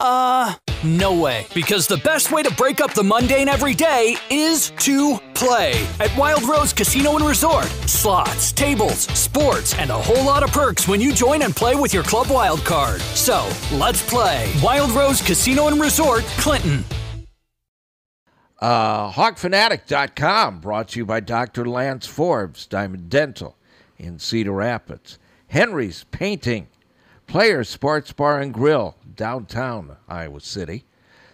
Uh, no way. Because the best way to break up the mundane every day is to play at Wild Rose Casino and Resort. Slots, tables, sports, and a whole lot of perks when you join and play with your Club Wild card. So, let's play Wild Rose Casino and Resort, Clinton. Uh, HawkFanatic.com brought to you by Dr. Lance Forbes, Diamond Dental in Cedar Rapids. Henry's Painting, Players Sports Bar and Grill, downtown Iowa City.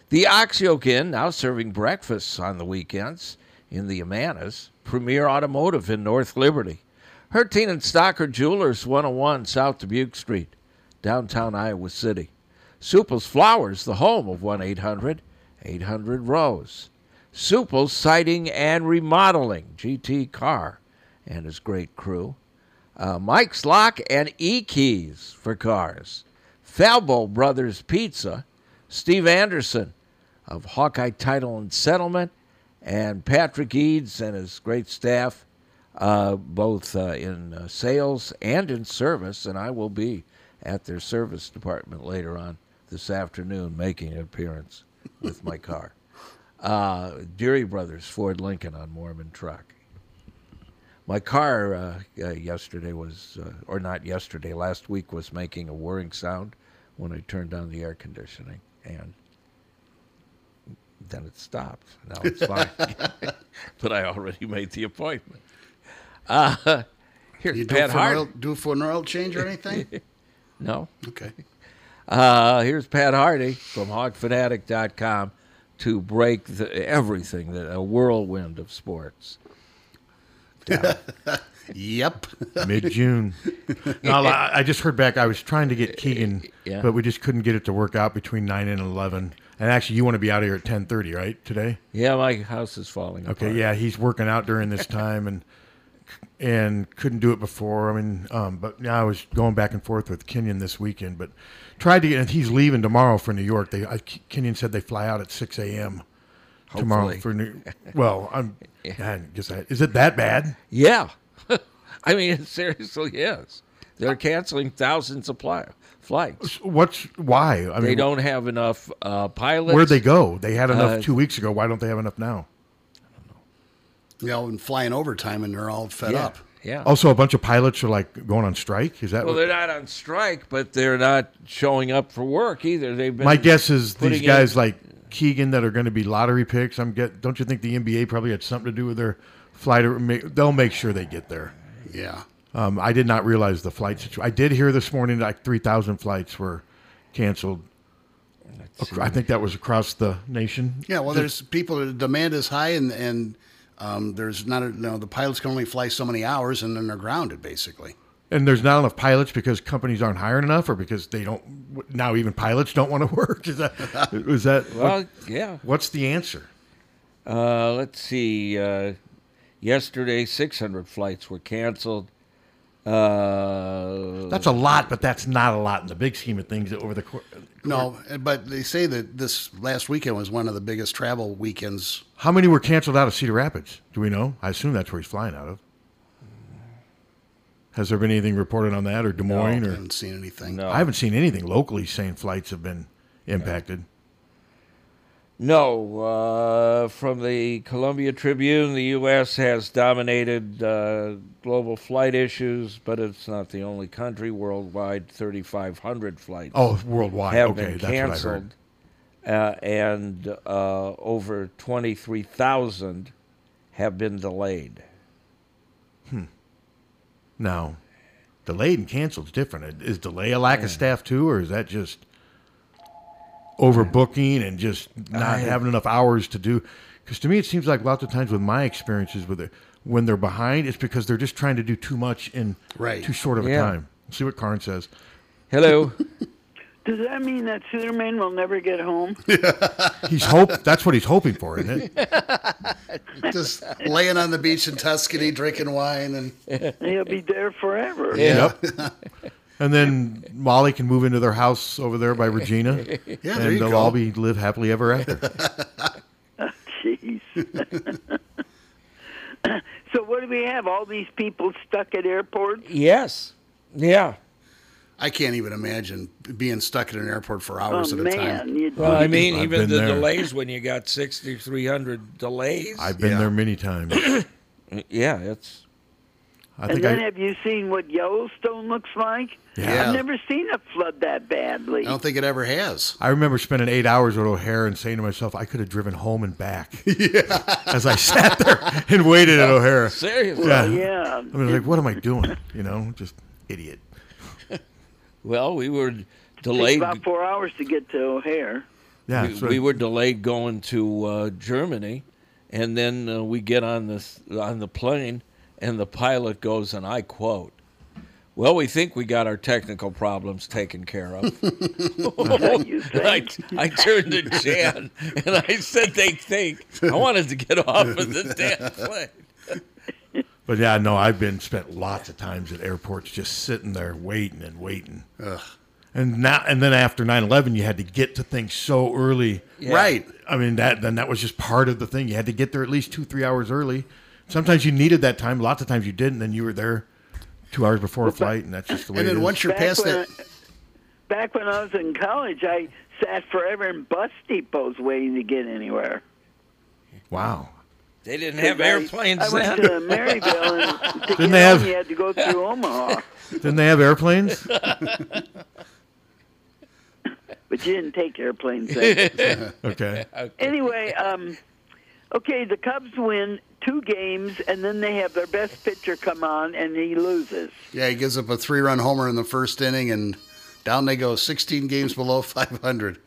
The Oxyoke Inn, now serving breakfasts on the weekends in the Amanas. Premier Automotive in North Liberty. Hertine and Stocker Jewelers, 101 South Dubuque Street, downtown Iowa City. Supple's Flowers, the home of 1 800 800 Rose. Supple's Siding and Remodeling, GT Carr and his great crew. Uh, Mike's Lock and E Keys for cars. Falbo Brothers Pizza. Steve Anderson of Hawkeye Title and Settlement. And Patrick Eads and his great staff, uh, both uh, in uh, sales and in service. And I will be at their service department later on this afternoon making an appearance with my car. Uh, Deary Brothers Ford Lincoln on Mormon Truck my car uh, uh, yesterday was, uh, or not yesterday, last week was making a whirring sound when I turned on the air conditioning, and then it stopped. Now it's fine, but I already made the appointment. Uh, here's You do Pat it for an Hart. oil, do it for an oil change or anything? No. Okay. Uh, here's Pat Hardy from hogfanatic.com to break the, everything that a whirlwind of sports. Yep. Mid June. no, I, I just heard back. I was trying to get Keegan, Yeah. but we just couldn't get it to work out between nine and eleven. And actually, you want to be out of here at ten thirty, right? Today. Yeah, my house is falling apart. Okay. Yeah, he's working out during this time and and couldn't do it before. I mean, um, but now I was going back and forth with Kenyon this weekend, but tried to get. And he's leaving tomorrow for New York. They I, Kenyon said they fly out at six a.m. tomorrow Hopefully. for New. Well, I'm. I guess I, is it that bad? Yeah. I mean, it seriously is. They're canceling thousands of pli- flights. What's why? I mean, They don't have enough uh, pilots. Where'd they go? They had enough Uh, two weeks ago. Why don't they have enough now? You know, and flying overtime and they're all fed Yeah. up. Yeah. Also, a bunch of pilots are like going on strike. Is that Well, what? they're not on strike, but they're not showing up for work either. They've been. My guess is these putting guys in- like Keegan that are going to be lottery picks. I'm get. Don't you think the NBA probably had something to do with their flight? Or ma- they'll make sure they get there. Yeah. Um, I did not realize the flight situation. I did hear this morning like three thousand flights were canceled. Ac- I think that was across the nation. Yeah. Well, there's people. The demand is high, and and um, there's not. A, you know, the pilots can only fly so many hours, and then they're grounded basically. And there's not enough pilots because companies aren't hiring enough, or because they don't w- now even pilots don't want to work. Is that? Is that? Well, yeah. What's the answer? Uh, let's see. Uh, yesterday, 600 flights were canceled. Uh, That's a lot, but that's not a lot in the big scheme of things. Over the cour- No, eh, but they say that this last weekend was one of the biggest travel weekends. how many were canceled out of Cedar Rapids? Do we know? I assume that's where he's flying out of. Has there been anything reported on that, or Des Moines, I or haven't seen anything. No. I haven't seen anything locally saying flights have been impacted. No, uh, from the Columbia Tribune, the U.S. has dominated uh, global flight issues, but it's not the only country worldwide. 3,500 flights. Oh, worldwide. Have Okay, been that's what I heard. canceled, Uh, and uh, over 23,000 have been delayed. Now, delayed and canceled is different. Is delay a lack of staff too, or is that just overbooking and just not I- having enough hours to do? Because to me, it seems like lots of times with my experiences with it, when they're behind, it's because they're just trying to do too much in Right. too short of a Yeah. time. See what Karn says. Hello. Does that mean that Suderman will never get home? He's hope. that's what he's hoping for, isn't it? Just laying on the beach in Tuscany, drinking wine, and He'll be there forever. Yep. And then Molly can move into their house over there by Regina, yeah, there and you they'll go. all be live happily ever after. Jeez. so what do we have? All these people stuck at airports? yes. Yeah. I can't even imagine being stuck at an airport for hours Oh at a time. man, you Well, I mean, I've even been the there. delays when you got 6,300 delays. I've been Yeah. there many times. yeah, it's. I and think then I, have you seen what Yellowstone looks like? Yeah. I've never seen a flood that badly. I don't think it ever has. I remember spending eight hours at O'Hare and saying to myself, I could have driven home and back as I sat there and waited at O'Hare. Seriously. Yeah. yeah. I was like, what am I doing? You know, just idiot. Well, we were Takes delayed. about four hours to get to O'Hare. Yeah. we, so we were delayed going to uh, Germany, and then uh, we get on this on the plane, and the pilot goes, and I quote, "Well, we think we got our technical problems taken care of." you I, I turned to Jan and I said, "They think I wanted to get off of the damn plane." but yeah, no, I've been spent lots of times at airports just sitting there waiting and waiting. Ugh. And now and then after 9-11, you had to get to things so early. Right. I mean that then that was just part of the thing. You had to get there at least two, three hours early. Sometimes you needed that time. Lots of times you didn't. Then you were there two hours before a flight, and that's just the way. And it then is. once you're Back past when that, I- Back when I was in college, I sat forever in bus depots waiting to get anywhere. wow, They didn't have I- airplanes I went then. to Maryville, and to Didn't get they have- home, you had to go through Omaha, Didn't they have airplanes? but you didn't take airplanes. Then. Okay. anyway, um, okay, the Cubs win two games, and then they have their best pitcher come on, and he loses. yeah, he gives up a three-run homer in the first inning, and down they go, 16 games below 500.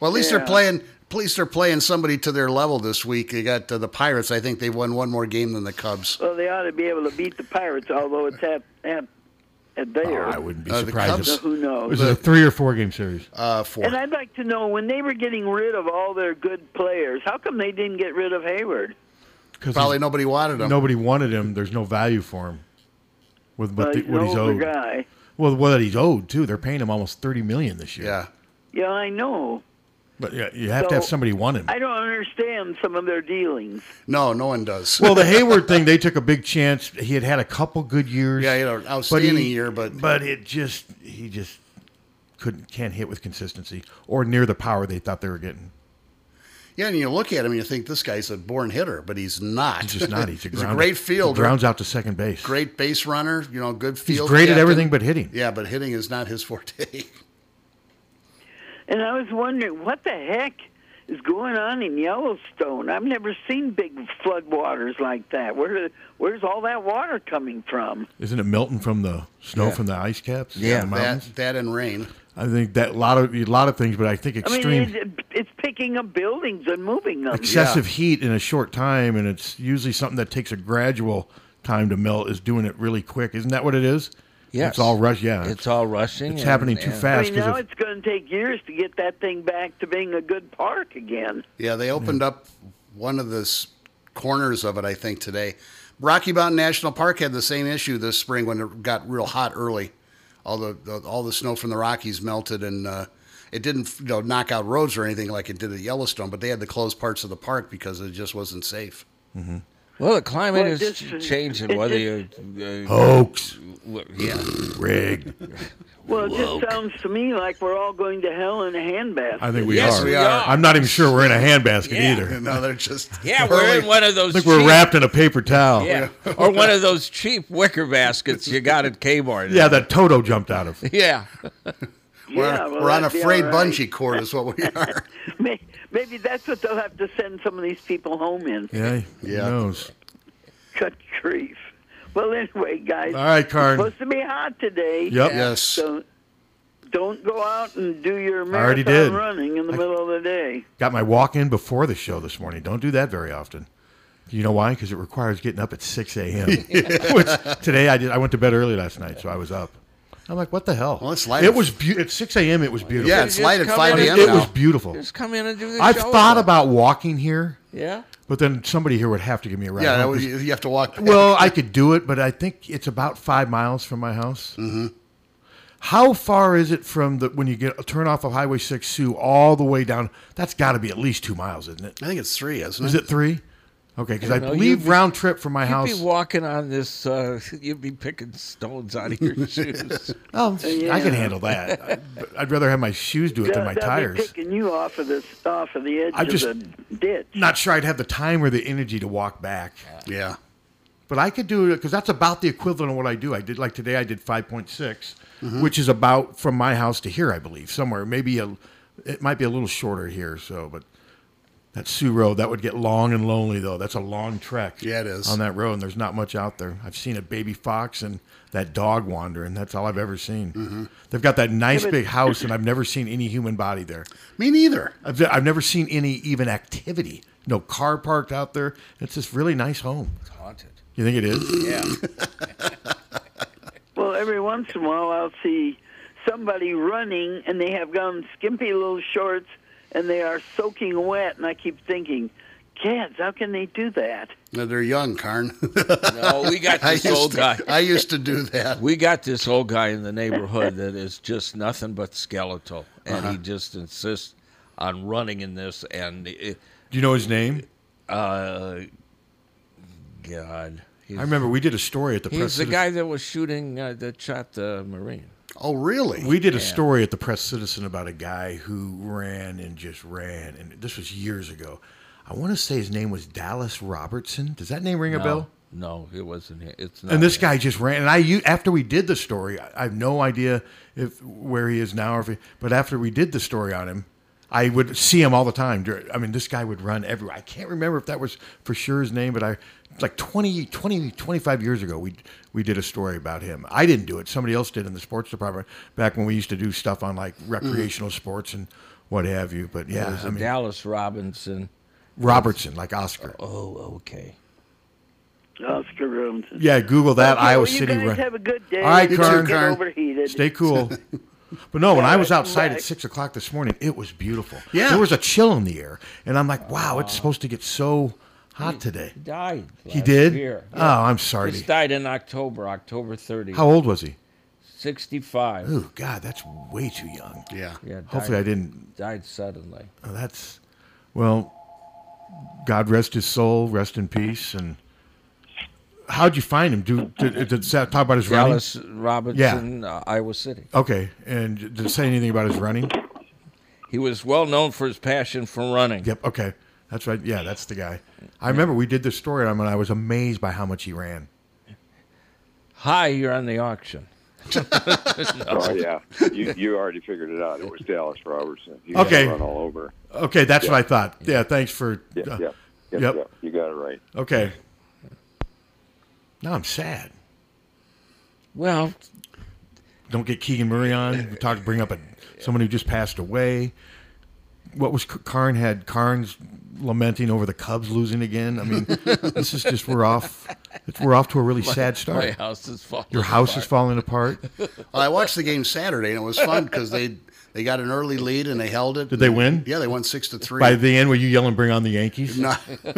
Well, at least Yeah. they're playing. At least they're playing somebody to their level this week. They got uh, the Pirates. I think they won one more game than the Cubs. Well, they ought to be able to beat the Pirates, although it's at at, at Oh, there. I wouldn't be Uh, the surprised. Cubs- so If, who knows? was it a three or four game series? Uh, four. And I'd like to know when they were getting rid of all their good players, how come they didn't get rid of Hayward? Because Probably nobody wanted them. nobody wanted him. There's no value for him. With Uh, what, the, he's an what he's older owed. guy. Well, what he's owed too. They're paying him almost thirty million this year. Yeah. Yeah, I know. But yeah, you have to have So- somebody want him. I don't understand some of their dealings. No, no one does. well, the Hayward thing, they took a big chance. He had had a couple good years. yeah, you know, but he- outstanding year, but but it just he just couldn't can't hit with consistency or near the power they thought they were getting. Yeah, and you look at him and you think this guy's a born hitter, but he's not. He's just not. He's a, He's ground- great He fielder, grounds out to second base. great base runner. You know, good He's field. great at captain. everything but hitting. Yeah, but hitting is not his forte. And I was wondering what the heck is going on in Yellowstone. I've never seen big floodwaters like that. Where where's all that water coming from? Isn't it melting from the snow Yeah. from the ice caps? Yeah, in the that mountains. that and rain. I think that a lot of a lot of things, but I think I extreme mean, it, it's picking up buildings and moving them. excessive heat in a short time, and it's usually something that takes a gradual time to melt. Is doing it really quick. Isn't that what it is? Yes. it's all rush. Yeah, It's all rushing. It's happening too fast. I that's mean, 'cause now of- it's going to take years to get that thing back to being a good park again. Yeah, they opened up one of the s- corners of it, I think, today. Rocky Mountain National Park had the same issue this spring when it got real hot early. All the, the all the snow from the Rockies melted, and uh, it didn't you know knock out roads or anything like it did at Yellowstone. But they had to close parts of the park because it just wasn't safe. Well, the climate Well, is just- uh, changing. it Whether just- you uh, Hoax. yeah, Rigged. Well, it just sounds to me like we're all going to hell in a handbasket. I think we Yes, are. we are. I'm not even sure we're in a handbasket Yeah. either. I No, they're just yeah, we're in one of those. think we're cheap- wrapped in a paper towel. Yeah, or one of those cheap wicker baskets you got at Kmart. Yeah, that Toto jumped out of. yeah. We're, Yeah, well, we're on a that'd be frayed all right. bungee cord, is what we are. May- Maybe that's what they'll have to send some of these people home in. Yeah, who Yeah. knows? Cut grief. Well, anyway, guys. All right, Karn. It's supposed to be hot today. Yep. yes. So don't go out and do your marathon already did. running in the middle of the day. Got my walk in before the show this morning. Don't do that very often. You know why? Because it requires getting up at 6 a.m. Which today I did. I went to bed early last night, so I was up. I'm like, what the hell? Well, it's light. It was beau at 6 a.m. It was beautiful. yeah, it's just light at come 5 in it, a.m. it now. was beautiful. Just come in and do the I've show thought with about walking here, us. Yeah. but then somebody here would have to give me a ride. yeah, that home was, 'cause- you have to walk. well, I could do it, but I think it's about five miles from my house. Mm-hmm. How far is it from the when you get turn off of Highway Six Sioux all the way down? That's got to be at least two miles, isn't it? I think it's three, isn't it? Is it three? Okay, because I know, you'd believe be- round trip from my You'd house. be walking on this. Uh, you'd be picking stones out of your shoes. oh, I can Yeah. handle that. I- but I'd rather have my shoes do it They'll- than my they'll be tires. picking you off of this, off of the edge I of just- the ditch. Not sure I'd have the time or the energy to walk back, Yeah. but I could do it because that's about the equivalent of what I do. I did like today. I did five Mm-hmm. which is about from my house to here, I believe, somewhere. Maybe a, it might be a little shorter here. So, but that Sioux Road that would get long and lonely though. That's a long trek. Yeah, it is. on that road, and there's not much out there. I've seen a baby fox and that dog wandering. That's all I've ever seen. Mm-hmm. They've got that nice big house, and I've never seen any human body there. Me neither. I've, I've never seen any even activity. No car parked out there. It's this really nice home. Haunted. You think it is? Yeah. Well, every once in a while, I'll see somebody running, and they have gone skimpy little shorts, and they are soaking wet. And I keep thinking, kids, how can they do that? No, they're young, Karn. No, we got I, this old used guy. to, I used to do that. We got this old guy in the neighborhood that is just nothing but skeletal, and Uh-huh. he just insists on running in this. And it, Do you know his name? uh, God, he's, I remember we did a story at the press. he's the Citizen- guy that was shooting uh, that shot the Marine. Oh, really? We did a story at the Press Citizen about a guy who ran and just ran, and this was years ago. I want to say his name was Dallas Robertson. Does that name ring a bell? No, it wasn't. him. It's not. And this him. guy just ran. And I, u- after we did the story, I, I have no idea if where he is now, or if he, but after we did the story on him, I would see him all the time. dur- I mean, this guy would run everywhere. I can't remember if that was for sure his name, but I like 20, 20 25 years ago, we we did a story about him. I didn't do it. Somebody else did in the sports department back when we used to do stuff on like recreational sports and what have you. But Mm. It yeah, was I mean, Dallas Robinson. Robertson, like Oscar. Oh, okay. Oscar Robinson. Yeah, Google that Okay, Iowa well, you City guys run. have a good day. All right, You Kern. Get overheated. Stay cool. But no, when I was Yeah, outside right. at six o'clock this morning, it was beautiful. Yeah. there was a chill in the air, and I'm like, "Wow, it's supposed to get so hot today." He died. He last did. Year. Oh, I'm sorry. He died in October, October 30th, How old was he? 65. Oh God, that's way too young. Yeah. Yeah, died, Hopefully, I didn't. died suddenly. oh, that's well. God rest his soul. Rest in peace. And how'd you find him? Do did, did it sa- talk about his Dallas Robinson, uh, Iowa City. running? Okay, and did it say anything about his running? He was well known for his passion for running. Yep. Okay. That's right. Yeah, that's the guy. I remember we did this story on him, and I was amazed by how much he ran. Hi, you're on the auction. Oh yeah, you you already figured it out. It was Dallas Robertson. You Okay. run all over. Okay, that's what I thought. Yeah, thanks for. Yeah, uh, yeah, yeah, yep. yeah. You got it right. Okay. Now I'm sad. Well, Don't get Keegan Murray on. We talked. Bring up a someone who just passed away. What was Karn had? Karn's lamenting over the Cubs losing again. I mean, this is just we're off. It's, we're off to a really sad my start. house is falling. Your house is falling apart. Well, I watched the game Saturday, and it was fun because they they got an early lead and they held it. Did they win? Yeah, they won six to three. By the end, were you yelling, "Bring on the Yankees"? No.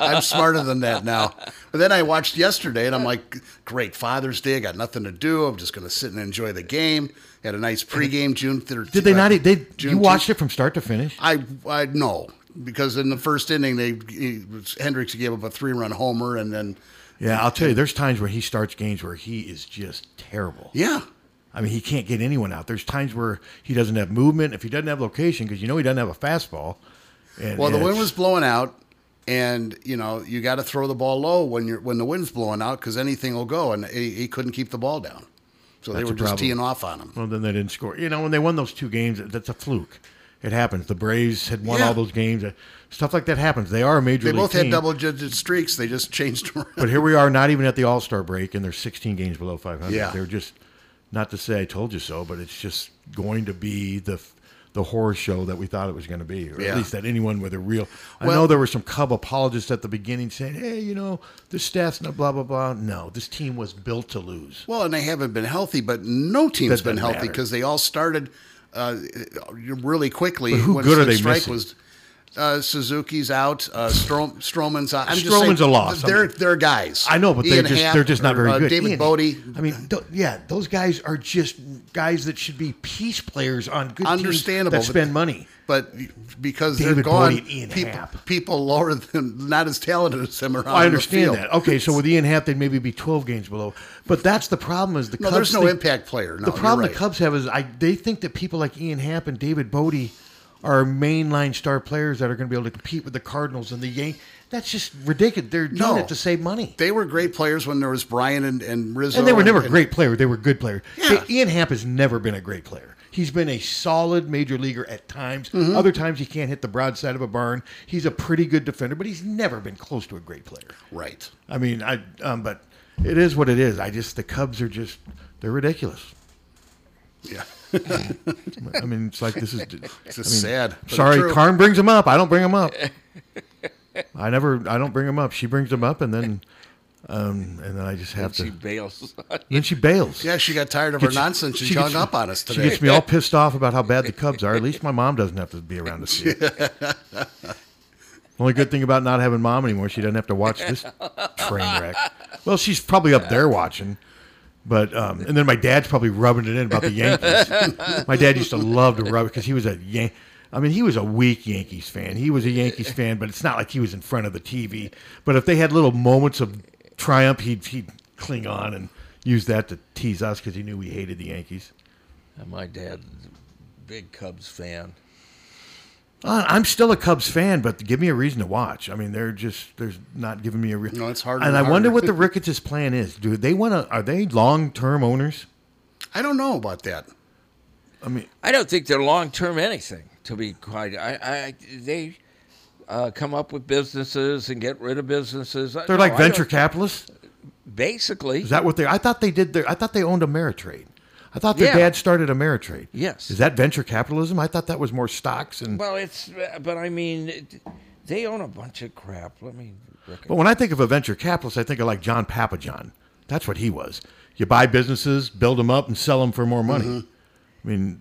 I'm smarter than that now. But then I watched yesterday, and I'm like, great Father's Day. I got nothing to do. I'm just going to sit and enjoy the game. Had a nice pregame June 13th. Did they not? They you June watched it from start to finish. I I no because in the first inning they he, Hendricks gave up a three run homer and then Yeah, I'll tell you, there's times where he starts games where he is just terrible. Yeah. I mean, he can't get anyone out. There's times where he doesn't have movement. If he doesn't have location, because you know he doesn't have a fastball. And, well the and wind it's- was blowing out and you know you got to throw the ball low when you're when the wind's blowing out because anything will go and he, he couldn't keep the ball down so they That's were a just problem. teeing off on him Well, then they didn't score. You know, when they won those two games, that's a fluke. It happens. The Braves had won Yeah. all those games. Stuff like that happens. They are a major they league both had team. double digit streaks they just changed around. but here we are, not even at the All Star break, and they're 16 games below 500. Yeah. They're just not to say I told you so, but it's just going to be the the horror show that we thought it was going to be, or Yeah. at least that anyone with a real. I Well- know there were some Cub apologists at the beginning saying, "Hey, you know, this staff's not blah blah blah." No, this team was built to lose. Well, and they haven't been healthy, but no team's That been doesn't healthy matter. because they all started uh, really quickly. But who when good are Sixth they strike missing? was uh, Suzuki's out, uh, Strom, Stroman's out. I'm Stroman's just saying, a loss. I They're mean- they're guys. I know, but they're Ian just Happ they're just not or, very uh, good. David Ian- Bodie. I mean, th- yeah, those guys are just guys that should be piece players on good Understandable, teams but- that spend money. But because they're David gone, Bodie and Ian people, Happ. people lower than not as talented as them are. on I the understand field. that. Oh, Okay, so with Ian Happ, they'd maybe be twelve games below. But that's the problem is the No, Cubs there's no think- impact player. No, the you're problem right. the Cubs have is I they think that people like Ian Happ and David Bodie are mainline star players that are going to be able to compete with the Cardinals and the Yankees. That's just ridiculous. They're doing No. it to save money. They were great players when there was Brian and, and Rizzo. And they were never and- great players. They were good players. Yeah. They- Ian Happ has never been a great player. He's been a solid major leaguer at times. Mm-hmm. Other times he can't hit the broadside of a barn. He's a pretty good defender, but he's never been close to a great player. Right. I mean, I um, but it is what it is. I just the Cubs are just they're ridiculous. Yeah. I mean, it's like this is. It's just sad. but Sorry, true. Karn brings them up. I don't bring them up. I never. I don't bring them up. She brings them up, and then, um, and then I just have She to. bails. Then she bails. Yeah, she got tired of She her gets- nonsense and she she hung gets- up on us She today. gets me all pissed off about how bad the Cubs are. At least my mom doesn't have to be around to see it. Only good thing about not having mom anymore, she doesn't have to watch this train wreck. Well, she's probably up there watching, but um, and then my dad's probably rubbing it in about the Yankees. my dad used to love to rub it because he was a Yan- I mean, he was a weak Yankees fan. He was a Yankees fan, but it's not like he was in front of the TV. But if they had little moments of triumph, he'd, he'd cling on and use that to tease us because he knew we hated the Yankees. My dad, big Cubs fan. Uh, I'm still a Cubs fan, but give me a reason to watch. I mean, they're just they're not giving me a reason. No, it's harder And I and wonder harder. what the Ricketts' plan is. Do they want to? Are they long term owners? I don't know about that. I mean, I don't think they're long term anything. To be quite, I, I they uh, come up with businesses and get rid of businesses. I- they're Uh, no, like I don't- venture capitalists. Basically, Is that what they? I thought they did. Their, I thought they owned Ameritrade. I thought their Yeah. dad started Ameritrade. Yes. Is that venture capitalism? I thought that was more stocks and. well, it's but I mean, it, they own a bunch of crap. Let me. But when I think of a venture capitalist, I think of like John Papajohn. That's what he was. You buy businesses, build them up, and sell them for more money. Mm-hmm. I mean,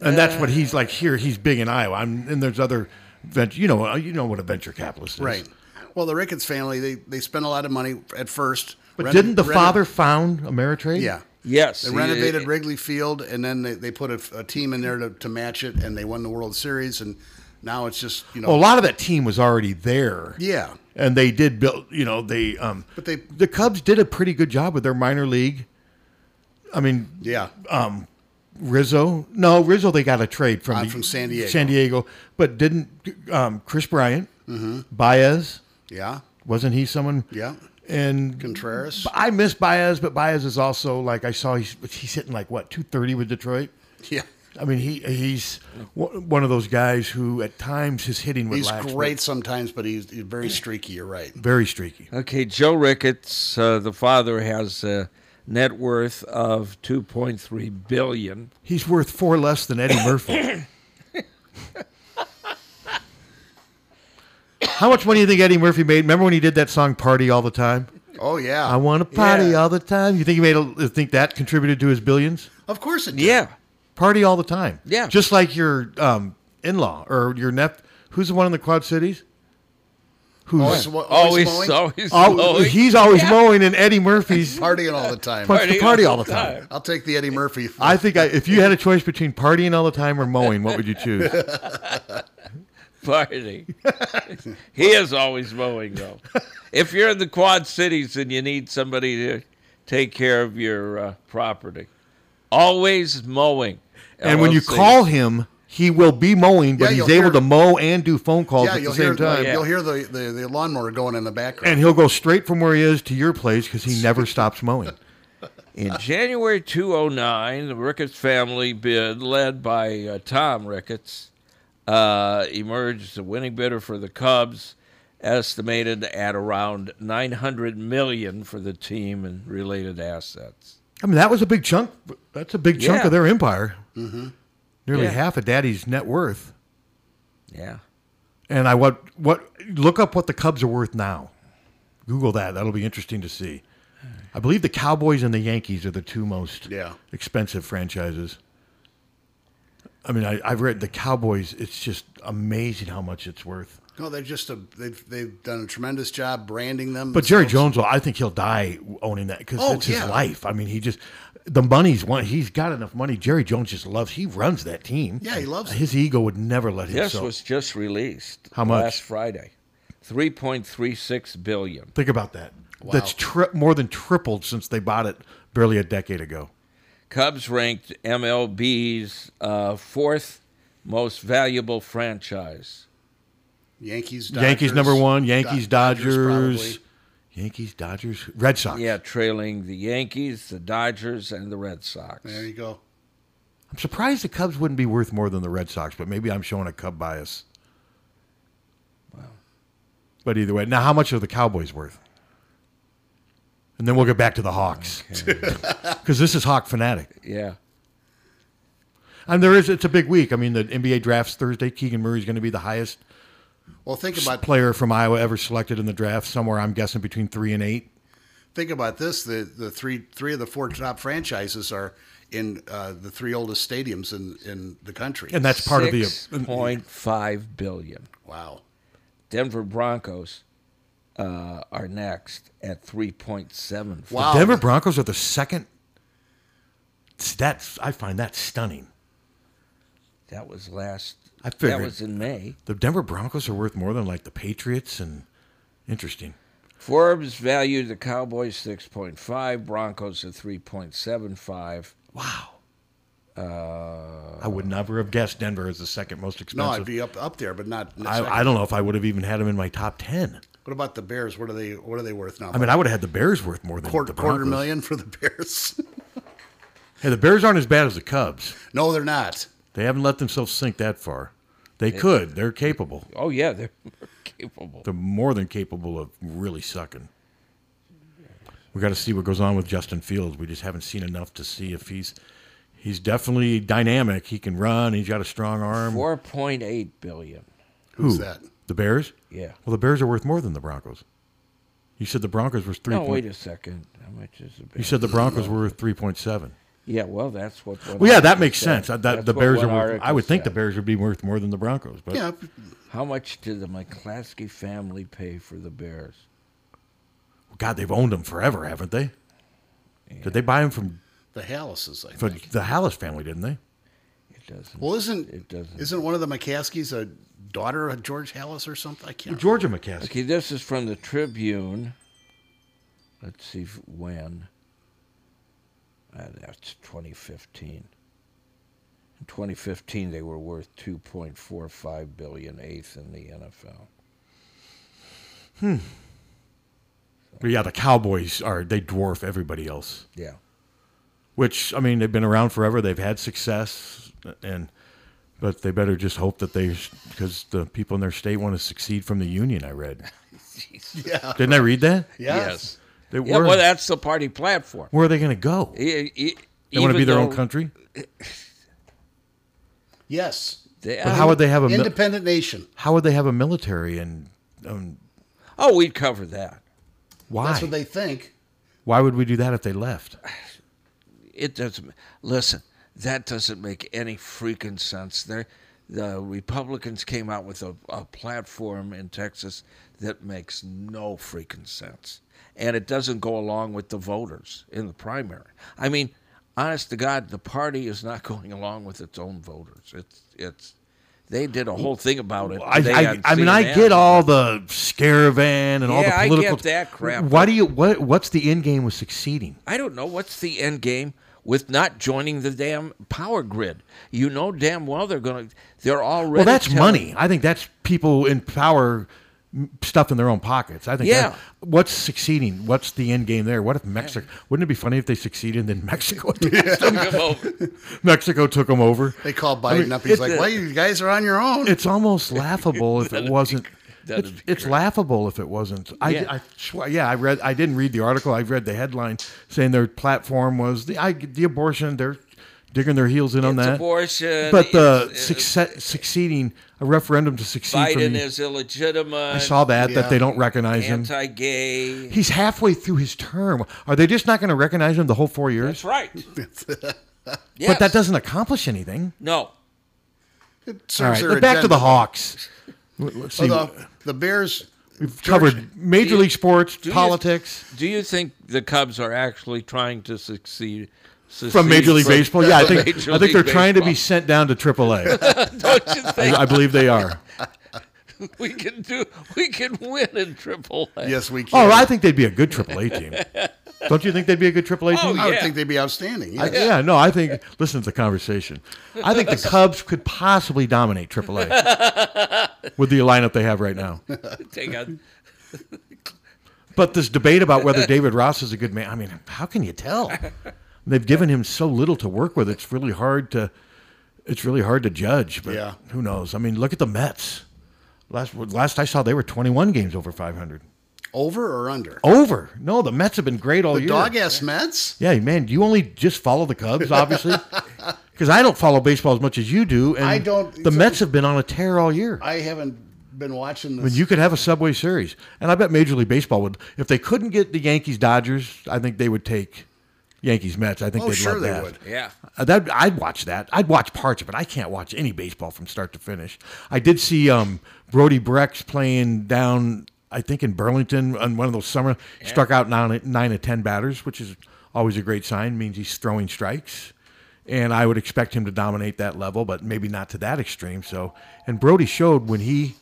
and that's what he's like here. He's big in Iowa, I'm, and there's other venture. You know, you know what a venture capitalist is, Right. Well, the Ricketts family, they, they spent a lot of money at first. But Reno- didn't the reno- father found Ameritrade? Yeah. Yes, They he- renovated Wrigley Field and then they, they put a, a team in there to, to match it and they won the World Series. And now it's just, you know. Well, a lot of that team was already there. Yeah. and they did build. You know, they. Um, But they- the Cubs did a pretty good job with their minor league. I mean, um, Yeah. Rizzo. No, Rizzo. They got a trade from Uh, the- from San Diego. San Diego, but didn't um, Chris Bryant, Baez? Mm-hmm. yeah. Wasn't he someone? Yeah. And Contreras. I miss Baez, but Baez is also like I saw he's he's hitting like what two thirty with Detroit. Yeah. I mean he he's one one of those guys who at times his hitting would He's lax, but great sometimes, but he's, he's very streaky. You're right. very streaky. Okay, Joe Ricketts, uh, the father, has a net worth of two point three billion. He's worth four less than Eddie Murphy. How much money do you think Eddie Murphy made? Remember when he did that song "Party All the Time"? Oh, yeah. I want to party Yeah. all the time. You think he made a, think that contributed to his billions? Of course it did. Yeah, Party all the time. Yeah. Just like your um, in law or your nep. Who's the one in the Quad Cities? Who's Always, always, always, mowing, always, always, Oh, he's always mowing and Eddie Murphy's partying all the time. wants to party all the time. I'll take the Eddie Murphy. I think I, if you had a choice between partying all the time or mowing, what would you choose? party. he is always mowing though. If you're in the Quad Cities and you need somebody to take care of your uh, property, always mowing. And when you LLC. call him, he will be mowing, but Yeah, he's you'll able hear- to mow and do phone calls yeah, at the you'll hear same time. you'll hear the, the, the lawnmower going in the background. And he'll go straight from where he is to your place because he never stops mowing. In January 2009, the Ricketts family bid, led by uh, Tom Ricketts, uh, emerged as the winning bidder for the Cubs, estimated at around 900 million for the team and related assets. I mean, that was a big chunk. That's a big chunk Yeah. of their empire. Mhm. Nearly Yeah. half of Daddy's net worth. Yeah. And I what what look up what the Cubs are worth now. Google that. That'll be interesting to see. I believe the Cowboys and the Yankees are the two most Yeah. expensive franchises. I mean, I, I've read the Cowboys. It's just amazing how much it's worth. no, they're just a, they've they've done a tremendous job branding them. But Jerry Jones, will, I think he'll die owning that because Oh, it's his yeah. life. I mean, he just the money's one. He's got enough money. Jerry Jones just loves. He runs that team. Yeah, he loves it. His ego would never let him. This was just released How much? last Friday. 3.36 billion. Think about that. Wow. That's tri- more than tripled since they bought it barely a decade ago. Cubs ranked MLB's uh, fourth most valuable franchise. Yankees, Yankees number one. Yankees, Dodgers. probably. Yankees, Dodgers, Red Sox. Yeah, trailing the Yankees, the Dodgers, and the Red Sox. There you go. I'm surprised the Cubs wouldn't be worth more than the Red Sox, but maybe I'm showing a Cub bias. Wow. But either way, now how much are the Cowboys worth? And then we'll get back to the Hawks because this is Hawk fanatic. Yeah. And there is it's a big week. I mean, the NBA drafts Thursday. Keegan Murray is going to be the highest Well, think s- about player from Iowa ever selected in the draft. Somewhere I'm guessing between three and eight. think about this: the the three three of the four top franchises are in uh, the three oldest stadiums in in the country, And that's part of the- e-, point five billion. Wow. Denver Broncos uh, are next at three point seven. The Denver Broncos are the second. That's I find that stunning. That was last. I figured that was in May. The Denver Broncos are worth more than like the Patriots and interesting. Forbes valued the Cowboys six point five, Broncos at three point seven five. Wow. Uh, I would never have guessed Denver is the second most No, I'd expensive. be up up there, but not. second. I, I don't know if I would have even had them in my top ten. What about the Bears? What are they? What are they worth now? I mean, I would have had the Bears worth more than Uh-huh. quarter the Broncos. quarter million for the Bears. Hey, the Bears aren't as bad as the Cubs. no, they're not. They haven't let themselves sink that far. They They- could. They're capable. oh yeah, they're capable. They're more than capable of really sucking. We got to see what goes on with Justin Fields. We just haven't seen enough to see if he's he's definitely dynamic. He can run. He's got a strong arm. Four point eight billion. Who? The Bears? Yeah. Well, the Bears are worth more than the Broncos. You said the Broncos were three. No, point- wait a second. How much is the You said the Broncos were three point seven. Yeah, well, that's what. one Well, yeah, that article makes said. sense. I- That, That's the what Bears are. one Worth, article I would think said. the Bears would be worth more than the Broncos. But How much did the McClaskey family pay for the Bears? God, they've owned them forever, haven't they? Did they buy them from The Hallises, I for think. the Hallis family? Didn't they? It doesn't. Well, isn't it doesn't? Isn't one of the McCaskies a daughter of George Hallis or something? I can't. Georgia McCaskey. Okay, this is from the Tribune. Let's see if- when. Ah, that's 2015. In 2015, they were worth 2.45 billion, eighth in the NFL. Hmm. But yeah, the Cowboys are they dwarf everybody else. Yeah. Which I mean, they've been around forever. They've had success, and but they better just hope that they because the people in their state want to succeed from the union. I read. Yeah. Didn't I read that? Yes. They yeah, were- well, that's the party platform. Where are they going to go? E- e- They want even to be their own though- country. Yes. But how would they have a mil- independent nation? How would they have a military and um, Oh, we'd cover that. why? That's what they think. why would we do that if they left? It doesn't. Listen, that doesn't make any freaking sense. There, the Republicans came out with a, a platform in Texas that makes no freaking sense, and it doesn't go along with the voters in the primary. I mean, honest to God, the party is not going along with its own voters. It's it's They did a whole thing about it. I, today I, on I mean, I CNN. get all the scaravan and all the Yeah, I get political. that crap. Why do you? What? What's the end game with succeeding? I don't know what's the end game with not joining the damn power grid. You know damn well they're going to. They're already. well, that's telling- money. I think that's people in power m- stuff in their own pockets. I think. Yeah. that- what's succeeding? What's the end game there? What if Mexico? Wouldn't it be funny if they succeeded and then Mexico? Mexico took them over. They call Biden I mean, up. He's it- like, "Well, you guys are on your own." It's almost laughable if it wasn't. that'd It's, be it's laughable if it wasn't. I, Yeah. I swear, yeah, I read. I didn't read the article. I read the headline saying their platform was the I, the abortion. They're digging their heels in on It's that. abortion. but the it's, uh, success, succeeding a referendum to succeed. from Biden the- is illegitimate. I saw that Yeah. that they don't recognize him. Anti-gay. He's halfway through his term. Are they just not going to recognize him the whole four years? That's right. yes. But that doesn't accomplish anything. No. It All serves right, their back to the agenda. Hawks. Let- Let's see. Although the Bears We've covered major you- league sports, you- politics. Do you think the Cubs are actually trying to succeed? from Major League succeed Baseball. from- Yeah, I from think I Major think League they're trying to be Baseball? sent down to AAA. Don't you think I, I believe they are. we can do? We can win in Triple A. yes, we can. Oh, I think they'd be a good AAA team. Don't you think they'd be a good AAA Oh, team? I would yeah. think they'd be outstanding. I- yes. yeah, no, I think listen to the conversation. I think the Cubs could possibly dominate AAA with the lineup they have right now. Take on But this debate about whether David Ross is a good man, I mean, how can you tell? They've given him so little to work with. It's really hard to it's really hard to judge, but Yeah. who knows? I mean, look at the Mets. Last last I saw they were 21 games over 500. Over or under? Over. No, the Mets have been great all the year. dog ass Mets. yeah, man, you only just follow the Cubs, obviously. Cuz I don't follow baseball as much as you do and I don't- the Mets have been on a tear all year. I haven't been watching I mean, this. you could have a Subway Series, and I bet Major League Baseball would. If they couldn't get the Yankees Dodgers, I think they would take Yankees Mets. I think oh, they'd sure love they that. would. yeah. Uh, that I'd watch that. I'd watch parts of it. I can't watch any baseball from start to finish. I did see um, Brody Brex playing down, I think in Burlington on one of those summer. He struck out nine, nine of ten batters, which is always a great sign. Means he's throwing strikes, and I would expect him to dominate that level, but maybe not to that extreme. So, and Brody showed when he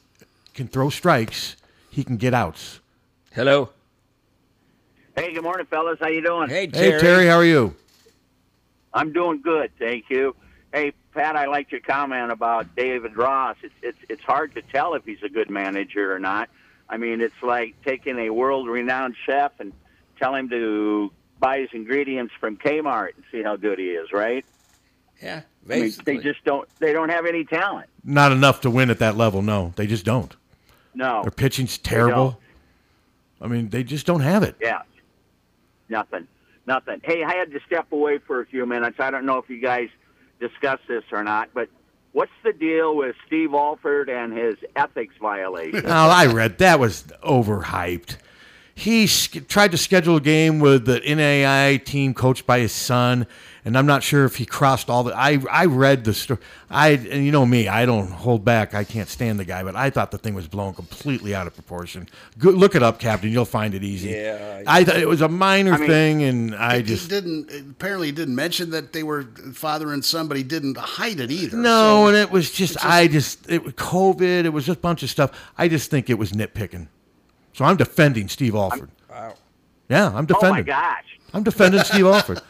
can throw strikes, he can get outs. Hello. Hey, good morning, fellas. How you doing? Hey Terry. Hey Terry, how are you? I'm doing good, thank you. Hey, Pat, I liked your comment about David Ross. It's it's it's hard to tell if he's a good manager or not. I mean, it's like taking a world-renowned chef and tell him to buy his ingredients from Kmart and see how good he is, right? Yeah. I mean, Basically. they just don't they don't have any talent. Not enough to win at that level. No, they just don't. No. Their pitching's terrible. I mean, they just don't have it. Yeah. Nothing. Nothing. Hey, I had to step away for a few minutes. I don't know if you guys discussed this or not, but what's the deal with Steve Alford and his ethics violation? Now I read that was overhyped. He sk- tried to schedule a game with the NAI team coached by his son, and I'm not sure if he crossed all the. I I read the story. I and you know me, I don't hold back. I can't stand the guy, but I thought the thing was blown completely out of proportion. Go, look it up, Captain. You'll find it easy. Yeah, I thought it was a minor mean- thing, and I He just didn't. Apparently, he didn't mention that they were father and son, but he didn't hide it either. No, So- and it was just, I just it was COVID. It was just a bunch of stuff. I just think it was nitpicking. So I'm defending Steve Alford. wow. Yeah, I'm oh my defending. gosh! I'm defending Steve Alford.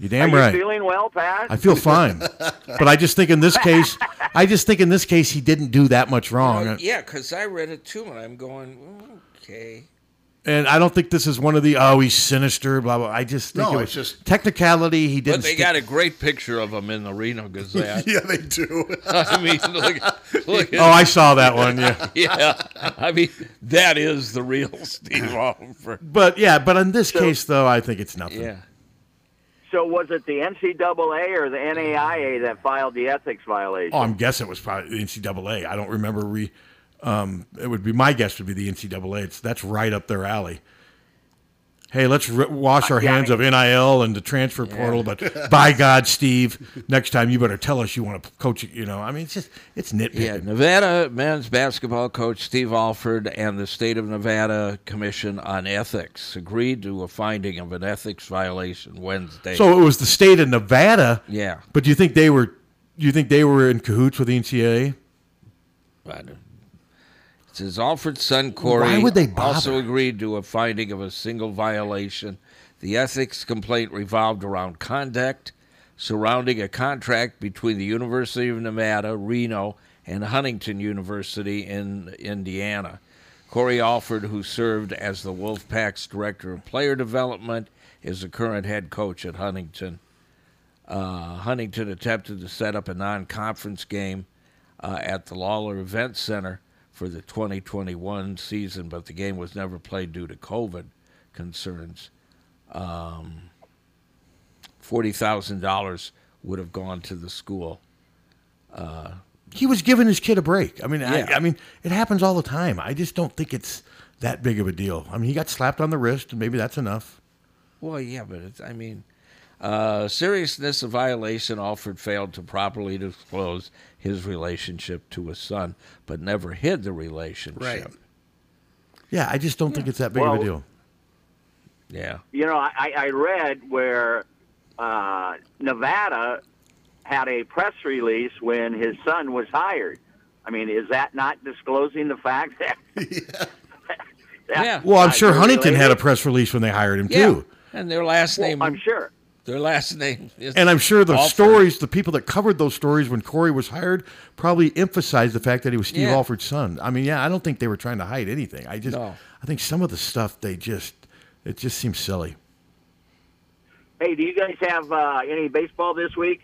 You damn Are right. you feeling well, Pat? I feel fine, but I just think in this case, I just think in this case he didn't do that much wrong, Oh, yeah, because I read it too, and I'm going, okay. and I don't think this is one of the oh he's sinister blah blah. I just think No, it was it's just- technicality. He didn't. But they stick- got a great picture of him in the Reno Gazette. Yeah, they do. I mean, look, look oh, at, I saw that one. Yeah. yeah. I mean, that is the real Steve Alford. But yeah, but in this case though, I think it's nothing. Yeah. So was it the NCAA or the NAIA that filed the ethics violation? Oh, I'm guessing it was probably the NCAA. I don't remember. Re, um, it would be my guess would be the NCAA. It's that's right up their alley. Hey, let's r wash our hands of NIL and the transfer portal. But by God, Steve, next time you better tell us you want to coach. You know, I mean, it's just it's Yeah, nitpicking. Nevada men's basketball coach Steve Alford and the State of Nevada Commission on Ethics agreed to a finding of an ethics violation Wednesday. So it was the state of Nevada. Yeah. But do you think they were you think they were in cahoots with the NCAA? I don't- It says Alfred's son Corey Why would they bother? also agreed to a finding of a single violation. The ethics complaint revolved around conduct surrounding a contract between the University of Nevada, Reno, and Huntington University in Indiana. Corey Alford, who served as the Wolfpack's director of player development, is the current head coach at Huntington. Uh, Huntington attempted to set up a non conference game uh, at the Lawler Event Center for the 2021 season, but the game was never played due to COVID concerns. Um, $40,000 would have gone to the school. Uh, He was giving his kid a break. I mean, Yeah. I, I mean, it happens all the time. I just don't think it's that big of a deal. I mean, he got slapped on the wrist, and maybe that's enough. Well, yeah, but it's, I mean, uh, seriousness of violation. Alford failed to properly disclose his relationship to his son, but never hid the relationship. Right. Yeah, I just don't think it's that big of Well- a deal. Yeah. You know, I, I read where uh, Nevada had a press release when his son was hired. I mean, is that not disclosing the fact that? yeah. Well, I'm sure Huntington had a press release when they hired him too, And their last name. I'm sure. Their last name. Is and I'm sure the Alford. stories, the people that covered those stories when Corey was hired, probably emphasized the fact that he was Steve Yeah. Alford's son. I mean, yeah, I don't think they were trying to hide anything. I just, No. I think some of the stuff they just, it just seems silly. Hey, do you guys have uh, any baseball this week?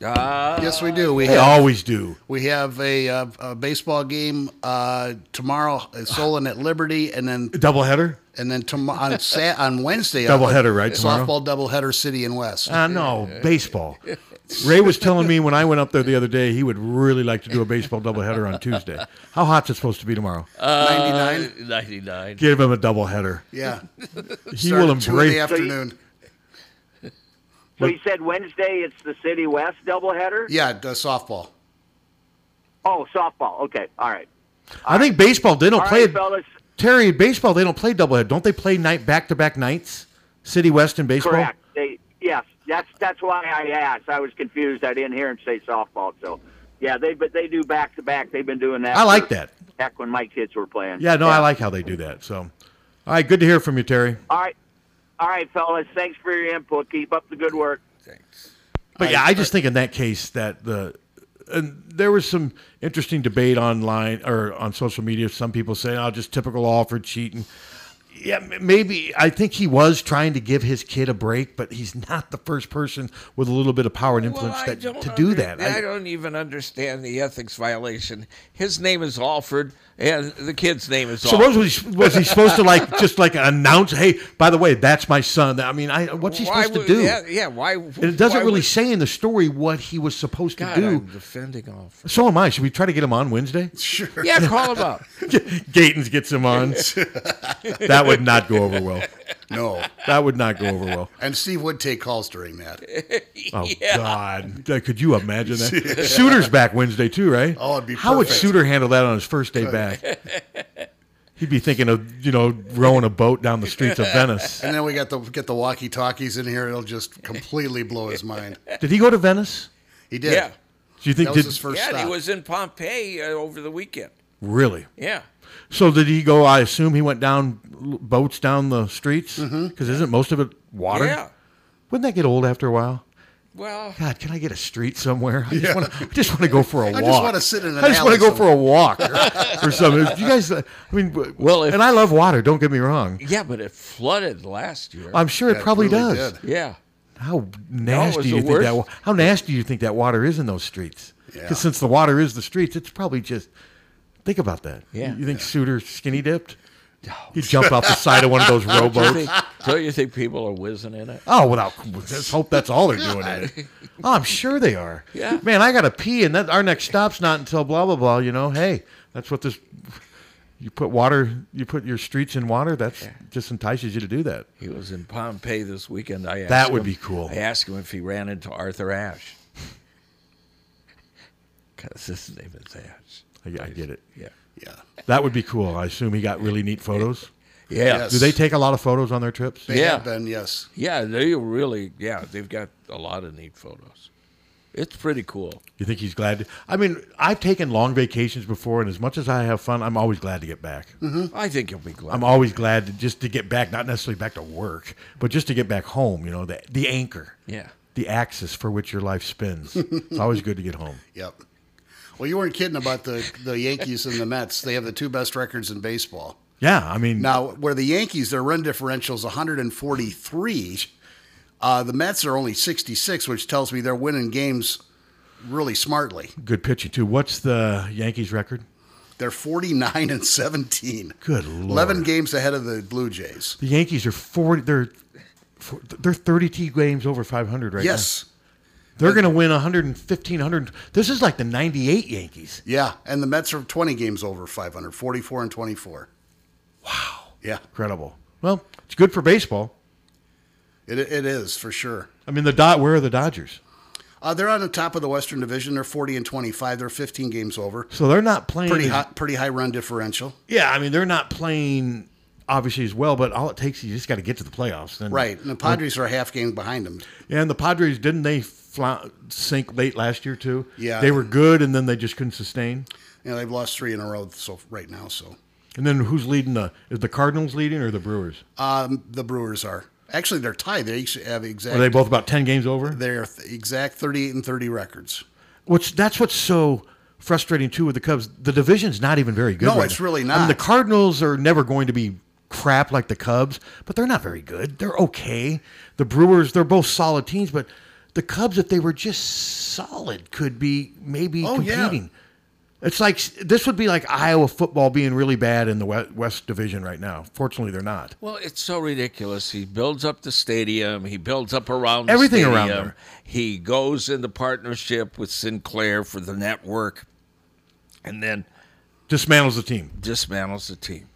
yes, we do. We They have- always do. We have a, uh, a baseball game uh, tomorrow. uh, Solon at Liberty, and then Doubleheader. and then tom- on Sa- on Wednesday. Doubleheader, right, tomorrow? Softball doubleheader, City and West. Uh, no, baseball. Ray was telling me when I went up there the other day, he would really like to do a baseball doubleheader on Tuesday. How hot's it supposed to be tomorrow? Uh, 99. 99. Give him a doubleheader. Yeah. He will Start at two in embrace- the afternoon. So you said Wednesday it's the City West doubleheader? Yeah, uh, softball. Oh, softball. Okay. All right. I think baseball they don't All play right, fellas. Terry baseball they don't play doubleheader. Don't they play night back to back nights? City West and baseball. Correct. They, yes, that's that's why I asked. I was confused. I didn't hear him say softball. So, yeah, they but they do back to back. They've been doing that. I like for- that. Back when my kids were playing. Yeah, no, I like how they do that. So, all right, good to hear from you, Terry. All right, all right, fellas. Thanks for your input. Keep up the good work. But yeah, I just think in that case that the and there was some interesting debate online or on social media. Some people saying, "Oh, just typical Alford cheating." Yeah, m- maybe I think he was trying to give his kid a break, but he's not the first person with a little bit of power and influence I that, to don't do under- that. I, don't even understand the ethics violation. His name is Alford, and the kid's name is. So Alford. was he, was he supposed to like just like announce, "Hey, by the way, that's my son." I mean, I what's he Why supposed would- to do? Yeah, yeah, why? And it doesn't why really would- say in the story what he was supposed God, to do. I'm defending Alford. So am I. Should we try to get him on Wednesday? Sure. Yeah, call him up. Gatons gets him on. that would not go over well. No. That would not go over well. And Steve would take calls during that. Oh God! Uh, Could you imagine that? Suter's back Wednesday too, right? Oh, it'd be How would perfect. Suter handle that on his first day back? He'd be thinking of you know rowing a boat down the streets of Venice. And then we got the get the walkie talkies in here. It'll just completely blow his mind. Did he go to Venice? He did. Yeah. Do you think that was did- his first yeah, and stop? he was in Pompeii uh, over the weekend. Really? Yeah. So did he go? I assume he went down l- boats down the streets because Mm-hmm. isn't most of it water? Yeah. Wouldn't that get old after a while? Well, God, can I get a street somewhere? I just want to. I just want to go for a walk. I just want to sit in an I just want to alley go for a walk or, or something. You guys, uh, I mean, w- Well, if- and I love water. Don't get me wrong. yeah, but it flooded last year. I'm sure it Yeah, it probably really does. did. yeah. How was nasty the do you think that? worst. wa- How nasty do you think that water is in those streets? Because Yeah. since the water is the streets, it's probably just. Think about that. Yeah. You think Suter skinny dipped? He jumped off the side of one of those Don't rowboats. you, think, don't you think people are whizzing in it? Oh, without let's hope that's all they're doing. in it. Oh, I'm sure they are. Yeah. Man, I gotta pee, and that our next stop's not until blah blah blah. You know, hey, that's what this. You put water. You put your streets in water. That's just entices you to do that. He was in Pompeii this weekend. I asked That would him- be cool. I asked him if he ran into Arthur Ashe. Because his name is Ashe. I, I get it. Yeah. Yeah. That would be cool. I assume he got really neat photos. Yeah. Yes. Do they take a lot of photos on their trips? They Yeah. have been, yes. Yeah. They really, yeah, they've got a lot of neat photos. It's pretty cool. You think he's glad? To, I mean, I've taken long vacations before, and as much as I have fun, I'm always glad to get back. Mm-hmm. I think you'll be glad. I'm always glad to, just to get back, not necessarily back to work, but just to get back home. You know, the the anchor, Yeah. the axis for which your life spins. it's always good to get home. Yep. Well, you weren't kidding about the, the Yankees and the Mets. They have the two best records in baseball. Yeah, I mean, Now, where the Yankees, their run differential is 143, uh, the Mets are only 66, which tells me they're winning games really smartly. good pitching too. What's the Yankees record? They're 49 and 17. Good lord, 11 games ahead of the Blue Jays. The Yankees are forty. They're for- they're 32 games over 500 right Yes. now. They're going to win 115, 100. This is like the 98 Yankees. Yeah. And the Mets are 20 games over 500, 44 and 24. Wow. Yeah. Incredible. Well, it's good for baseball. It, it is for sure. I mean, the dot. Where are the Dodgers? Uh, they're on the top of the Western Division. They're 40 and 25. They're 15 games over. So they're not playing. Pretty as- high, pretty high run differential. Yeah, I mean, they're not playing obviously as well, but all it takes is you just got to get to the playoffs. Then Right. And the Padres are a half game behind them. And the Padres didn't they fly, sink late last year too? Yeah. they were good, and then they just couldn't sustain. You know, they've lost three in a row so right now. So And then who's leading the? Is the Cardinals leading or the Brewers? um, the Brewers are. Actually, they're tied. They each have exact. Are they both about ten games over? They're th- exact 38 and 30 records. Which that's what's so frustrating too with the Cubs. The division's not even very good. No, right it's now. really I mean, the not. Cardinals are never going to be crap like the Cubs, but they're not very good. They're okay. The Brewers, they're both solid teams, but the Cubs, if they were just solid, could be maybe Oh, yeah. competing. It's like this would be like Iowa football being really bad in the We- West Division right now. Fortunately, they're not. Well, it's so ridiculous. He builds up the stadium. He builds up around the Everything around stadium. there. He goes into partnership with Sinclair for the network, and then Dismantles the team. dismantles the team.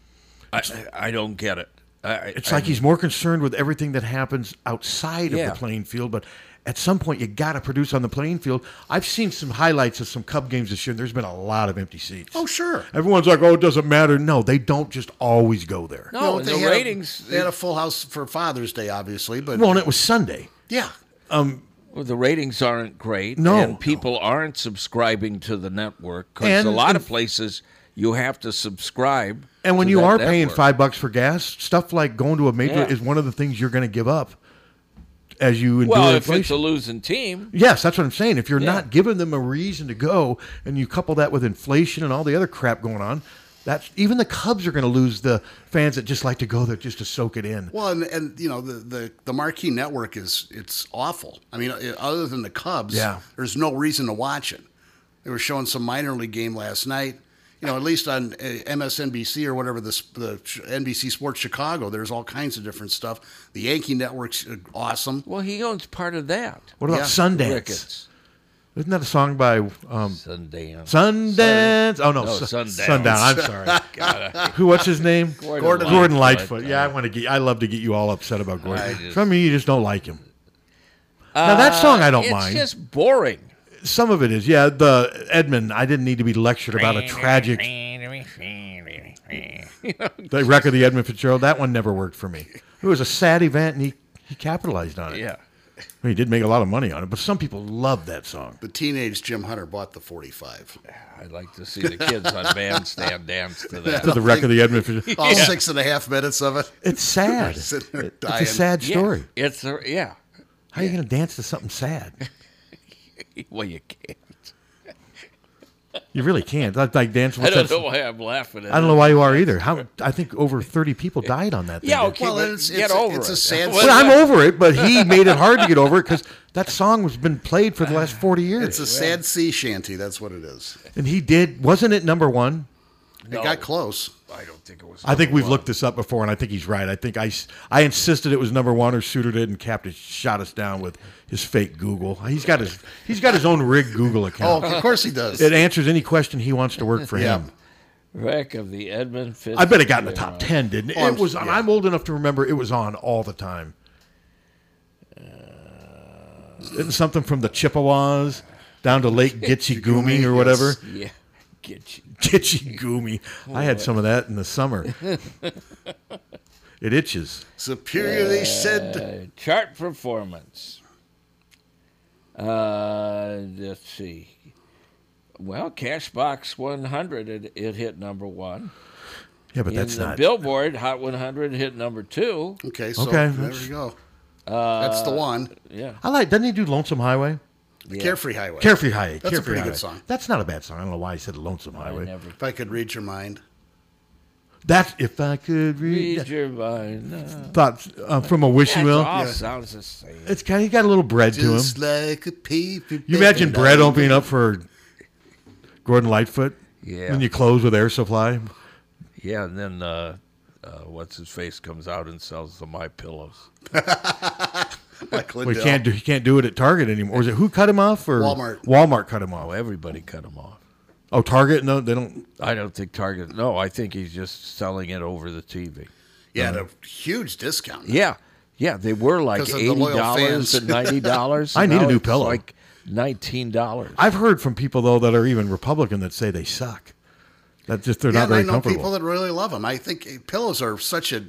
I, I I don't get it. I, It's like he's more concerned with everything that happens outside Yeah. of the playing field, but at some point you got to produce on the playing field. I've seen some highlights of some Cub games this year, and there's been a lot of empty seats. Oh, sure. Everyone's like, "Oh, it doesn't matter." No, they don't just always go there. no, and they the had a- ratings. they had a full house for Father's Day, obviously, but Well, and it was Sunday. yeah, Well, the ratings aren't great. Um, No, no. and people aren't subscribing to the network because And- a lot and- of places you have to subscribe. And when to you that are paying network. five bucks for gas, stuff like going to a major Yeah. is one of the things you're going to give up as you endure well, if it's inflation. a losing team, Yes, that's what I'm saying. If you're Yeah. not giving them a reason to go, and you couple that with inflation and all the other crap going on, that's even the Cubs are going to lose the fans that just like to go there just to soak it in. Well, and, and you know the, the the marquee network is it's awful. I mean, uh, other than the Cubs, Yeah. there's no reason to watch it. They were showing some minor league game last night. You know, at least on uh, MSNBC or whatever the, sp- the sh- NBC Sports Chicago, there's all kinds of different stuff. The Yankee network's uh, awesome. well, he owns part of that. What about Yeah. Sundance? Ricketts. Isn't that a song by um, Sundance. Sundance? Oh no, No, Sun- Sundance. I'm sorry. Who? What's his name? Gordon, Gordon Lightfoot. Lightfoot. Yeah, I want to get. I love to get you all upset about Gordon. Some of you just don't like him. now that song I don't Uh, it's mind. just boring. Some of it is. Yeah, the Edmund. I didn't need to be lectured about a tragic the record of the Edmund Fitzgerald, that one never worked for me. It was a sad event, and he, he capitalized on it. yeah. I mean, he did make a lot of money on it, but some people love that song. The teenage Jim Hunter bought the 45. I'd like to see the kids on bandstand dance to To that. the record of the Edmund Fitzgerald. All six and a half minutes of it. It's sad. It's Sitting there a dying. sad story. Yeah, it's a, yeah. How are you going to dance to something sad? Well, you can't. You really can't. That's like dance. I What's don't that- know why I'm laughing at I don't it. know why you are either. How I think over thirty people died on that. Thing. Yeah, okay, Well, but it's- get it's- over it's it. a sad Well, But I'm over it. But he made it hard to get over it because that song has been played for the last forty It's years, a sad sea shanty. That's what it is. and he did. Wasn't it number one? It got close. I don't think it was. I think we've looked this up before, and I think he's right. I think I, s- I insisted it was number one, or Suter did, and Captain shot us down with his fake Google. He's got his he's got his own rigged Google Oh, account. of course he does. It answers any question he wants to work for Yeah. him. wreck of the Edmund Fitz. I bet it got in the top ten, didn't it? Oh, I'm it was. on s- yeah. I'm old enough to remember it was on all the time. Uh, Isn't something from the Chippewas down to Lake Gitchigumi or whatever? Yeah, get you. Gitchigumi. I had some of that in the summer. it itches. Superior, Uh, they said. Chart performance. Uh, And let's see. Well, Cashbox 100, it, it hit number one. Yeah, but In that's the not- Billboard Hot 100 hit number two. Okay, so Okay, there that's- we go. Uh, That's the one. Yeah. I like. Doesn't he do Lonesome Highway? The Carefree Highway. Carefree Highway. That's a Carefree pretty Highway. good song. That's not a bad song. I don't know why I said Lonesome Highway. If I could read your mind. That's if I could read. Read your mind. Uh, Thoughts uh, from a wishing that's well. all sounds the same. It's kind. He got a little bread to him. Just like a peeping You imagine Brad opening up for Gordon Lightfoot? Yeah. When you close with Air Supply? Yeah, and then uh, uh, what's his face comes out and sells the my pillows. Like We can't do. He can't do it at Target anymore. Or is it who cut him off? Or Walmart. Walmart cut him Oh, off. everybody cut him off. Oh, Target. No, they don't. I don't think Target. No, I think he's just selling it over the TV. Yeah, at a huge discount. Yeah, yeah, they were like 'Cause of the eighty loyal dollars fans. and ninety dollars. I need a new pillow. Like nineteen dollars. I've heard from people though that are even Republican that say they suck. That just they're Yeah, not and I very know people comfortable. that really love them. I think eh, pillows are such a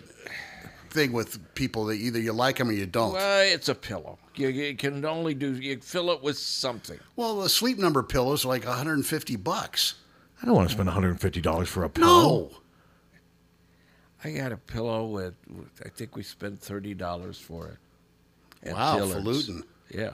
thing with people that either you like them or you don't. Well, Well, it's a pillow. You, you can only do you fill it with something. the sleep number pillows are like 150 bucks. I don't want to spend 150 dollars for a pillow. No. I got a pillow with. with- I think we spent thirty dollars for it. at Wow, Dillard's. falutin. Yeah,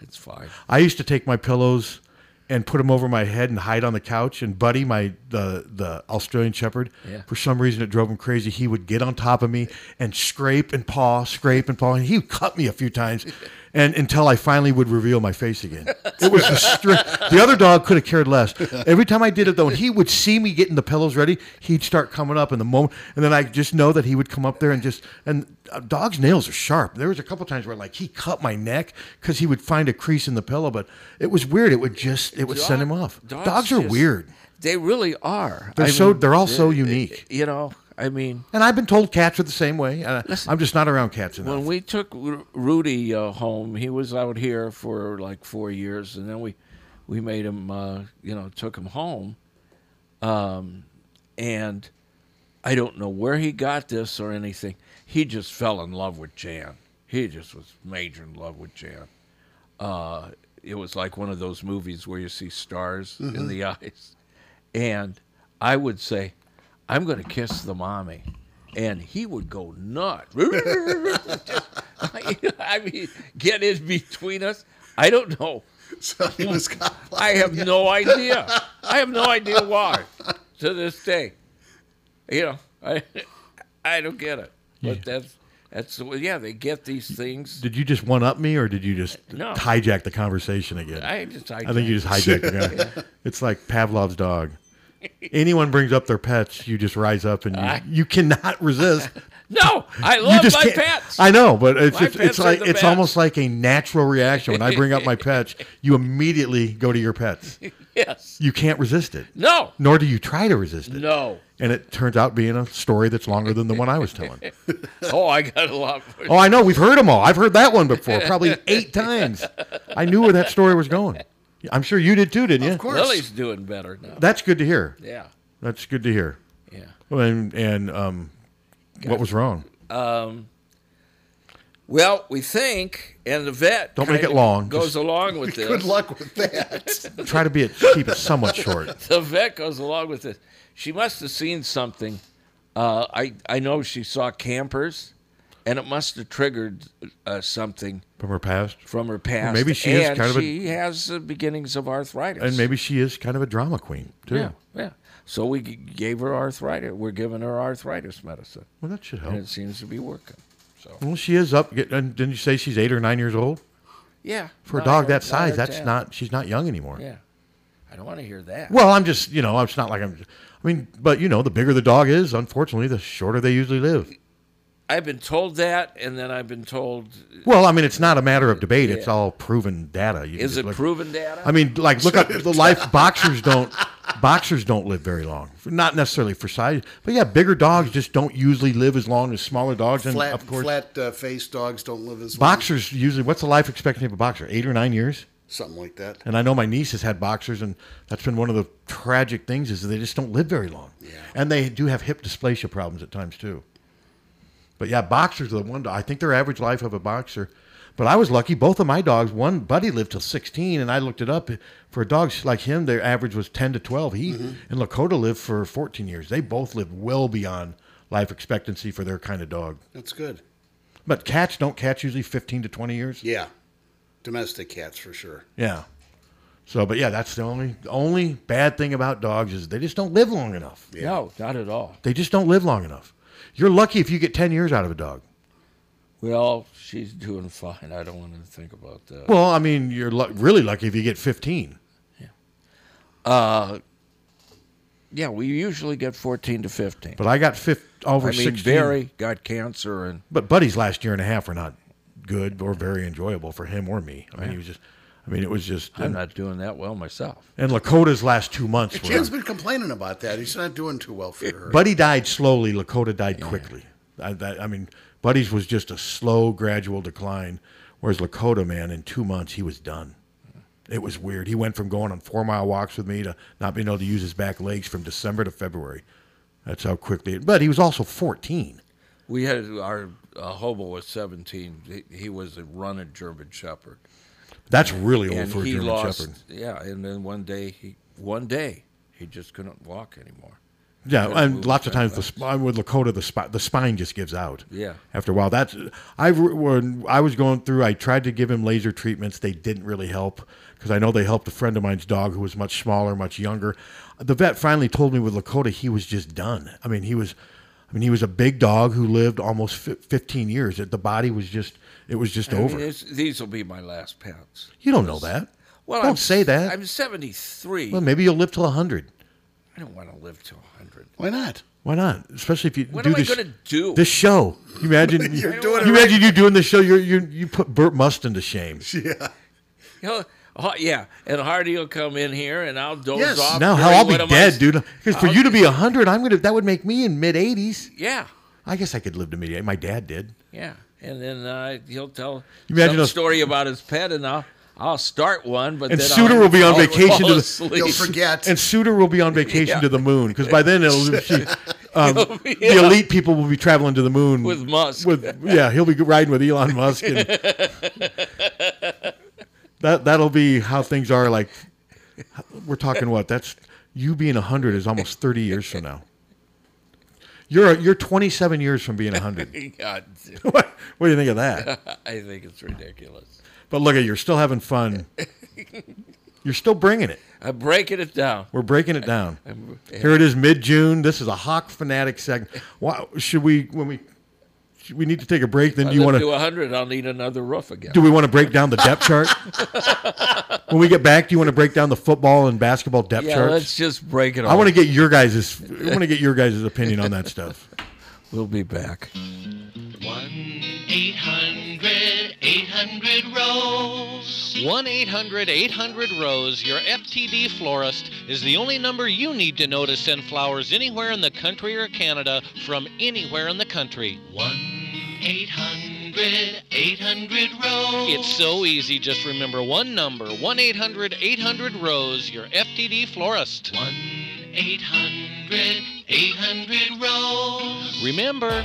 it's fine. I used to take my pillows and put them over my head and hide on the couch. And Buddy, my the the Australian Shepherd, Yeah. for some reason it drove him crazy. He would get on top of me and scrape and paw, scrape and paw, and he would cut me a few times, and until I finally would reveal my face again. It was the str- the other dog could have cared less. Every time I did it though, and he would see me getting the pillows ready, he'd start coming up in the moment, and then I just know that he would come up there and just and a dog's nails are sharp. There was a couple times where like he cut my neck because he would find a crease in the pillow, but it was weird. It would just it would send him off. Dogs, are just- weird. They really are. They're I so mean, they're all so eh, unique. You know, I mean, And I've been told cats are the same way. and I- I'm just not around cats enough. when we took Ru- Rudy uh, home, he was out here for like four years, and then we we made him, uh, you know, took him home, um, and I don't know where he got this or anything. He just fell in love with Jan. He just was major in love with Jan. Uh, it was like one of those movies where you see stars Mm-hmm. in the eyes. And I would say, I'm going to kiss the mommy. And he would go nuts. I mean, get in between us. I don't know. So he was got I have no idea. I have no idea why to this day. You know, I I don't get it. But that's that's the way- yeah, they get these things. Did you just one up me, or did you just No. hijack the conversation again? I, I just I, think you just hijacked the guy. It's like Pavlov's dog. Anyone brings up their pets, you just rise up and you, you cannot resist. No, I you love just my can't- pets. I know, but it's My it's, it's pets are like the it's best. almost like a natural reaction when I bring up my pets. You immediately go to your pets. yes. You can't resist it, No. nor do you try to resist it. No. And it turns out being a story that's longer than the one I was telling. Oh, I got a lot for Oh, I know. We've heard them all. I've heard that one before, probably eight times. I knew where that story was going. I'm sure you did too, didn't you? Of course. Lily's doing better now. That's good to hear. Yeah. That's good to hear. Yeah. Well, And, and um, what was wrong? Um, Well, we think, and the vet Don't make kinda it long. Goes Just- along with this. Good luck with that. Try to be it, keep it somewhat short. the vet goes along with this. She must have seen something. Uh, I I know she saw campers, and it must have triggered uh, something From her past, from her past. maybe she is and kind of a- she has the beginnings of arthritis. and maybe she is kind of a drama queen too. yeah, yeah. So we g- gave her arthritis. We're giving her arthritis medicine, Well, that should and help. it seems to be working. So Well, she is up. Get, and didn't you say she's eight or nine years old? yeah, For a not dog her- that size, her that's dad. not. She's not young anymore. Yeah, I don't want to hear that. Well, I'm just, you know, it's not like I'm. I mean, but you know, the bigger the dog is, unfortunately, the shorter they usually live. I've been told that, and then I've been told, Well, I mean, it's not a matter of debate. It's all proven data. You can is just it look- proven data? I mean, like look up the life boxers don't boxers don't live very long. Not necessarily for size, but yeah, bigger dogs just don't usually live as long as smaller dogs. And flat of course, flat uh, face dogs don't live as long. boxers usually what's the life expectancy of a boxer? Eight or nine years. Something like that. And I know my niece has had boxers, and that's been one of the tragic things is that they just don't live very long. Yeah. And they do have hip dysplasia problems at times too. But yeah, boxers are the one. I think their average life of a boxer. But I was lucky. Both of my dogs, one buddy lived till 16, and I looked it up. For dogs like him, their average was 10 to 12. He Mhm. and Lakota lived for 14 years. They both lived well beyond life expectancy for their kind of dog. That's good. But cats don't cats usually 15 to 20 years. Yeah. Domestic cats for sure. Yeah. So, but yeah, that's the only the only bad thing about dogs is they just don't live long enough. No, not at all. They just don't live long enough. You're lucky if you get 10 years out of a dog. Well, she's doing fine. I don't want to think about that. Well, I mean, you're lu- really lucky if you get 15. Uh, yeah, we usually get 14 to 15. But I got fif- over I mean, 16. Barry got cancer and But Buddy's last year and a half were not good or very enjoyable for him or me. I mean, Yeah. he was just, I mean, it was just. uh, I'm not doing that well myself. And Lakota's last two months were. Jen's been complaining about that. He's not doing too well for her. Eh, Buddy died slowly. Lakota died quickly. I, that, I mean, Buddy's was just a slow, gradual decline. Whereas Lakota, man, in two months he was done. It was weird. He went from going on four mile walks with me to not being able to use his back legs from December to February. That's how quickly. It, but he was also fourteen. We had our uh, hobo was 17. He, he was a running German Shepherd. That's really old and for a he German lost, Shepherd. Yeah, and then one day, he, one day, he just couldn't walk anymore. Yeah, Couldn't and move lots of his back times the spine with Lakota, the spine the spine just gives out. Yeah. After a while, that's I when I was going through. I tried to give him laser treatments. They didn't really help because I know they helped a friend of mine's dog who was much smaller, much younger. The vet finally told me with Lakota he was just done. I mean, he was, I mean, he was a big dog who lived almost fi- 15 years. The body was just, it was just I mean, over. it's- these will be my last pants. you don't know that. Well, don't I'm, say that. I'm 73. well, maybe you'll live till 100. I don't want to live till 100. Why not? Why not? Especially if you What do am I this. gonna do? This show. You imagine You're you, doing it you right. imagine you doing this show. You you you put Burt Mustin to shame. Yeah. He'll- oh, yeah, and Hardy will come in here, and I'll doze off. Now how during I'll be what am I dead, s- dude. Because for I'll- you to be hundred, I'm gonna that would make me in mid eighties. Yeah. I guess I could live to mid eighty. My dad did. Yeah, and then uh, he'll tell You imagine some us- story about his pet, and I'll I'll start one, but and then Suter I'll, will be on I'll vacation fall to the asleep. And Suter will be on vacation Yeah. to the moon because by then it'll, she, um, He'll be- the yeah. elite people will be traveling to the moon With Musk. With yeah, he'll be riding with Elon Musk. And that that'll be how things are. Like we're talking what that's you being hundred is almost thirty years from now. You're you're twenty seven years from being hundred. God, dude. what, what do you think of that? I think it's ridiculous. But look at you're still having fun. You're still bringing it. I'm breaking it down. We're breaking it down. I'm- Here it is, mid June. This is a Hawk fanatic segment. Why should we when we should we need to take a break? Then I do you live want to to 100? I'll need another roof again. do we want to break down the depth chart? when we get back, do you want to break down the football and basketball depth Yeah, charts? let's just break it I want to all. get your guys' I want to get your guys' opinion on that stuff. We'll be back. 800 800 Rose. 1 800 800 Rose, your FTD florist, is the only number you need to know to send flowers anywhere in the country or Canada from anywhere in the country. 1 800 800 Rose. It's so easy, just remember one number 1 800 800 Rose, your FTD florist. 1 800 800 Rose. Remember,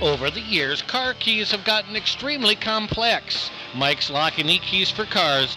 Over the years, car keys have gotten extremely complex. Mike's Lock and E-Keys for Cars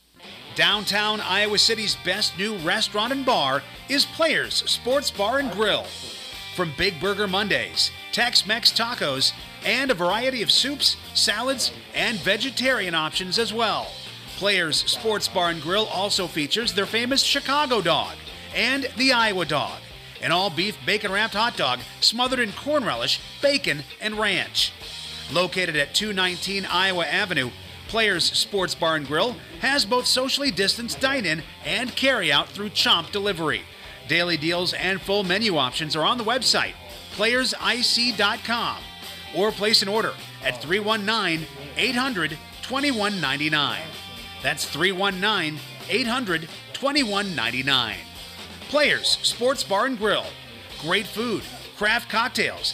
Downtown Iowa City's best new restaurant and bar is Players Sports Bar and Grill. From Big Burger Mondays, Tex Mex tacos, and a variety of soups, salads, and vegetarian options as well. Players Sports Bar and Grill also features their famous Chicago dog and the Iowa dog. an all beef bacon wrapped hot dog smothered in corn relish, bacon, and ranch. Located at 219 Iowa Avenue, Players Sports Bar and Grill has both socially distanced dine in and carry out through Chomp Delivery. Daily deals and full menu options are on the website, playersic.com, or place an order at 319 800 2199. That's 319 800 2199. Players Sports Bar and Grill. Great food, craft cocktails,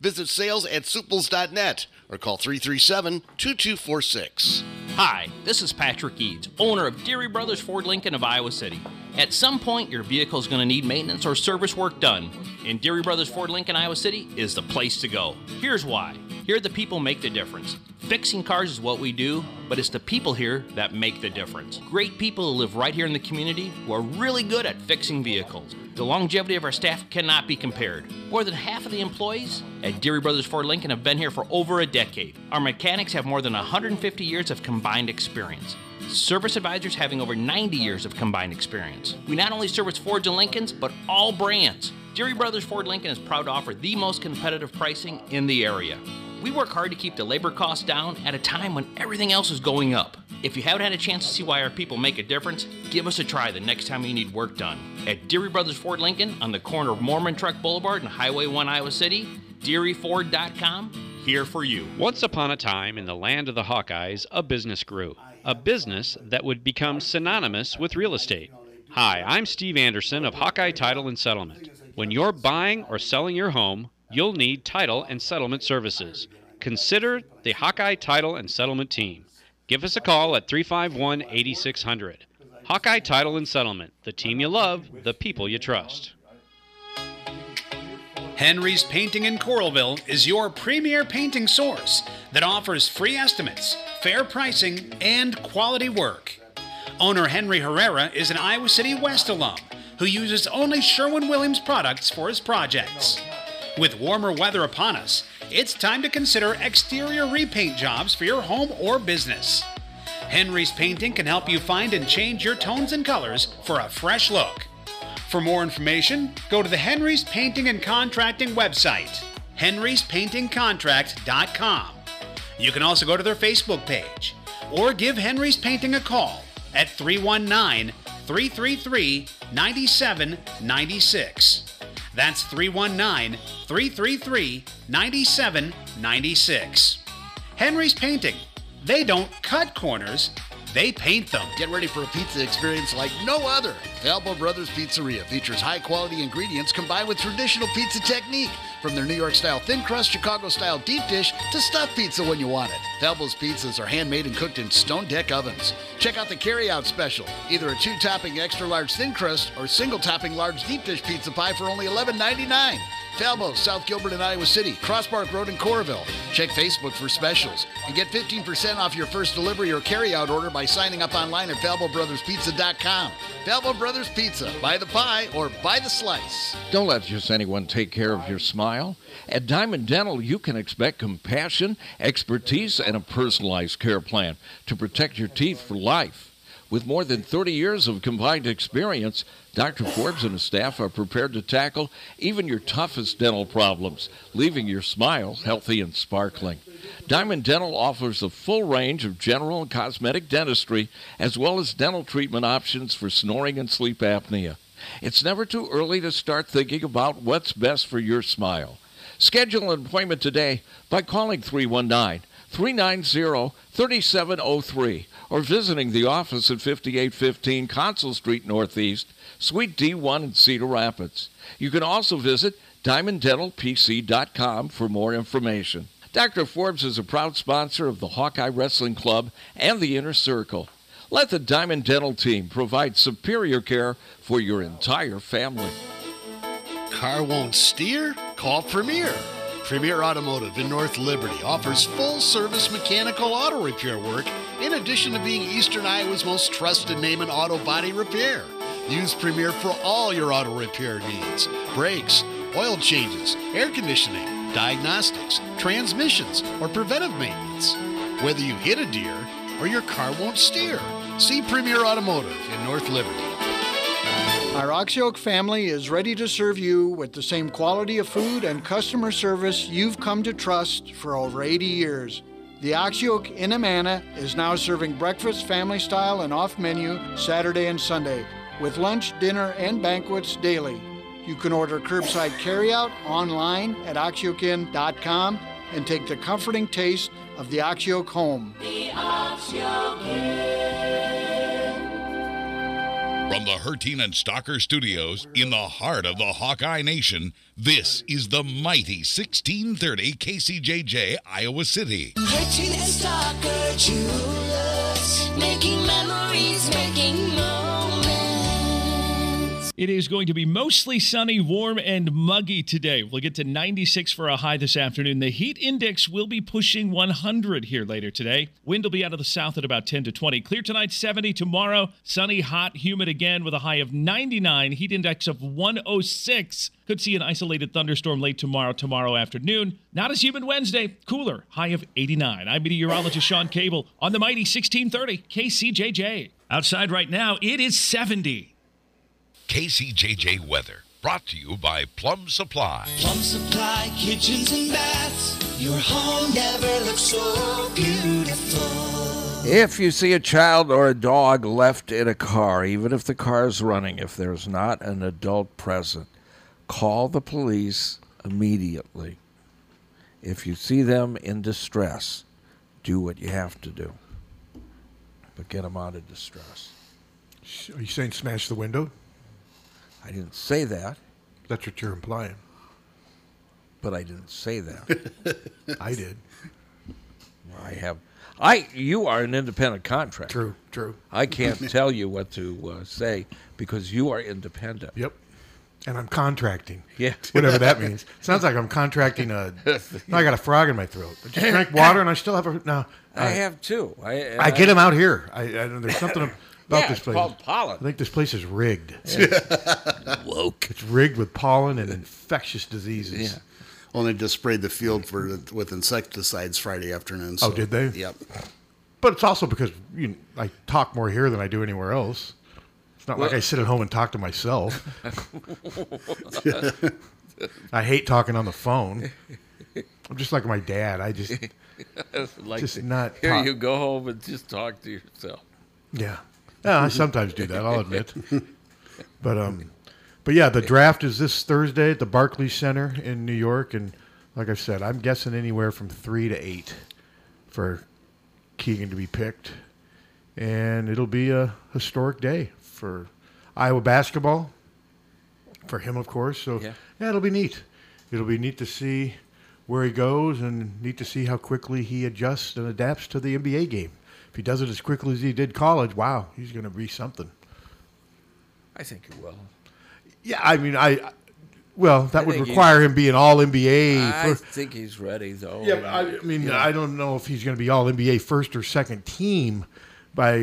Visit sales at suples.net or call 337 2246. Hi, this is Patrick Eads, owner of Deary Brothers Ford Lincoln of Iowa City. At some point, your vehicle is going to need maintenance or service work done, and Deary Brothers Ford Lincoln, Iowa City is the place to go. Here's why. Here, the people make the difference. Fixing cars is what we do, but it's the people here that make the difference. Great people who live right here in the community who are really good at fixing vehicles. The longevity of our staff cannot be compared. More than half of the employees at Deary Brothers Ford Lincoln have been here for over a decade. Our mechanics have more than 150 years of combined experience. Service advisors having over 90 years of combined experience. We not only service Fords and Lincolns, but all brands. Deary Brothers Ford Lincoln is proud to offer the most competitive pricing in the area. We work hard to keep the labor costs down at a time when everything else is going up. If you haven't had a chance to see why our people make a difference, give us a try the next time you need work done. At Deary Brothers Ford Lincoln on the corner of Mormon Truck Boulevard and Highway 1 Iowa City, DearyFord.com, here for you. Once upon a time in the land of the Hawkeyes, a business grew. A business that would become synonymous with real estate. Hi, I'm Steve Anderson of Hawkeye Title and Settlement. When you're buying or selling your home, you'll need title and settlement services. Consider the Hawkeye Title and Settlement Team. Give us a call at 351 8600. Hawkeye Title and Settlement, the team you love, the people you trust. Henry's Painting in Coralville is your premier painting source that offers free estimates, fair pricing, and quality work. Owner Henry Herrera is an Iowa City West alum who uses only Sherwin Williams products for his projects. With warmer weather upon us, it's time to consider exterior repaint jobs for your home or business. Henry's Painting can help you find and change your tones and colors for a fresh look. For more information, go to the Henry's Painting and Contracting website, henryspaintingcontract.com. You can also go to their Facebook page or give Henry's Painting a call at 319 333 9796. That's 319 333 9796. Henry's Painting. They don't cut corners, they paint them. Get ready for a pizza experience like no other. Elbow Brothers Pizzeria features high quality ingredients combined with traditional pizza technique. From their New York style thin crust, Chicago style deep dish, to stuffed pizza when you want it. Elbow's pizzas are handmade and cooked in stone deck ovens. Check out the carryout special, either a two topping extra large thin crust or single topping large deep dish pizza pie for only $11.99. Falbo, South Gilbert and Iowa City, Cross Park Road in Corville. Check Facebook for specials and get 15% off your first delivery or carryout order by signing up online at FalboBrothersPizza.com. Falbo Brothers Pizza, buy the pie or buy the slice. Don't let just anyone take care of your smile. At Diamond Dental, you can expect compassion, expertise, and a personalized care plan to protect your teeth for life. With more than 30 years of combined experience, Dr. Forbes and his staff are prepared to tackle even your toughest dental problems, leaving your smile healthy and sparkling. Diamond Dental offers a full range of general and cosmetic dentistry, as well as dental treatment options for snoring and sleep apnea. It's never too early to start thinking about what's best for your smile. Schedule an appointment today by calling 319 390 3703 or visiting the office at 5815 Consul Street Northeast, Suite D1 in Cedar Rapids. You can also visit diamonddentalpc.com for more information. Dr. Forbes is a proud sponsor of the Hawkeye Wrestling Club and the Inner Circle. Let the Diamond Dental team provide superior care for your entire family. Car won't steer? Call Premier. Premier Automotive in North Liberty offers full service mechanical auto repair work in addition to being Eastern Iowa's most trusted name in auto body repair. Use Premier for all your auto repair needs brakes, oil changes, air conditioning, diagnostics, transmissions, or preventive maintenance. Whether you hit a deer or your car won't steer, see Premier Automotive in North Liberty. Our Oxyoke family is ready to serve you with the same quality of food and customer service you've come to trust for over 80 years. The Oxyoke in Amana is now serving breakfast family style and off menu Saturday and Sunday with lunch, dinner, and banquets daily. You can order curbside carryout online at oxyokin.com and take the comforting taste of the Oxyoke home. From the Hertine and Stalker Studios in the heart of the Hawkeye Nation, this is the mighty 1630 KCJJ Iowa City. Hitching and Stalker Jewelers, making memories, making moments. It is going to be mostly sunny, warm, and muggy today. We'll get to 96 for a high this afternoon. The heat index will be pushing 100 here later today. Wind will be out of the south at about 10 to 20. Clear tonight, 70 tomorrow. Sunny, hot, humid again with a high of 99, heat index of 106. Could see an isolated thunderstorm late tomorrow, tomorrow afternoon. Not as humid Wednesday, cooler, high of 89. I'm meteorologist Sean Cable on the mighty 1630 KCJJ. Outside right now, it is 70. KCJJ Weather, brought to you by Plum Supply. Plum Supply kitchens and baths. Your home never looks so beautiful. If you see a child or a dog left in a car, even if the car is running, if there's not an adult present, call the police immediately. If you see them in distress, do what you have to do. But get them out of distress. Are you saying smash the window? I didn't say that. That's what you're implying. But I didn't say that. I did. I have. I you are an independent contractor. True, true. I can't tell you what to uh, say because you are independent. Yep. And I'm contracting. Yeah. Whatever that means. Sounds like I'm contracting a. No, I got a frog in my throat. I just drank water and I still have a. No. I have too. I- uh, I get them out here. I, I there's something about Yeah, this it's place. called pollen. I think this place is rigged. Woke. It's rigged with pollen and infectious diseases. Yeah. Well, they just sprayed the field for with insecticides Friday afternoon. Oh, so- did they? Yep. But it's also because you know, I talk more here than I do anywhere else. It's not like Well- I sit at home and talk to myself. I hate talking on the phone. I'm just like my dad. I just like Just not here. pop- You go home and just talk to yourself. yeah. Yeah, I sometimes do that. I'll admit. But um, but yeah, the draft is this Thursday at the Barclays Center in New York, and like I said, I'm guessing anywhere from three to eight for Keegan to be picked, and it'll be a historic day for Iowa basketball, for him of course. So yeah, it'll be neat. It'll be neat to see where he goes, and neat to see how quickly he adjusts and adapts to the NBA game. If he does it as quickly as he did college, wow, he's going to be something. I think you will. Yeah, I mean, I. I- Well, that I would think require he's- him being all NBA. I first. think he's ready though. yeah, but I, I mean, uh, Yeah. I don't know if he's going to be all NBA first or second team by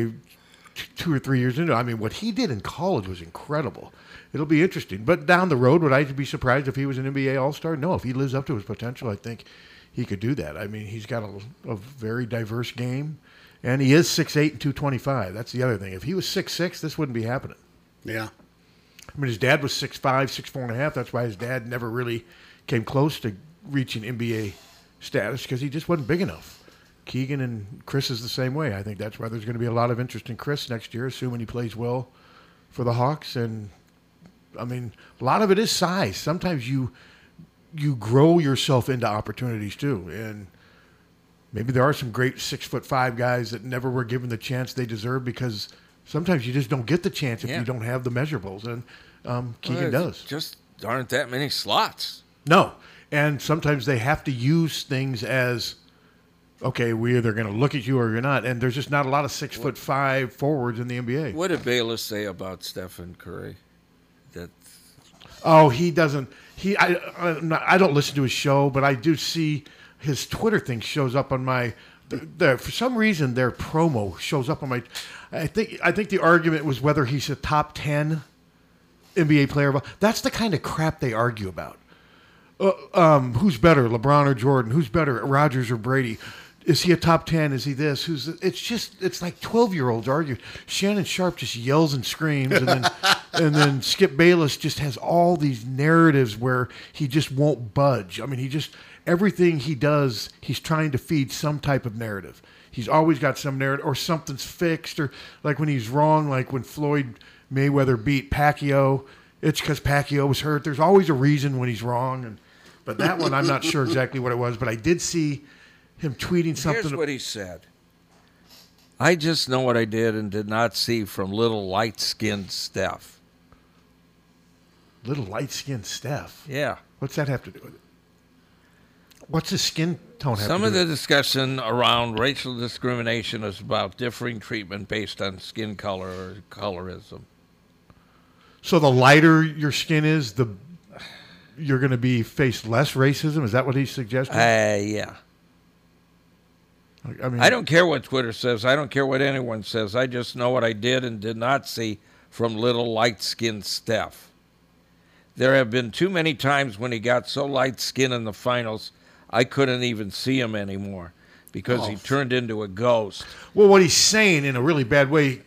t- two or three years into. it. I mean, what he did in college was incredible. It'll be interesting. But down the road, would I be surprised if he was an NBA All Star? No, if he lives up to his potential, I think he could do that. I mean, he's got a, a very diverse game, and he is 6'8 and 225. That's the other thing. If he was 6'6, this wouldn't be happening. Yeah. I mean, his dad was six five, six four and a half. That's why his dad never really came close to reaching NBA status because he just wasn't big enough. Keegan and Chris is the same way. I think that's why there's going to be a lot of interest in Chris next year, assuming he plays well for the Hawks. And I mean, a lot of it is size. Sometimes you you grow yourself into opportunities too, and maybe there are some great six foot five guys that never were given the chance they deserve because sometimes you just don't get the chance if Yeah. you don't have the measurables, and um, Keegan Well, does. Just aren't that many slots. No, and sometimes they have to use things as okay, we either going to look at you or you're not, and there's just not a lot of six foot five forwards in the NBA. What did Bayless say about Stephen Curry? That Oh, he doesn't. He I I'm not, I don't listen to his show, but I do see his Twitter thing shows up on my. th- There, for some reason, their promo shows up on my. I think I think the argument was whether he's a top ten NBA player. of all- That's the kind of crap they argue about. Uh, um, who's better, LeBron or Jordan? Who's better, Rogers or Brady? Is he a top ten? Is he this? Who's? It's just it's like twelve year olds arguing. Shannon Sharp just yells and screams, and then and then Skip Bayless just has all these narratives where he just won't budge. I mean, he just everything he does, he's trying to feed some type of narrative. He's always got some narrative, or something's fixed, or like when he's wrong, like when Floyd Mayweather beat Pacquiao, it's because Pacquiao was hurt. There's always a reason when he's wrong, and but that one I'm not sure exactly what it was, but I did see him tweeting something. Here's what he said. I just know what I did and did not see from little light skinned Steph. Little light skinned Steph. Yeah. What's that have to do with it? What's his skin tone have Some to of do the with discussion around racial discrimination is about differing treatment based on skin color or colorism. it? So the lighter your skin is, the you're going to be face less racism. Is that what he's suggesting? Uh, yeah. Like, I mean, I don't care what Twitter says. I don't care what anyone says. I just know what I did and did not see from little light skinned Steph. There have been too many times when he got so light skinned in the finals, I couldn't even see him anymore because he Oh. turned into a ghost. Well, what he's saying in a really bad way,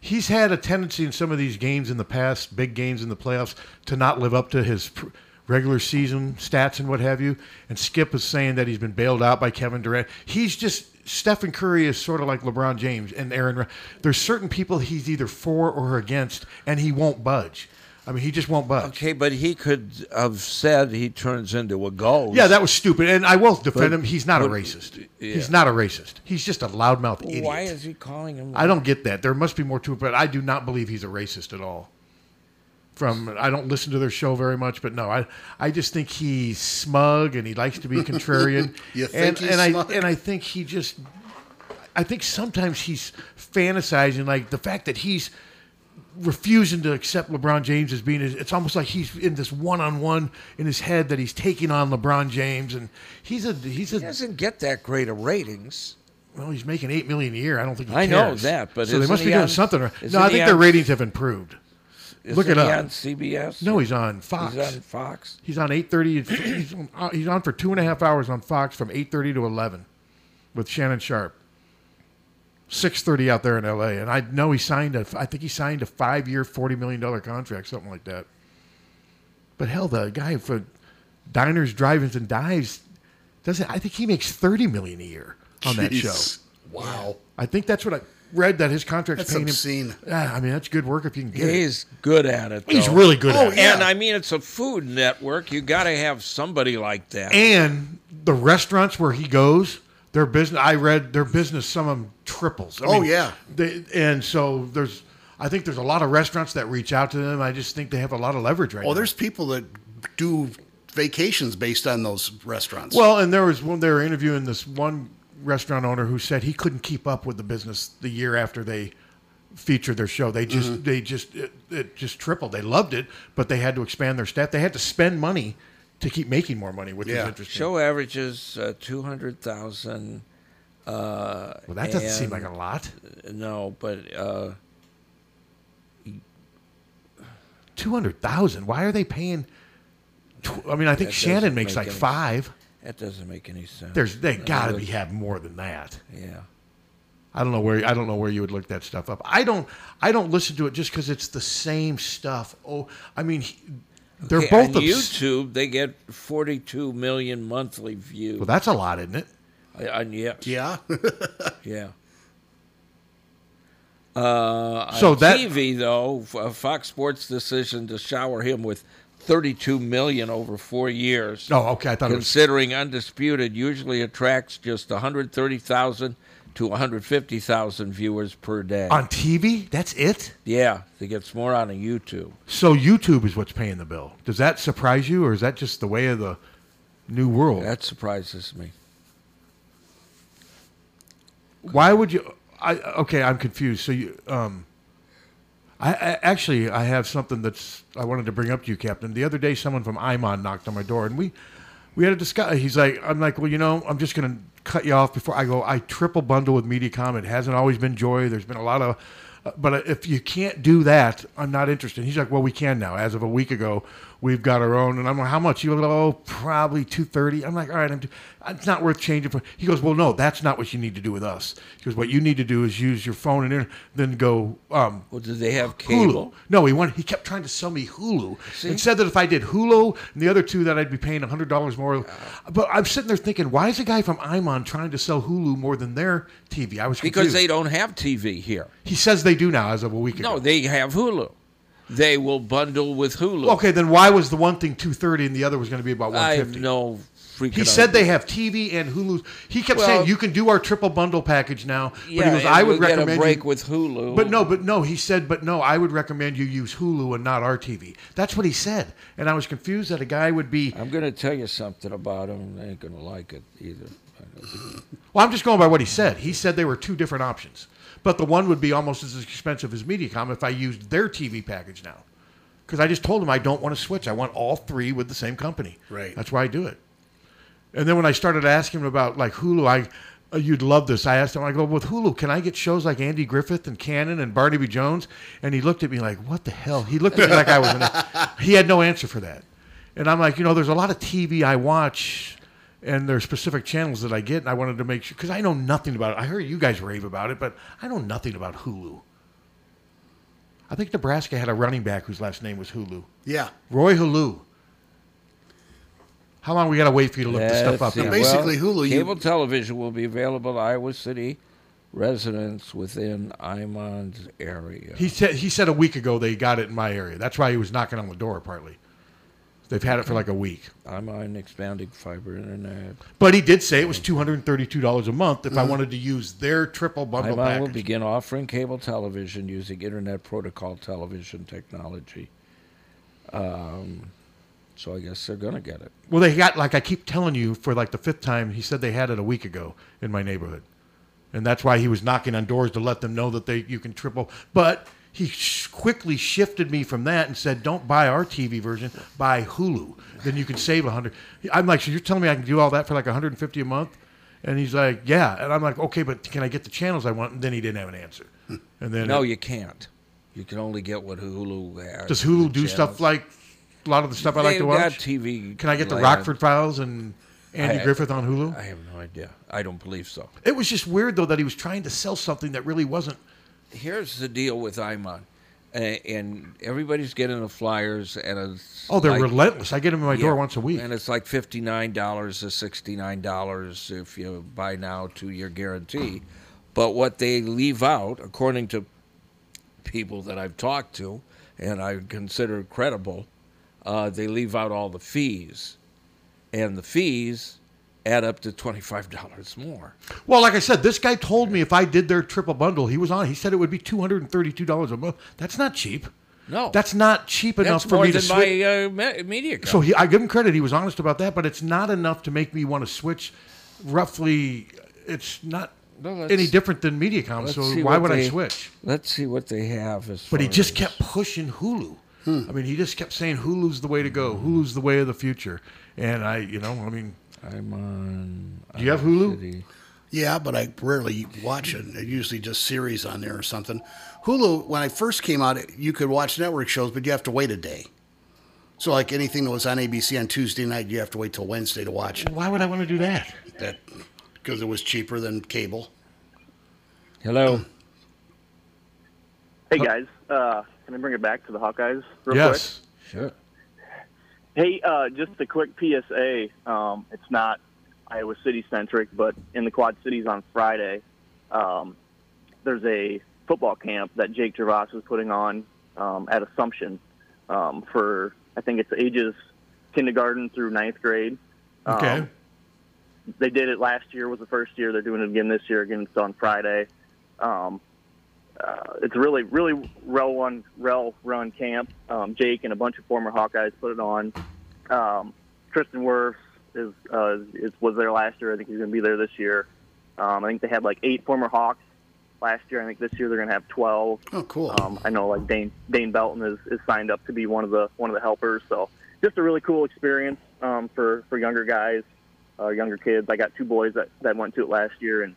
he's had a tendency in some of these games in the past, big games in the playoffs, to not live up to his pr- regular season stats and what have you. And Skip is saying that he's been bailed out by Kevin Durant. He's just Stephen Curry is sort of like LeBron James and Aaron. Rod- There's certain people he's either for or against, and he won't budge. I mean, he just won't budge. Okay, but he could have said he turns into a ghost. Yeah, that was stupid, and I will defend But- him. He's not a but- racist. yeah. He's not a racist. He's just a loudmouth idiot. Why is he calling him? I don't get that. There must be more to it, but I do not believe he's a racist at all. From I don't listen to their show very much, but no, I I just think he's smug and he likes to be contrarian. You think and, he's and smug? I and I think he just I think sometimes he's fantasizing like the fact that he's refusing to accept LeBron James as being it's almost like he's in this one on one in his head that he's taking on LeBron James and he's a he's a he doesn't get that great of ratings. Well, he's making eight million a year. I don't think he I know cares. that, but so they isn't must be he doing on- something. right. isn't No, I he think their on- ratings have improved. Look Isn't it he up. on CBS? No, he's on Fox. He's on Fox. He's on eight thirty. He's on, uh, he's on for two and a half hours on Fox from eight thirty to eleven, with Shannon Sharp. Six thirty out there in L.A. And I know he signed a. I think he signed a five-year, forty million dollar contract, something like that. But hell, the guy for diners, drive-ins, and dives doesn't. I think he makes thirty million a year on that Jeez. show. Wow. I think that's what I read that his contract's That's paying obscene. him. Yeah, I mean that's good work if you can get it. He's good at it. He's though. really good at it. Oh, And I mean, it's a food network. You got to have somebody like that. And the restaurants where he goes, their business. I read their business. Some of them triples. I Oh, yeah. They, and so there's. I think there's a lot of restaurants that reach out to them. I just think they have a lot of leverage right Well, now. Oh, there's people that do vacations based on those restaurants. Well, and there was when they were interviewing this one restaurant owner who said he couldn't keep up with the business the year after they featured their show. They just Mhm. they just it, it just tripled. They loved it, but they had to expand their staff. They had to spend money to keep making more money, which is interesting. Show averages uh, 200,000. Uh, Well, that doesn't seem like a lot. No, but uh, Two hundred thousand. Why are they paying? Tw- I mean, I think that Shannon doesn't makes make like any- five. That doesn't make any sense. There's they I got to would- be having more than that. Yeah. I don't know where I don't know where you would look that stuff up. I don't I don't listen to it just because it's the same stuff. Oh, I mean, he- they're Okay, both on obs- YouTube. They get 42 million monthly views. Well, that's a lot, isn't it? I, I- yeah. Yeah. yeah. Uh, on So that- TV though, F- uh, Fox Sports' decision to shower him with 32 million over four years. Oh, okay, I thought it was- considering undisputed usually attracts just 130,000 to 150,000 viewers per day on TV. That's it. Yeah, they gets more on a YouTube. So YouTube is what's paying the bill. Does that surprise you, or is that just the way of the new world? That surprises me. Why would you? I okay, I'm confused. So you, um, I, I actually I have something that's I wanted to bring up to you, Captain. The other day, someone from Imon knocked on my door, and we we had a discussion. He's like, I'm like, well, you know, I'm just gonna cut you off before I go. I triple bundle with MediaCom. It hasn't always been joy. There's been a lot of, but if you can't do that, I'm not interested. He's like, well, we can now. As of a week ago, we've got our own. And I'm like, how much? You go, oh, probably two thirty. I'm like, all right, I'm. It's not worth changing. For. He goes, well, no, that's not what you need to do with us. He goes, what you need to do is use your phone and internet, then go. Um, well, do they have Hulu. cable? No, he wanted. He kept trying to sell me Hulu See? and said that if I did Hulu and the other two, that I'd be paying hundred dollars more. But I'm sitting there thinking, why is a guy from Imon trying to sell Hulu more than their TV? I was Because confused. they don't have TV here. He says they do now, as of a week ago. No, they have Hulu. They will bundle with Hulu. Okay, then why was the one thing two thirty and the other was going to be about one I have fifty? no freaking. He said they idea. have TV and Hulu. He kept Well- saying you can do our triple bundle package now. but Yeah, he goes, and I we'll would get a recommend break you, with Hulu. But no, but no, he said, but no, I would recommend you use Hulu and not our TV. That's what he said, and I was confused that a guy would be. I'm going to tell you something about them. They ain't going to like it either. Well, I'm just going by what he said. He said there were two different options, but the one would be almost as expensive as MediaCom if I used their TV package now, because I just told him I don't want to switch. I want all three with the same company. Right. That's why I do it. And then when I started asking him about like Hulu, I uh, you'd love this. I asked him, I go with Hulu, can I get shows like Andy Griffith and Cannon and Barnaby Jones? And he looked at me like, what the hell? He looked at me like I was. An, he had no answer for that. And I'm like, you know, there's a lot of TV I watch, and there's specific channels that I get, and I wanted to make sure because I know nothing about it. I heard you guys rave about it, but I know nothing about Hulu. I think Nebraska had a running back whose last name was Hulu. Yeah. Roy Hulu. How long we got to wait for you to look this stuff up? Let's see. now? Well, Cable television will be available to Iowa City residents within Imon's area. He said he said a week ago they got it in my area. That's why he was knocking on the door partly. They've had it for like a week. Imon expanding fiber internet. But he did say it was two hundred and thirty-two dollars a month if I wanted to use their triple bundle Imon will package. begin offering cable television using internet protocol television technology. Um, so I guess they're going to get it. Well, they got like I keep telling you for like the fifth time. He said they had it a week ago in my neighborhood, and that's why he was knocking on doors to let them know that they you can triple. But he sh- quickly shifted me from that and said, "Don't buy our TV version. Buy Hulu. Then you can save a hundred. I'm like, "So you're telling me I can do all that for like 150 a month?" And he's like, "Yeah." And I'm like, "Okay, but can I get the channels I want?" And then he didn't have an answer. And then no, you can't. You can only get what Hulu has. does Hulu the do channels. stuff like a lot of the stuff I like They've to got watch? TV Can I get the land. Rockford Files and Andy I- Griffith on Hulu? I have no idea. I don't believe so. It was just weird though that he was trying to sell something that really wasn't. Here's the deal with Imon, uh, and everybody's getting the flyers, and it's Oh, they're relentless. I get 'em in my door once a week. and it's like fifty nine dollars to sixty nine dollars if you buy now, two year guarantee. But what they leave out, according to people that I've talked to and I consider credible, uh, they leave out all the fees, and the fees add up to twenty five dollars more. Well, like I said, this guy told me if I did their triple bundle, he was on. He said it would be two hundred and thirty-two dollars a month. That's not cheap. No, that's not cheap enough That's for more me to than switch. my uh, me- media. Company. So he, I give him credit. He was honest about that, but it's not enough to make me want to switch. Roughly, it's not No, let's- any different than MediaCom. Let's So see why what would I they- switch? Let's see what they have. As But he far just as- kept pushing Hulu. Hmm. I mean, he just kept saying Hulu's the way to go. Hulu's the way of the future. And I, you know, I mean, I'm on. Do you have Hulu? Yeah, but I rarely watch it. They're usually just series on there or something. Hulu, when I first came out, you could watch network shows, but you have to wait a day. So, like anything that was on ABC on Tuesday night, you have to wait till Wednesday to watch it. Why would I want to do that? That because it was cheaper than cable. Hello. Hey guys, uh, can I bring it back to the Hawkeyes? Real yes. Sure. Quick? Hey, uh, just a quick PSA. Um, it's not Iowa City centric, but in the Quad Cities on Friday, um, there's a football camp that Jake Gervais is putting on um, at Assumption um, for I think it's ages kindergarten through ninth grade. Um, Okay. they did it last year was the first year they're doing it again this year again it's on friday um, uh, it's really really well run well run camp um, jake and a bunch of former hawkeyes put it on um, tristan Wirfs is, uh, is was there last year i think he's going to be there this year um, i think they had like eight former hawks last year. I think this year they're going to have 12. Oh, cool. Um, I know like Dane Dane Belton is, is signed up to be one of the one of the helpers. So just a really cool experience um, for for younger guys, uh, younger kids. I got two boys that, that went to it last year and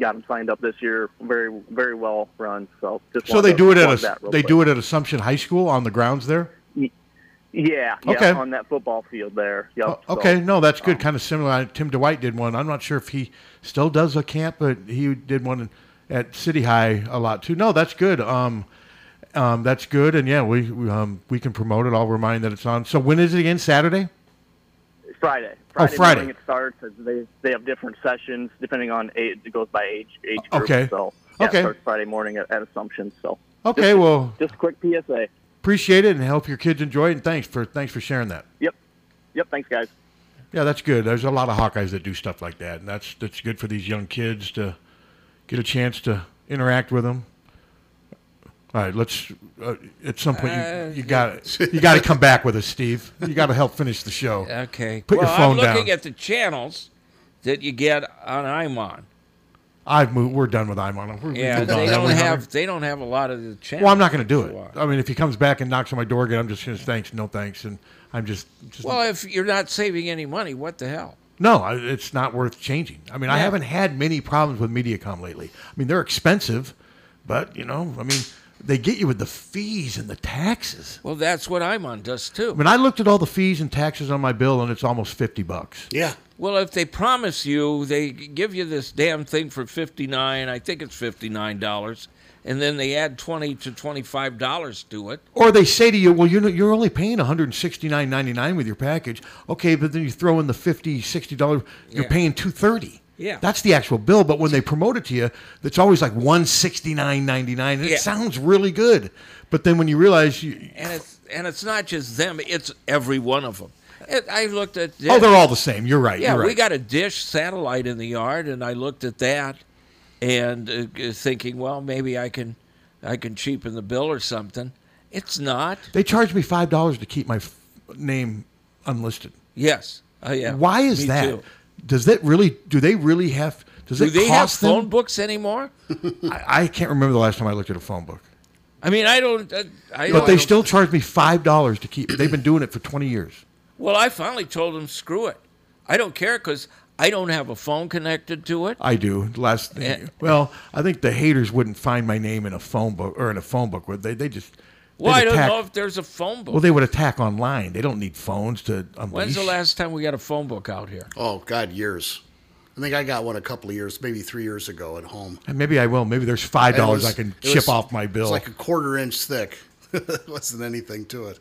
got them signed up this year. Very very well run. So just So wanted they to do it at plug a, that real they quick. do it at Assumption High School on the grounds there. Yeah, yeah, Okay. on that football field there. Yep. so- Okay, no, that's um, good. kind of similar. I- Tim Dwight did one. I'm not sure if he still does a camp, but he did one at City High a lot too. No, that's good. Um, um, that's good, and yeah, we we, um, we can promote it. I'll remind that it's on. So when is it again? Saturday? Friday. Oh, Friday. Friday. morning It starts. They they have different sessions depending on age. It goes by age age group. Okay. So yeah, it Okay. starts Friday morning at, at Assumption. So Okay, well, just a quick PSA. appreciate it and help your kids enjoy it. And thanks for thanks for sharing that. Yep. Yep. Thanks, guys. Yeah, that's good. There's a lot of Hawkeyes that do stuff like that, and that's that's good for these young kids to get a chance to interact with them. All right, let's. Uh, at some point, Uh, you got to you got to come back with us, Steve. You got to help finish the show. Okay. put well, your phone I'm looking down. at the channels that you get on IMON. I've moved. We're done with Imon. We're, Yeah, we're done. they That don't went on. have they don't have a lot of the channels. Well, I'm not going to do that you it. want. I mean, if he comes back and knocks on my door again, I'm just going to thanks, no thanks, and I'm just just Well, if you're not saving any money, what the hell? No, I- it's not worth changing. I mean, I Yeah. haven't had many problems with MediaCom lately. I mean, they're expensive, but you know, I mean, they get you with the fees and the taxes. Well, that's what IMON does too. I mean, I looked at all the fees and taxes on my bill, and it's almost fifty bucks. Yeah. Well, if they promise you, they give you this damn thing for fifty nine. I think it's fifty nine dollars, and then they add twenty to twenty five dollars to it. Or they say to you, "Well, you're not- you're only paying one hundred and sixty nine ninety nine with your package." Okay, but then you throw in the 50 dollars. You're Yeah. paying two thirty. Yeah. that's the actual bill. But when they promote it to you, it's always like one sixty nine ninety nine, and Yeah. it sounds really good. But then when you realize you, And it's and it's not just them; it's every one of them. And I looked at Oh, they're all the same. You're right. Yeah, You're right. we got a dish satellite in the yard, and I looked at that, and uh, thinking, well, maybe I can, I can cheapen the bill or something. It's not. They charge me five dollars to keep my f- name unlisted. Yes. Oh yeah. Why is Me that? too. Does that really? Do they really have? Does Do it they have cost phone them? books anymore? I, I can't remember the last time I looked at a phone book. I mean, I don't. Uh, I but I they don't- still charge me five dollars to keep. They've been doing it for twenty years. Well, I finally told them, screw it. I don't care because I don't have a phone connected to it. I do. The Last Eh. thing. Well, I think the haters wouldn't find my name in a phone book or in a phone book. Would they? They just. Well, they'd I don't attack- know if there's a phone book. Well, they would attack online. They don't need phones to When's unleash. the last time we got a phone book out here? Oh God, years. I think I got one a couple of years, maybe three years ago at home. And maybe I will. Maybe there's five And it dollars was- I can it chip was- off my bill. It's like a quarter inch thick. wasn't anything to it.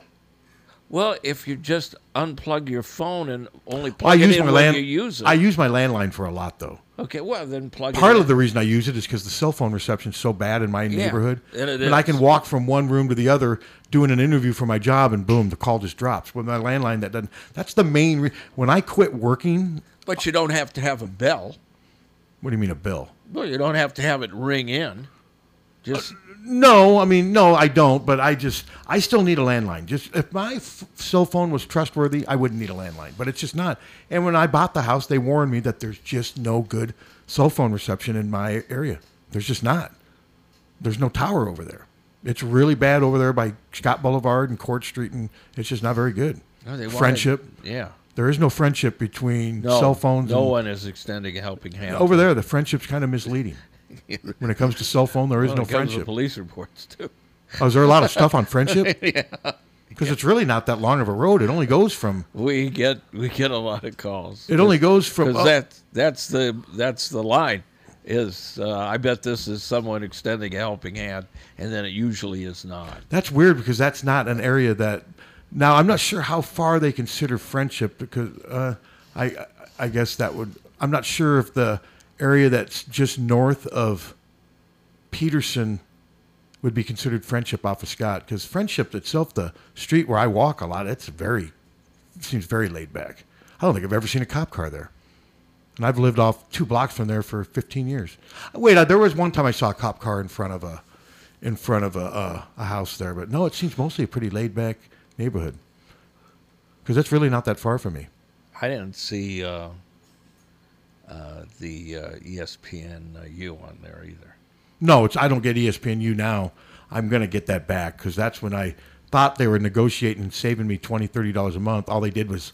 Well, if you just unplug your phone and only Well, I plug it use in my when land. you use it. I use my landline for a lot though. okay, well then plug Part it of the reason I use it is because the cell phone reception's so bad in my Yeah, neighborhood, and it I is. can walk from one room to the other doing an interview for my job, and boom, the call just drops. With my landline, that doesn't. That's the main. Re- when I quit working, But you don't have to have a bell. what do you mean a bill? Well, you don't have to have it ring in. Uh, Just No, I mean no, I don't. But I just, I still need a landline. Just if my f- cell phone was trustworthy, I wouldn't need a landline. But it's just not. And when I bought the house, they warned me that there's just no good cell phone reception in my area. There's just not. There's no tower over there. It's really bad over there by Scott Boulevard and Court Street, and it's just not very good. No, they wanted- friendship. yeah. There is no friendship between no, cell phones. No and, one is extending a helping hand over there. The friendship's kind of misleading. when it comes to cell phone, there is Well, no it comes with friendship. police reports too. Oh, is there a lot of stuff on friendship? yeah. Because it's really not that long of a road. It only goes from We get we get a lot of calls. It only goes from- 'Cause oh. that that's the that's the line is uh, I bet this is someone extending a helping hand, and then it usually is not. that's weird because that's not an area that now I'm not sure how far they consider friendship because uh, I I guess that would I'm not sure if the area that's just north of Peterson would be considered friendship off of Scott because friendship itself the street where I walk a lot it's very seems very laid back. I don't think I've ever seen a cop car there. And I've lived off two blocks from there for 15 years. Wait, uh, there was one time I saw a cop car in front of a, in front of a, uh, a house there, but no, it seems mostly a pretty laid back neighborhood. Because that's really not that far from me. I didn't see uh, E uh, the uh, ESPN uh, U on there either. No, it's I don't get E ESPNU now. I'm going to get that back because that's when I thought they were negotiating and saving me $20, $30 a month. All they did was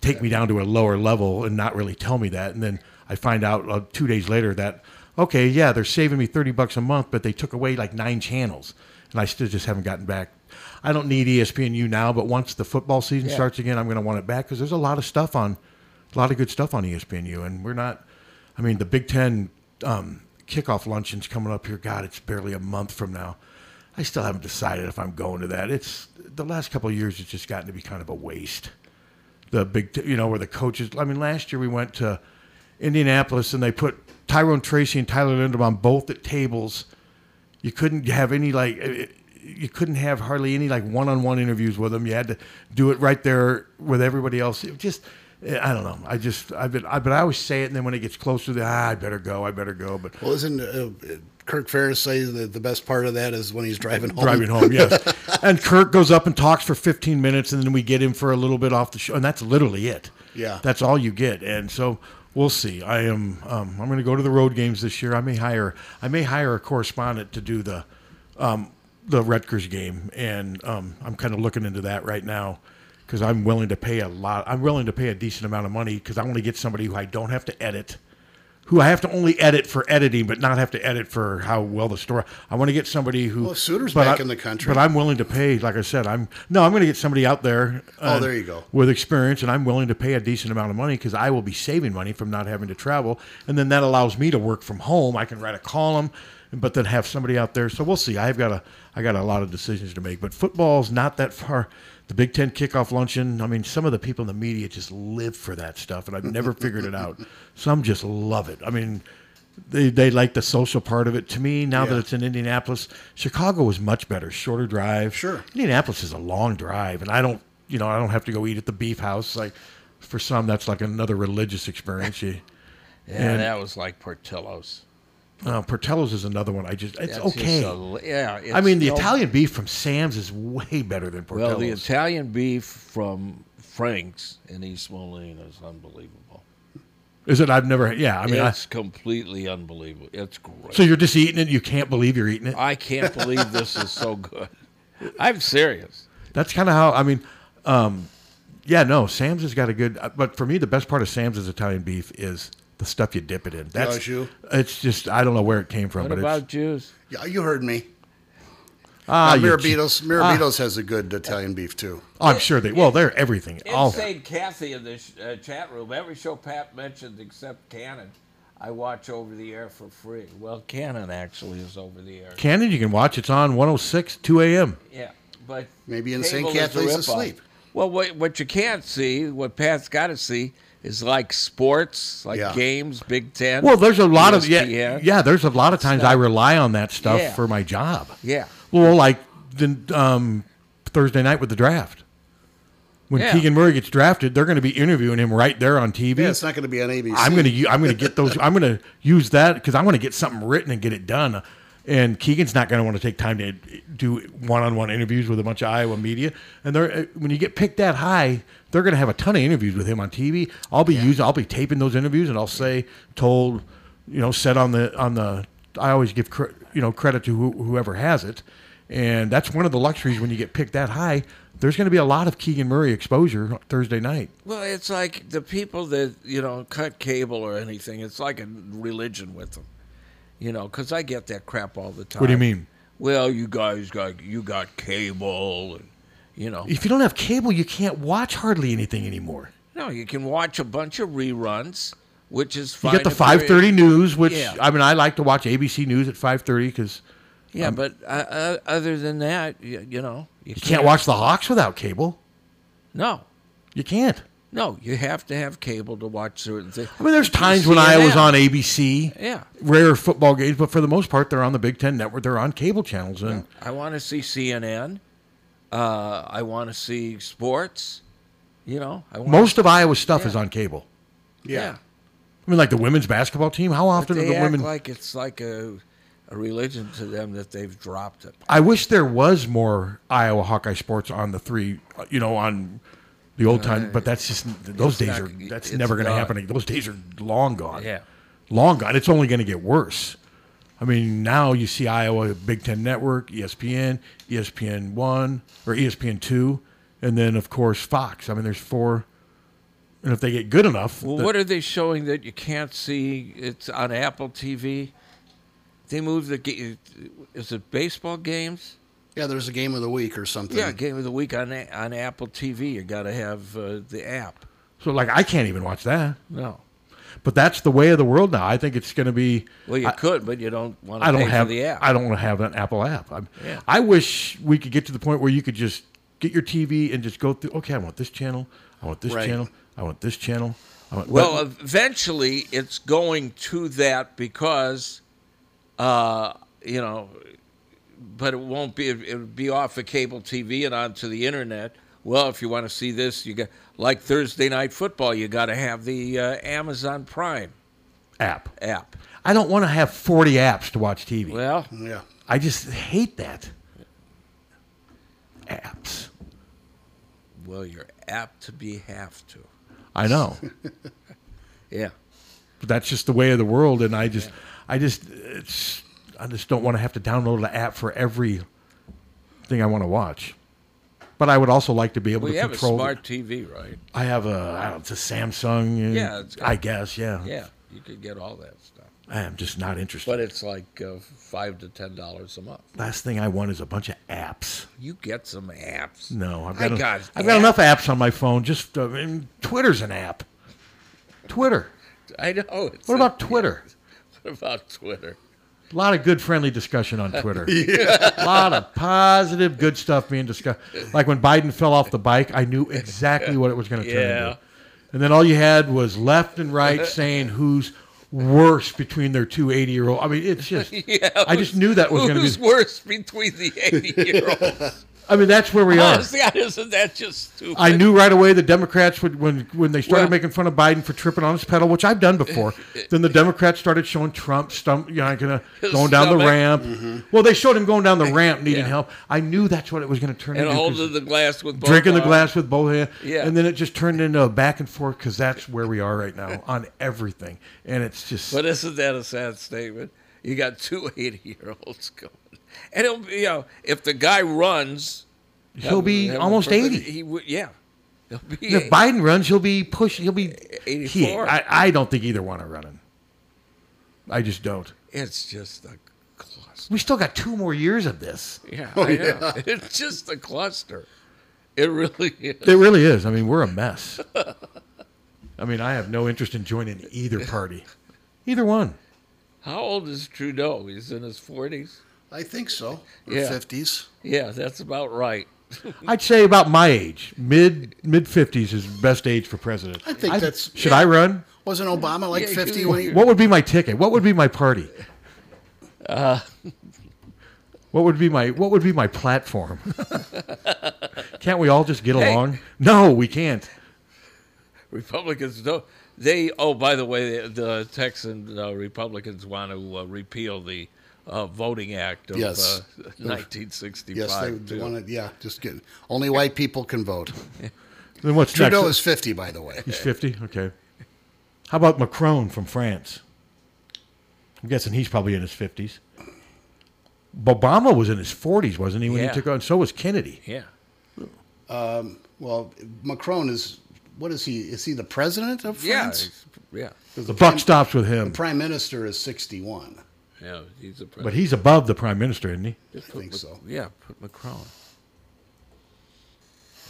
take me down to a lower level and not really tell me that. And then I find out uh, two days later that, okay, yeah, they're saving me 30 bucks a month, but they took away like nine channels. And I still just haven't gotten back. I don't need E ESPNU now, but once the football season Yeah. starts again, I'm going to want it back because there's a lot of stuff on, a lot of good stuff on E ESPNU. And we're not, I mean, the Big Ten um, kickoff luncheon's coming up here. God, it's barely a month from now. I still haven't decided if I'm going to that. It's the last couple of years. It's just gotten to be kind of a waste. The big, t- you know, where the coaches. I mean, last year we went to Indianapolis and they put Tyrone Tracy and Tyler Linderbaum both at tables. You couldn't have any like. it- you couldn't have hardly any like one-on-one interviews with them. You had to do it right there with everybody else. It just, eh, I don't know. I just, I've been, I, but I always say it, and then when it gets closer, to, ah, I better go. I better go. But Well, isn't uh, Kirk Ferris say that the best part of that is when he's driving home? Driving home, yes. and Kirk goes up and talks for 15 minutes, and then we get him for a little bit off the show, and that's literally it. Yeah. that's all you get, and so we'll see. I am, um, I'm going to go to the road games this year. I may hire, I may hire a correspondent to do the, um, the Rutgers game, and um, I'm kind of looking into that right now because I'm willing to pay a lot. I'm willing to pay a decent amount of money because I want to get somebody who I don't have to edit who I have to only edit for editing, but not have to edit for how well the story. I want to get somebody who. Well, Suter's but back I- in the country. but I'm willing to pay. Like I said, I'm no, I'm going to get somebody out there. uh, Oh, there you go. With experience, and I'm willing to pay a decent amount of money because I will be saving money from not having to travel, and then that allows me to work from home. I can write a column, but then have somebody out there. So we'll see. I've got a I got a lot of decisions to make, but football's not that far. The Big Ten kickoff luncheon. I mean, some of the people in the media just live for that stuff, and I've never figured it out. Some just love it. I mean, they they like the social part of it. To me, now that it's in Indianapolis, Chicago was much better, shorter drive. Sure, Indianapolis is a long drive, and I don't you know I don't have to go eat at the beef house. Like for some, that's like another religious experience. You, Yeah, and, that was like Portillo's. uh, Portillo's is another one. I just it's That's just okay. a li- yeah, it's I mean the no- Italian beef from Sam's is way better than Portillo's. Well, the Italian beef from Frank's in East Moline is unbelievable. is it? I've never. Yeah, I mean, I, it's completely unbelievable. It's great. so you're just eating it. You can't believe you're eating it. I can't believe this is so good. I'm serious. That's kind of how I mean. Um, yeah, no, Sam's has got a good. uh, But for me, the best part of Sam's is Italian beef is the stuff you dip it in. That's Oh, you? It's just I don't know where it came from, What but about- it's Jews. Yeah, you heard me. Ah, Ah, you- Mirabitos. Mirabitos ah. Oh, has a good Italian beef too. I'm sure they well they're everything. Oh. All Insane Kathy in the sh- uh, chat room. Every show Pat mentions except Cannon, I watch over the air for free. Well, Cannon actually is over the air. Canon you can watch. It's on 106 2 a.m. Yeah, but Maybe in cable St. is a Catherine's ripoff. asleep. Well, what, what you can't see, what Pat's got to see, is like sports, like Yeah. games, Big Ten. E Well, there's a lot of yeah, ESPN. yeah. There's a lot of times I rely on that stuff Yeah. for my job. Yeah. Well, like the um, Thursday night with the draft. When Yeah. Keegan Murray gets drafted, they're going to be interviewing him right there on TV. Yeah, it's not going to be on ABC. I'm gonna u- I'm gonna get those. I'm gonna use that because I want to get something written and get it done. And Keegan's not gonna want to take time to do one-on-one interviews with a bunch of Iowa media. And they're uh, when you get picked that high, they're gonna have a ton of interviews with him on TV. I'll be using I'll be taping those interviews, and I'll say told, you know, said on the on the. I always give cre- you know credit to who, whoever has it. And that's one of the luxuries when you get picked that high. There's going to be a lot of Keegan Murray exposure Thursday night. Well, it's like the people that you know cut cable or anything. It's like a religion with them, you know. Because I get that crap all the time. What do you mean? Well, you guys got you got cable, and you know. If you don't have cable, you can't watch hardly anything anymore. No, you can watch a bunch of reruns, which is You fine. get the if you're- five thirty news, which yeah, I mean, I like to watch ABC News at five thirty because yeah. but uh, uh, other than that, you, you know, you, you can't watch the Hawks without cable. No, You can't. no, you have to have cable to watch certain things. I mean, there's times when I was CNN. on ABC, Yeah. rare football games, but for the most part, they're on the Big Ten network. They're on cable channels, and I want to see CNN. Uh, I want to see sports. You know, I want most of Iowa's stuff is on cable. Yeah, I mean, like the women's basketball team. How often are they the act women? like it's like a, a religion to them that they've dropped it. I wish there was more Iowa Hawkeye sports on the three, you know, on the old time. But that's just those It's days not- are that's it's never going to gone. happen. Those days are long gone. Yeah. long gone. It's only going to get worse. I mean, now you see Iowa Big Ten Network, E ESPN, ESPN One or E ESPN Two, and then of course Fox. I mean, there's four. And if they get good enough, Well, the- what are they showing that you can't see? It's on Apple TV. They moved the ga- is it baseball games? Yeah, there's a game of the week or something. Yeah, game of the week on A- on Apple TV. You got to have uh, the app. so like I can't even watch that. No. But that's the way of the world now. I think it's going to be. Well, you I- could, but you don't want to. I don't pay have for the app. I don't want to have an Apple app. I'm, Yeah. I wish we could get to the point where you could just get your TV and just go through. Okay, I want this channel. I want this Right. channel. I want this channel. I want, Well, but- eventually it's going to that because, uh, you know, but it won't be. It would be off of cable TV and onto the internet. Well, if you want to see this, you got like Thursday night football. You got to have the uh, Amazon Prime app. app. I don't want to have forty apps to watch TV. Well, yeah. I just hate that. Apps. Well, you're apt to be have to. I know. Yeah. But that's just the way of the world, and I just, I just, it's, I just don't want to have to download an app for every thing I want to watch. But I would also like to be able Well, to you have a control. smart TV, right? I have a, I don't know, it's a Samsung. uh, Yeah, it's got- I guess. Yeah. Yeah, you could get all that stuff. I am just not interested. But it's like uh, five to ten dollars a month. Last thing I want is a bunch of apps. You get some apps. No, I've I got, en- got I've got enough apps on my phone. Just uh, I mean, Twitter's an app. Twitter. I know. It's What a- about Twitter? What about Twitter? A lot of good friendly discussion on Twitter. Yeah. A lot of positive, good stuff being discussed. Like when Biden fell off the bike, I knew exactly what it was going to turn Yeah. into. And then all you had was left and right saying who's worse between their two 80 year old. I mean, it's just, I just knew that was going to Who's be. worse between the eighty-year-olds? I mean, that's where we are. Honest to God, isn't that just stupid? I knew right away the Democrats would when when they started Well- making fun of Biden for tripping on his pedal, which I've done before. then the Democrats started showing Trump stump, you know, gonna, His going down the stomach. ramp. Mhm. Well, they showed him going down the ramp needing Yeah. help. I knew that's what it was going to turn And into. 'cause holding the glass with both drinking the arms. glass with both hands. Yeah. and then it just turned into a back and forth because that's where we are right now on everything, and it's just But isn't that a sad statement? You got two 80 year olds going. And it'll be, you know, if the guy runs, He'll be have- have almost a perfect- 80. He would, yeah. He'll be And if Biden runs, he'll be pushing. He'll be he- 84. I, I don't think either one are running. I just don't. It's just a, We still got two more years of this. yeah, Oh, I know. yeah. It's just a cluster. It really is. It really is. I mean, we're a mess. I mean, I have no interest in joining either party, either one. How old is Trudeau? He's in his 40s? I think so. Or Yeah. 50s. Yeah, that's about right. I'd say about my age, mid mid fifties is best age for president. I think that's- Should I run? Wasn't Obama like Yeah, 50 you- when he What would be my ticket? What would be my party? Uh, What would be my What would be my platform? can't we all just get along? No, we can't. Republicans don't. They oh, by the way, the, the Texan uh, Republicans want to uh, repeal the uh, Voting Act of Yes. uh, 1965. Yes, they, they too. want to. Yeah, just get only white people can vote. Then what's Trudeau next? is 50, by the way. He's fifty. Okay. How about Macron from France? I'm guessing he's probably in his fifties. Obama was in his forties, wasn't he, when Yeah. he took on? So was Kennedy. Yeah. Um, well, Macron is. What is he? Is he the president of Yeah, France? he's- yeah. 'Cause The buck prime- stops with him. The prime minister is 61. Yeah, he's a president. But he's above the prime minister, isn't he? I think so. Yeah, put Macron.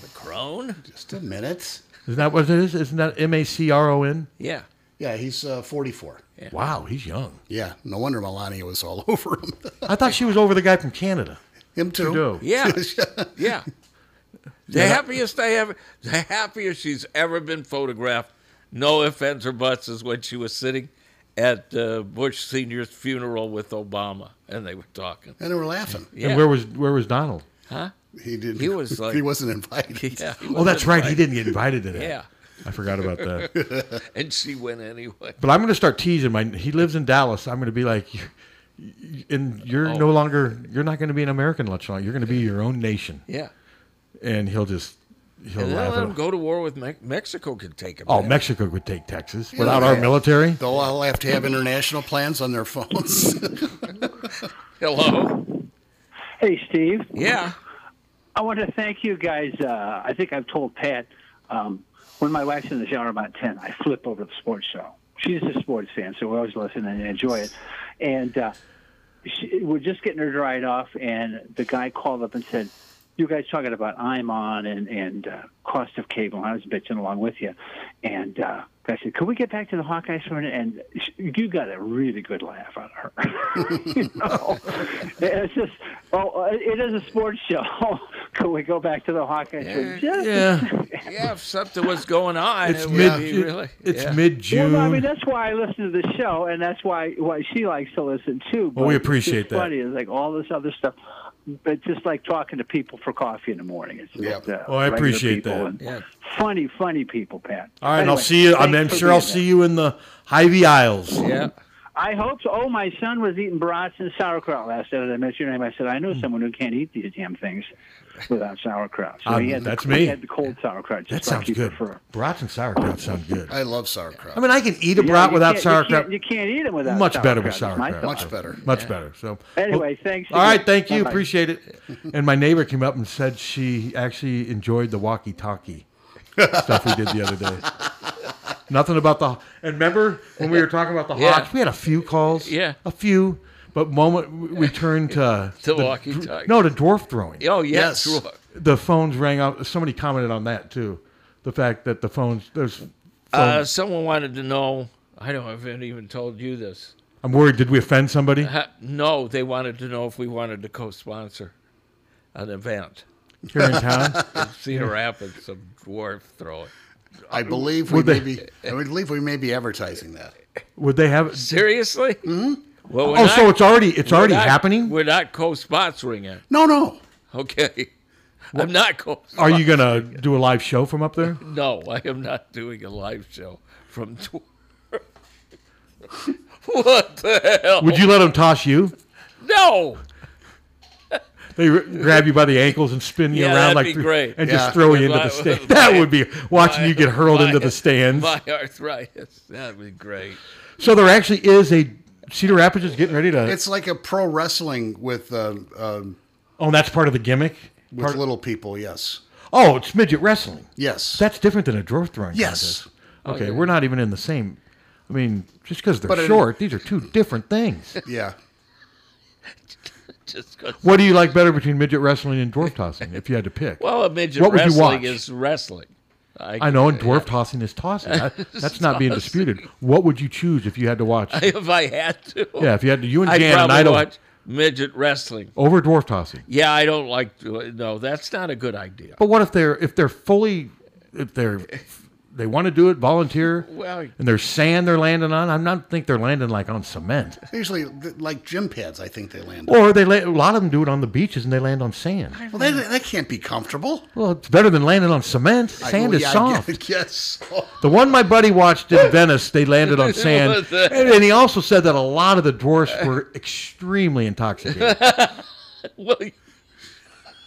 Macron? Just a minute. Isn't that what it is? Isn't that M A C R O N? Yeah. Yeah, he's uh, 44. Wow, he's young. Yeah, no wonder Melania was all over him. I thought she was over the guy from Canada. Him too. Trudeau. Yeah, yeah. The Yeah, that- happiest I ever, the happiest she's ever been photographed. No offense or buts is when she was sitting at uh, Bush Senior's funeral with Obama, and they were talking. And they were laughing. Yeah. And where was where was Donald? Huh? He didn't. He was like he wasn't invited. Yeah. he Oh, wasn't that's right. He didn't get invited to that. Yeah. I forgot about that. and she went anyway. But I'm going to start teasing my. He lives in Dallas. I'm going to be like, "You- you- and you're no longer. You're not going to be an American much longer. You're going to be your own nation. Yeah. And he'll just he'll And then laugh let at him go to war with Me- Mexico. Could take him. Oh, down. Mexico could take Texas Yeah, without our man. military. They'll all have to have international plans on their phones. Hello. Hey, Steve. Yeah. I want to thank you guys. Uh, I think I've told Pat um, when my wife's in the shower about 10, I flip over the sports show. She's a sports fan, so we always listen and enjoy it. And uh, she, we're just getting her dried off, and the guy called up and said, you guys talking about I'm on and, and uh, cost of cable. I was bitching along with you. And uh, I said, could we get back to the Hawkeyes for a minute? And sh- you got a really good laugh out of her. you know? It's just, oh, uh, it is a sports show. Can we go back to the Hawkeyes? for just a Yeah. yeah. If something was going on, It's it mid- would be really. it's yeah. mid-June. Well, I mean, that's why I listen to the show, and that's why why she likes to listen too. Well, we But appreciate it's that. Funny, it's like all this other stuff, but just like talking to people for coffee in the morning. It's just, uh, Well, I regular appreciate people that. and Funny, funny people, Pat. All right, and I'll Anyway, see you. I'm, thanks for I'm sure I'll being see you in the Hy-Vee aisles. there. I hope so. Oh, my son was eating brats and sauerkraut last night. and I mentioned your name. I said, I Hmm. know someone who can't eat these damn things without sauerkraut. So Um, he had that's the, me. He had the cold sauerkraut. That Just like sounds you good. Prefer. Brats and sauerkraut sound good. I love sauerkraut. I mean, I can eat a Yeah, brat you without can't- you can't- sauerkraut. You can't, eat them without Much better with sauerkraut, is my sauerkraut. thought. Much better. Much Yeah. better. So Anyway, thanks All right, again. thank you. Bye-bye. Appreciate it. And my neighbor came up and said she actually enjoyed the walkie-talkie stuff we did the other day. Nothing about the and remember when we were talking about the Yeah. Hawks, we had a few calls. Yeah. a few. But moment we- we turned to To the- walkie-talkie. No, to dwarf throwing. Oh, yeah, Yes. dwarf. The phones rang out. Somebody commented on that too. The fact that the phones there's. Phones. Uh, someone wanted to know. I don't know if it even told you this. I'm worried. Did we offend somebody? Uh, no, they wanted to know if we wanted to co-sponsor an event Here in town? Cedar Rapids, some dwarf throwing. I believe we Would may they- be. I believe we may be advertising that. Hmm? Would they have? Seriously? Mm-hmm. Well, we're Oh, not- so it's already- it's we're already not- happening? We're not co-sponsoring it. No, no. Okay. I'm not co. Are you gonna do a live show from up there? No, I am not doing a live show from Dwarf. what the hell? Would you let them toss you? No. They r- grab you by the ankles and spin you Yeah, around that'd like be great. and Yeah. just throw you into My- the stand. That would be watching you get hurled my- into the stands. My arthritis. That'd be great. So there actually is a Cedar Rapids is getting ready to. It's like a pro wrestling with um, um, oh, that's part of the gimmick. with little people. Yes. Oh, it's midget wrestling. Yes. that's different than a dwarf throwing. Yes. contest. Oh, Okay, yeah. we're not even in the same. I mean, just because they're But it- short, these are two different things. Yeah. Just 'cause- What do you like better between midget wrestling and dwarf tossing? If you had to pick, Well, a midget what would you wrestling watch? is wrestling. I know, and dwarf tossing is tossing. I- that's not being disputed. What would you choose if you had to watch if I had to. Yeah, if you had to- you and I'd Jan and probably I don't- watch midget wrestling. over dwarf tossing? Yeah, I don't like. No, that's not a good idea. But what if they're if they're fully if they're they want to do it volunteer Well- and there's sand they're landing on? I'm not think they're landing like on cement. Usually, th- like gym pads, I think they land. Or they la- a lot of them do it on the beaches and they land on sand. Well, that, that can't be comfortable. Well, it's better than landing on cement. Sand I, is yeah, soft. I guess. The one my buddy watched in Venice, they landed on sand, What the- and, and he also said that a lot of the dwarfs were extremely intoxicated. well,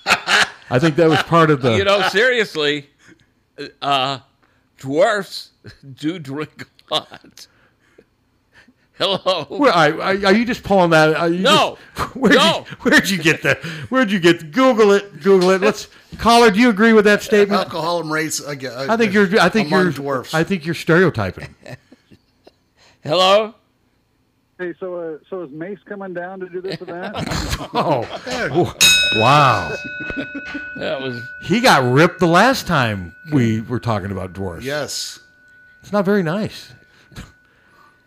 I think that was part of the. you know, seriously, uh, dwarfs do drink a lot. Hello. Where, I, I, are you just pulling that? Are you No. just- where'd, No. You, where'd you get that? Where'd you get? Google it. Google it. Let's. Caller, do you agree with that statement? Alcoholism rates. I gue- I think you're. I think among you're. dwarfs. I think you're stereotyping. Hello. Hey, so uh, so is Mace coming down to do this event? Oh, w- wow. That was He got ripped the last time we were talking about dwarfs. Yes. It's not very nice.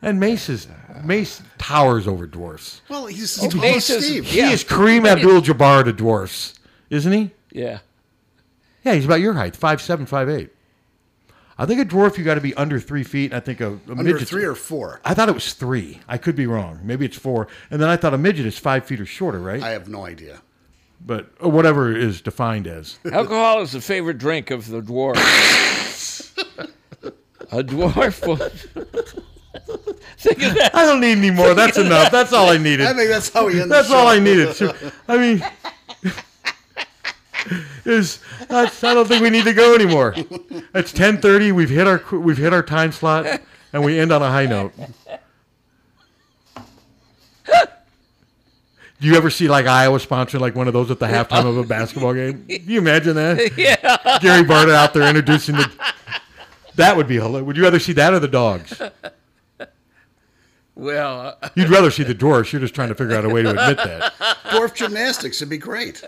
And Mace is Mace towers over dwarfs. Well, he's, Oh, he's Mace called is- Steve. He is Kareem Abdul-Jabbar to dwarfs, isn't he? Yeah. Yeah, he's about your height, five seven, five eight. I think a dwarf you got to be under three feet. and I think a, a Under midget's- three or four? I thought it was three. I could be wrong. Maybe it's four. And then I thought a midget is five feet or shorter, right? I have no idea. but or whatever it is defined as. Alcohol is the favorite drink of the dwarf. a dwarf. Will... Think of that. I don't need any more. That's enough. That's all I needed. I think that's how we end the That's all show. I needed. So, I mean, is that's, I don't think we need to go anymore. It's ten thirty. We've hit our we've hit our time slot, and we end on a high note. Do you ever see like Iowa sponsoring like one of those at the halftime of a basketball game? Can you imagine that? Yeah. Gary Barnett out there introducing the. That would be hilarious. Would you rather see that or the dogs? Well, uh, You'd rather see the dwarfs. You're just trying to figure out a way to admit that. Dwarf gymnastics would be great.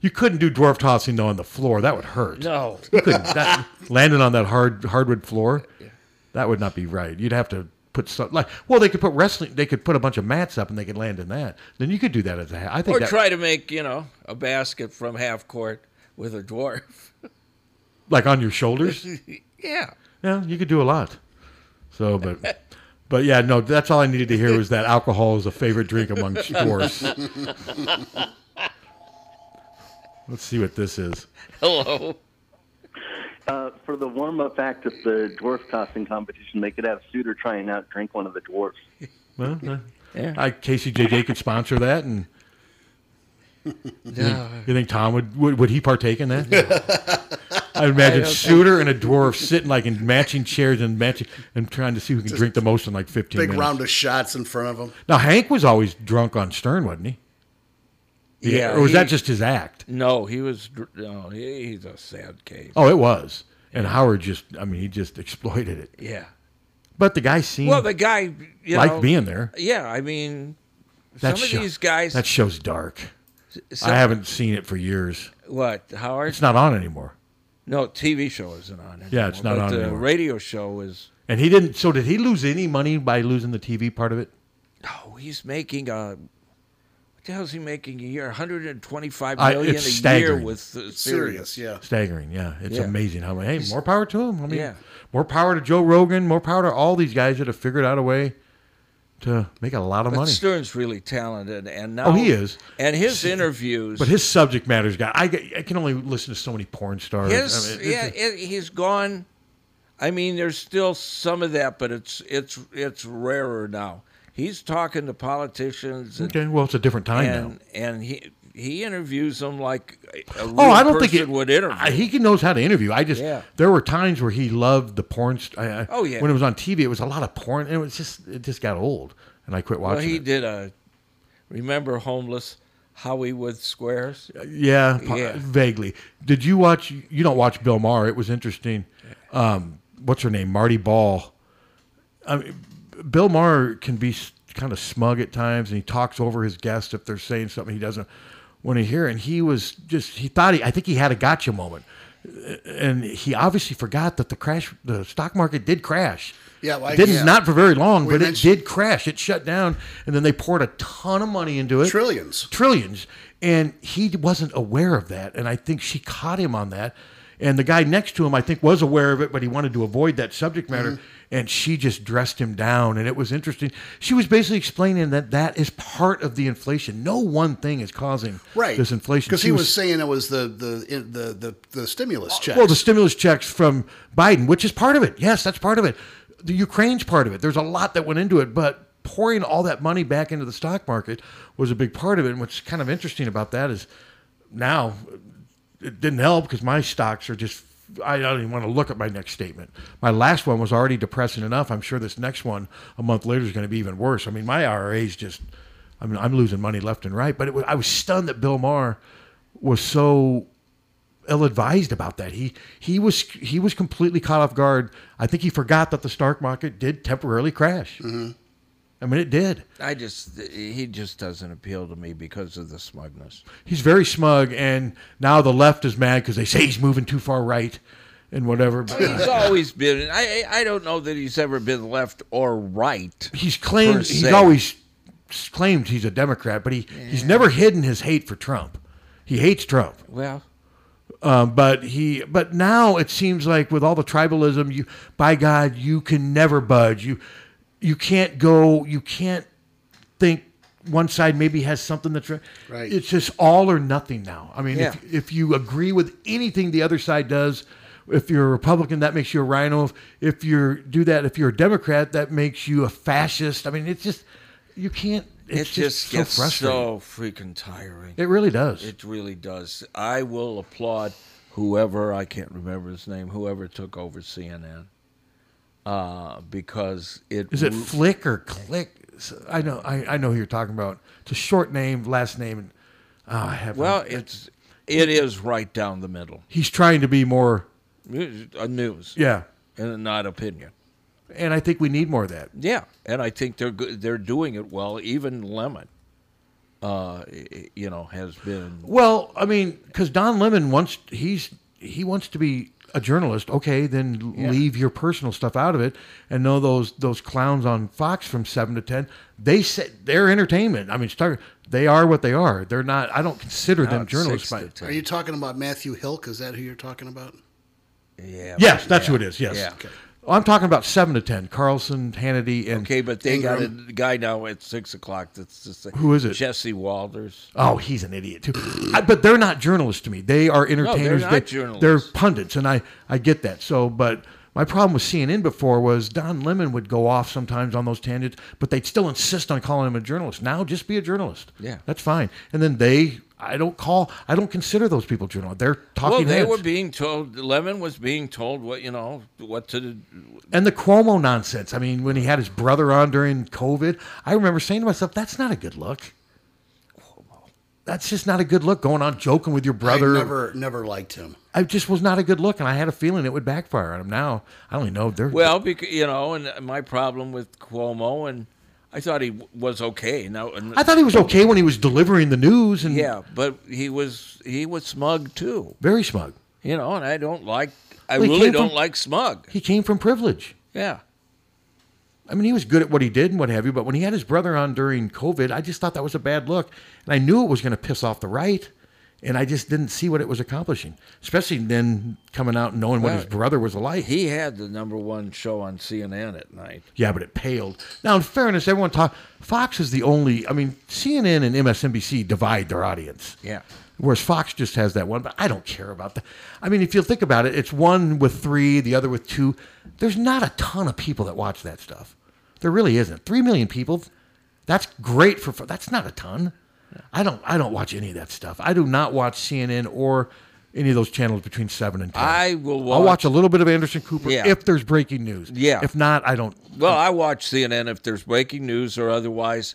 You couldn't do dwarf tossing though on the floor. That would hurt. No. You couldn't. That, landing on that hard hardwood floor, that would not be right. You'd have to put stuff like well, they could put wrestling. They could put a bunch of mats up and they could land in that. Then you could do that as a. I think or that, try to make you know a basket from half court with a dwarf. like on your shoulders. yeah. Yeah, you could do a lot. So, but, but yeah, no, that's all I needed to hear was that alcohol is a favorite drink among dwarfs. Let's see what this is. Hello. Uh, for the warm up act of the dwarf tossing competition, they could have Suter try and out drink one of the dwarfs. Well, uh, Yeah. I, KCJJ could sponsor that, and you, No. think, you think Tom would, would would he partake in that? I I imagine don't Suter and a dwarf sitting like in matching chairs and matching and trying to see who can Just drink the most in like fifteen Big minutes. round of shots in front of them. Now Hank was always drunk on Stern, wasn't he? or was he- that just his act? No, he was. dr- No, he, he's a sad case. Oh, it was. And Howard just—I mean—he just exploited it. Yeah. But the guy seemed Well, the guy you liked know, being there. Yeah, I mean, That some of show- these guys. That show's dark. some- I haven't seen it for years. What Howard? It's not on anymore. No, TV show isn't on. Anymore, Yeah, it's not but on The anymore. radio show is. And he didn't. So did he lose any money by losing the TV part of it? Oh, he's making a. What the hell's he making a year? 125 I- million it's a staggering. year with uh, Serious, serious. yeah. Staggering. Yeah, it's Yeah. amazing how many. Hey, He's- more power to him. I mean, Yeah. more power to Joe Rogan. More power to all these guys that have figured out a way to make a lot of But money. Stern's really talented, and now Oh, he is. And his interviews, But his subject matter's got. I, get- I can only listen to so many porn stars. I his- mean, it's yeah, it, he's gone. I mean, there's still some of that, but it's it's it's rarer now. He's talking to politicians. And, Okay, well, it's a different time now. and, And he he interviews them like a a real Oh, I don't think person it would interview. I- He can knows how to interview. I just Yeah. there were times where he loved the porn. St- I, I- Oh, yeah. when it was on TV, it was a lot of porn, and it was just it just got old, and I quit watching. Well, he it. did a remember homeless Hollywood Squares. Uh, Yeah, po- yeah. vaguely. Did you watch? You don't watch Bill Maher. It was interesting. Um, what's her name? Marty Ball. I mean, Bill Maher can be kind of smug at times, and he talks over his guests if they're saying something he doesn't want to hear. And he was just he thought he I think he had a gotcha moment, and he obviously forgot that the crash the stock market did crash. Yeah, well, I- it didn't yeah. not for very long, We but it mentioned- did crash. It shut down, and then they poured a ton of money into it Trillions. trillions. And he wasn't aware of that. And I think she caught him on that. And the guy next to him, I think, was aware of it, but he wanted to avoid that subject matter. Mhm. And she just dressed him down. And it was interesting. She was basically explaining that that is part of the inflation. No one thing is causing Right. this inflation. Because She he was, saying it was the the in- the the, the stimulus check. well, the stimulus checks from Biden, which is part of it. Yes, that's part of it. The Ukraine's part of it. There's a lot that went into it, but pouring all that money back into the stock market was a big part of it. And what's kind of interesting about that is now it didn't help because my stocks are just. I don't even want to look at my next statement. My last one was already depressing enough. I'm sure this next one a month later is going to be even worse. I mean, my IRA's just. I mean, I'm losing money left and right. But it was, I was stunned that Bill Maher was so ill-advised about that. He he was he was completely caught off guard. I think he forgot that the stock market did temporarily crash. I mean, it did. I just he just doesn't appeal to me because of the smugness. He's very smug, and now the left is mad because they say he's moving too far right, and whatever. But uh, He's always been. I I I don't know that he's ever been left or right. he's claimed per he's se. always claimed he's a Democrat, but he, he's never hidden his hate for Trump. He hates Trump. Well, Um, but he, but now it seems like with all the tribalism, you by God, you can never budge. You, you can't go. You can't think one side maybe has something that's right. Right. It's just all or nothing now. I mean, Yeah. if, if you agree with anything the other side does, if you're a Republican, that makes you a rhino. If, if you do that, if you're a Democrat, that makes you a fascist. I mean, it's just you can't. It It's just, just, gets so frustrating. so freaking tiring. It really does. It really does. I will applaud whoever I can't remember his name, whoever took over CNN, uh, because it Is it ru- Flick or Click? S- I know. I, I know who you're talking about. It's a short name, last name, and oh, I have. Well, it's it is right down the middle. He's trying to be more, A news, Yeah. and not opinion. and I think we need more of that. Yeah, and I think they're good. They're doing it well. Even Lemon, uh, i- i- you know, has been Well, I mean, because Don Lemon wants he's he wants to be a journalist. Okay, then l- Yeah. leave your personal stuff out of it, and know those those clowns on Fox from seven to ten. They said they're entertainment. I mean, start, they are what they are. They're not. I don't consider Oh, them journalists. By, Are you talking about Matthew Hilk? Is that who you're talking about? Yeah. yes, that's who it is. Yes. Yeah. I'm talking about seven to ten. Carlson, Hannity, and okay. But they got a guy now at six o'clock. That's just Who is it? Jesse Walters. Oh, he's an idiot too. I, but they're not journalists to me. They are they're entertainers. not they, journalists. They're pundits, and I I get that. So, but my problem with CNN before was Don Lemon would go off sometimes on those tangents, but they'd still insist on calling him a journalist. Now, just be a journalist. Yeah. that's fine. And then they, I don't call, I don't consider those people journalists. They're talking well, they heads. were being told. Lemon was being told what you know what to. and the Cuomo nonsense. I mean, when he had his brother on during COVID, I remember saying to myself, "That's not a good look." That's just not a good look going on joking with your brother. I never, never liked him. I just was not a good look, and I had a feeling it would backfire on him. Now I only know they're Well, because you know, and my problem with Cuomo, and I thought he w- was okay. Now and- I thought he was okay when he was delivering the news, and Yeah, but he was he was smug too. very smug. You know, and I don't like. I Well, he really came don't from- like smug. He came from privilege. Yeah. I mean, he was good at what he did and what have you, but when he had his brother on during COVID, I just thought that was a bad look, and I knew it was going to piss off the right, and I just didn't see what it was accomplishing, especially then coming out and knowing what Well, his brother was like. He had the number one show on CNN at night. Yeah, but it paled. Now, in fairness, everyone talk. Fox is the only. I mean, CNN and MSNBC divide their audience. Yeah. Whereas Fox just has that one, but I don't care about that. I mean, if you think about it, it's one with three, the other with two. There's not a ton of people that watch that stuff. There really isn't. Three million people. That's great for. That's not a ton. I don't. I don't watch any of that stuff. I do not watch CNN or any of those channels between seven and ten. I will I'll watch- watch a little bit of Anderson Cooper Yeah. if there's breaking news. Yeah. If not, I don't. Well, I watch CNN if there's breaking news or otherwise.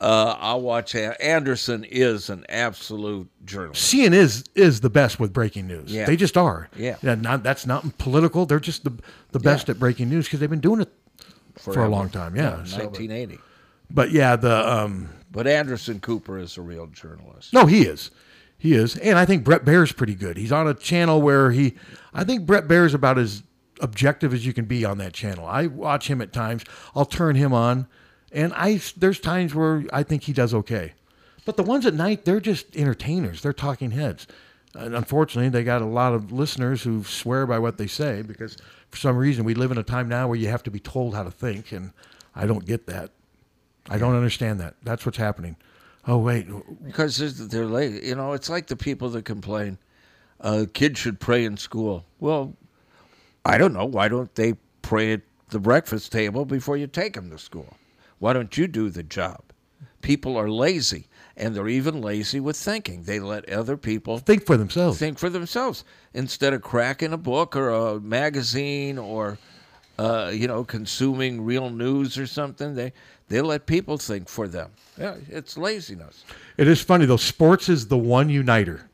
Uh, I'll watch. A- Anderson is an absolute journalist. CNN is is the best with breaking news. Yeah. They just are. Yeah. not, that's not political. They're just the the best at breaking news because they've been doing it for a Forever. long time. Yeah. so- uh, 1980. but yeah, the um, But Anderson Cooper is a real journalist. no, he is, he is, and I think Brett Baer's pretty good. He's on a channel where he, I think Brett Baer's about as objective as you can be on that channel. I watch him at times. I'll turn him on, and I there's times where I think he does okay, but the ones at night they're just entertainers. They're talking heads. And unfortunately, they got a lot of listeners who swear by what they say because for some reason we live in a time now where you have to be told how to think, and I don't get that. I don't understand that. That's what's happening. Oh wait, because there's- they're late. You know, it's like the people that complain, uh, kids should pray in school. Well, I don't know. Why don't they pray at the breakfast table before you take them to school? Why don't you do the job? People are lazy, and they're even lazy with thinking. They let other people think for themselves. Think for themselves instead of cracking a book or a magazine or, uh, you know, consuming real news or something. They they let people think for them. Yeah, it's laziness. It is funny though. Sports is the one uniter.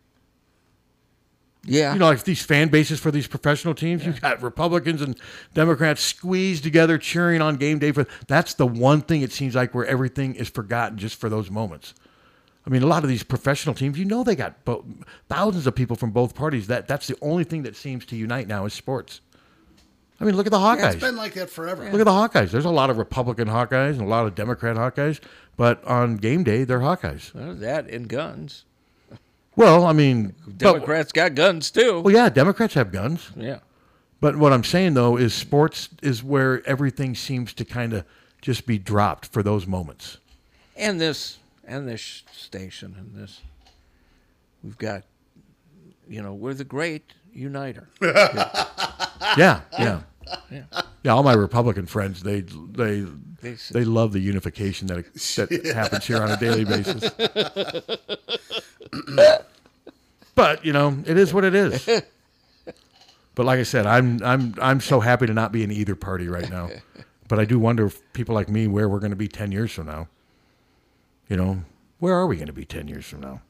Yeah. You know, like these fan bases for these professional teams, you got Republicans and Democrats squeezed together cheering on game day for that's the one thing it seems like where everything is forgotten just for those moments. I mean, a lot of these professional teams, you know, they got bo- thousands of people from both parties. That that's the only thing that seems to unite now is sports. I mean, look at the Yeah, Hawkeyes. it's been like that forever. Look at the Hawkeyes. There's a lot of Republican Hawkeyes and a lot of Democrat Hawkeyes, but on game day, they're Hawkeyes. Well, that and guns. Well, I mean, but- Democrats got guns too. well, yeah, Democrats have guns. Yeah. But what I'm saying though is sports is where everything seems to kind of just be dropped for those moments. And this and this station and this we've got you know, we're the great uniter. Yeah, yeah. Yeah. Yeah, all my Republican friends, they they They- they, love the unification that that happens here on a daily basis. But you know, it is what it is. But like I said, I'm I'm I'm so happy to not be in either party right now. But I do wonder if people like me where we're going to be ten years from now. You know, where are we going to be ten years from now?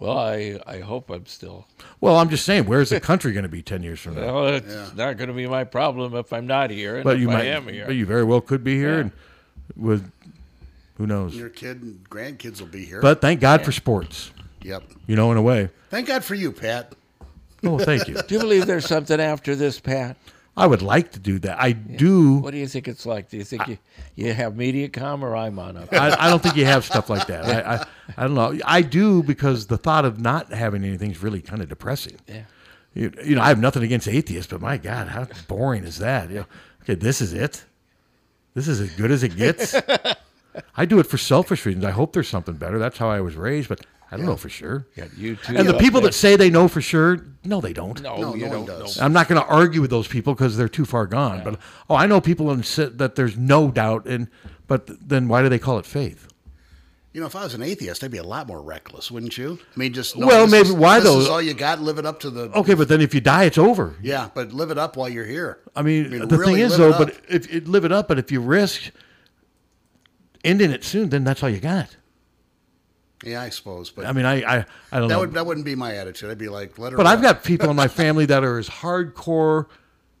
Well, I, I hope I'm still. Well, I'm just saying, where's the country going to be ten years from now? Well, it's not going to be my problem if I'm not here. And but if you I might, am here. but you very well could be here, and with who knows. Your kid and grandkids will be here. But thank God for sports. Yep. You know, in a way, Thank God for you, Pat. Oh, thank you. do you believe there's something after this, Pat? I would like to do that. I do. What do you think it's like? Do you think you, you have MediaCom or I'm on up? I, I don't think you have stuff like that. I, I, I don't know. I do because the thought of not having anything is really kind of depressing. Yeah. You, you know, I have nothing against atheists, but my God, how boring is that? You know, okay, this is it. This is as good as it gets. I do it for selfish reasons. I hope there's something better. That's how I was raised, but I don't know for sure. Yeah, you too. And the up people there. that say they know for sure, no, they don't. No, No, you no one don't does. know. I'm not going to argue with those people because they're too far gone. But oh, I know people and sit that there's no doubt. And but then why do they call it faith? You know, if I was an atheist, I'd be a lot more reckless, wouldn't you? I mean, just no, Well, this maybe- is- why this though? is all you got. Live it up to the Okay, but then if you die, it's over. yeah, but live it up while you're here. I mean, the really thing live is though, it but up. if it, live it up, but if you risk ending it soon, then that's all you got. yeah, I suppose. But I mean, I I, I that don't know. Would, that wouldn't be my attitude. I'd be like, let her. But I've rip. got people in my family that are as hardcore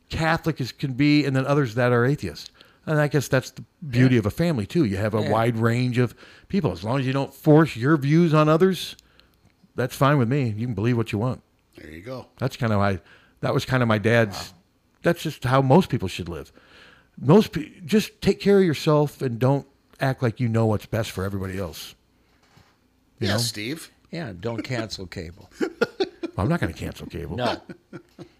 Catholic as can be, and then others that are atheists. And I guess that's the beauty of a family too. You have a Yeah. wide range of people. As long as you don't force your views on others, that's fine with me. You can believe what you want. There you go. That's kind of I. That was kind of my dad's. That's just how most people should live. Most pe- just take care of yourself and don't act like you know what's best for everybody else. You yeah, know? Steve. Yeah, don't cancel cable. I'm not going to cancel cable. No.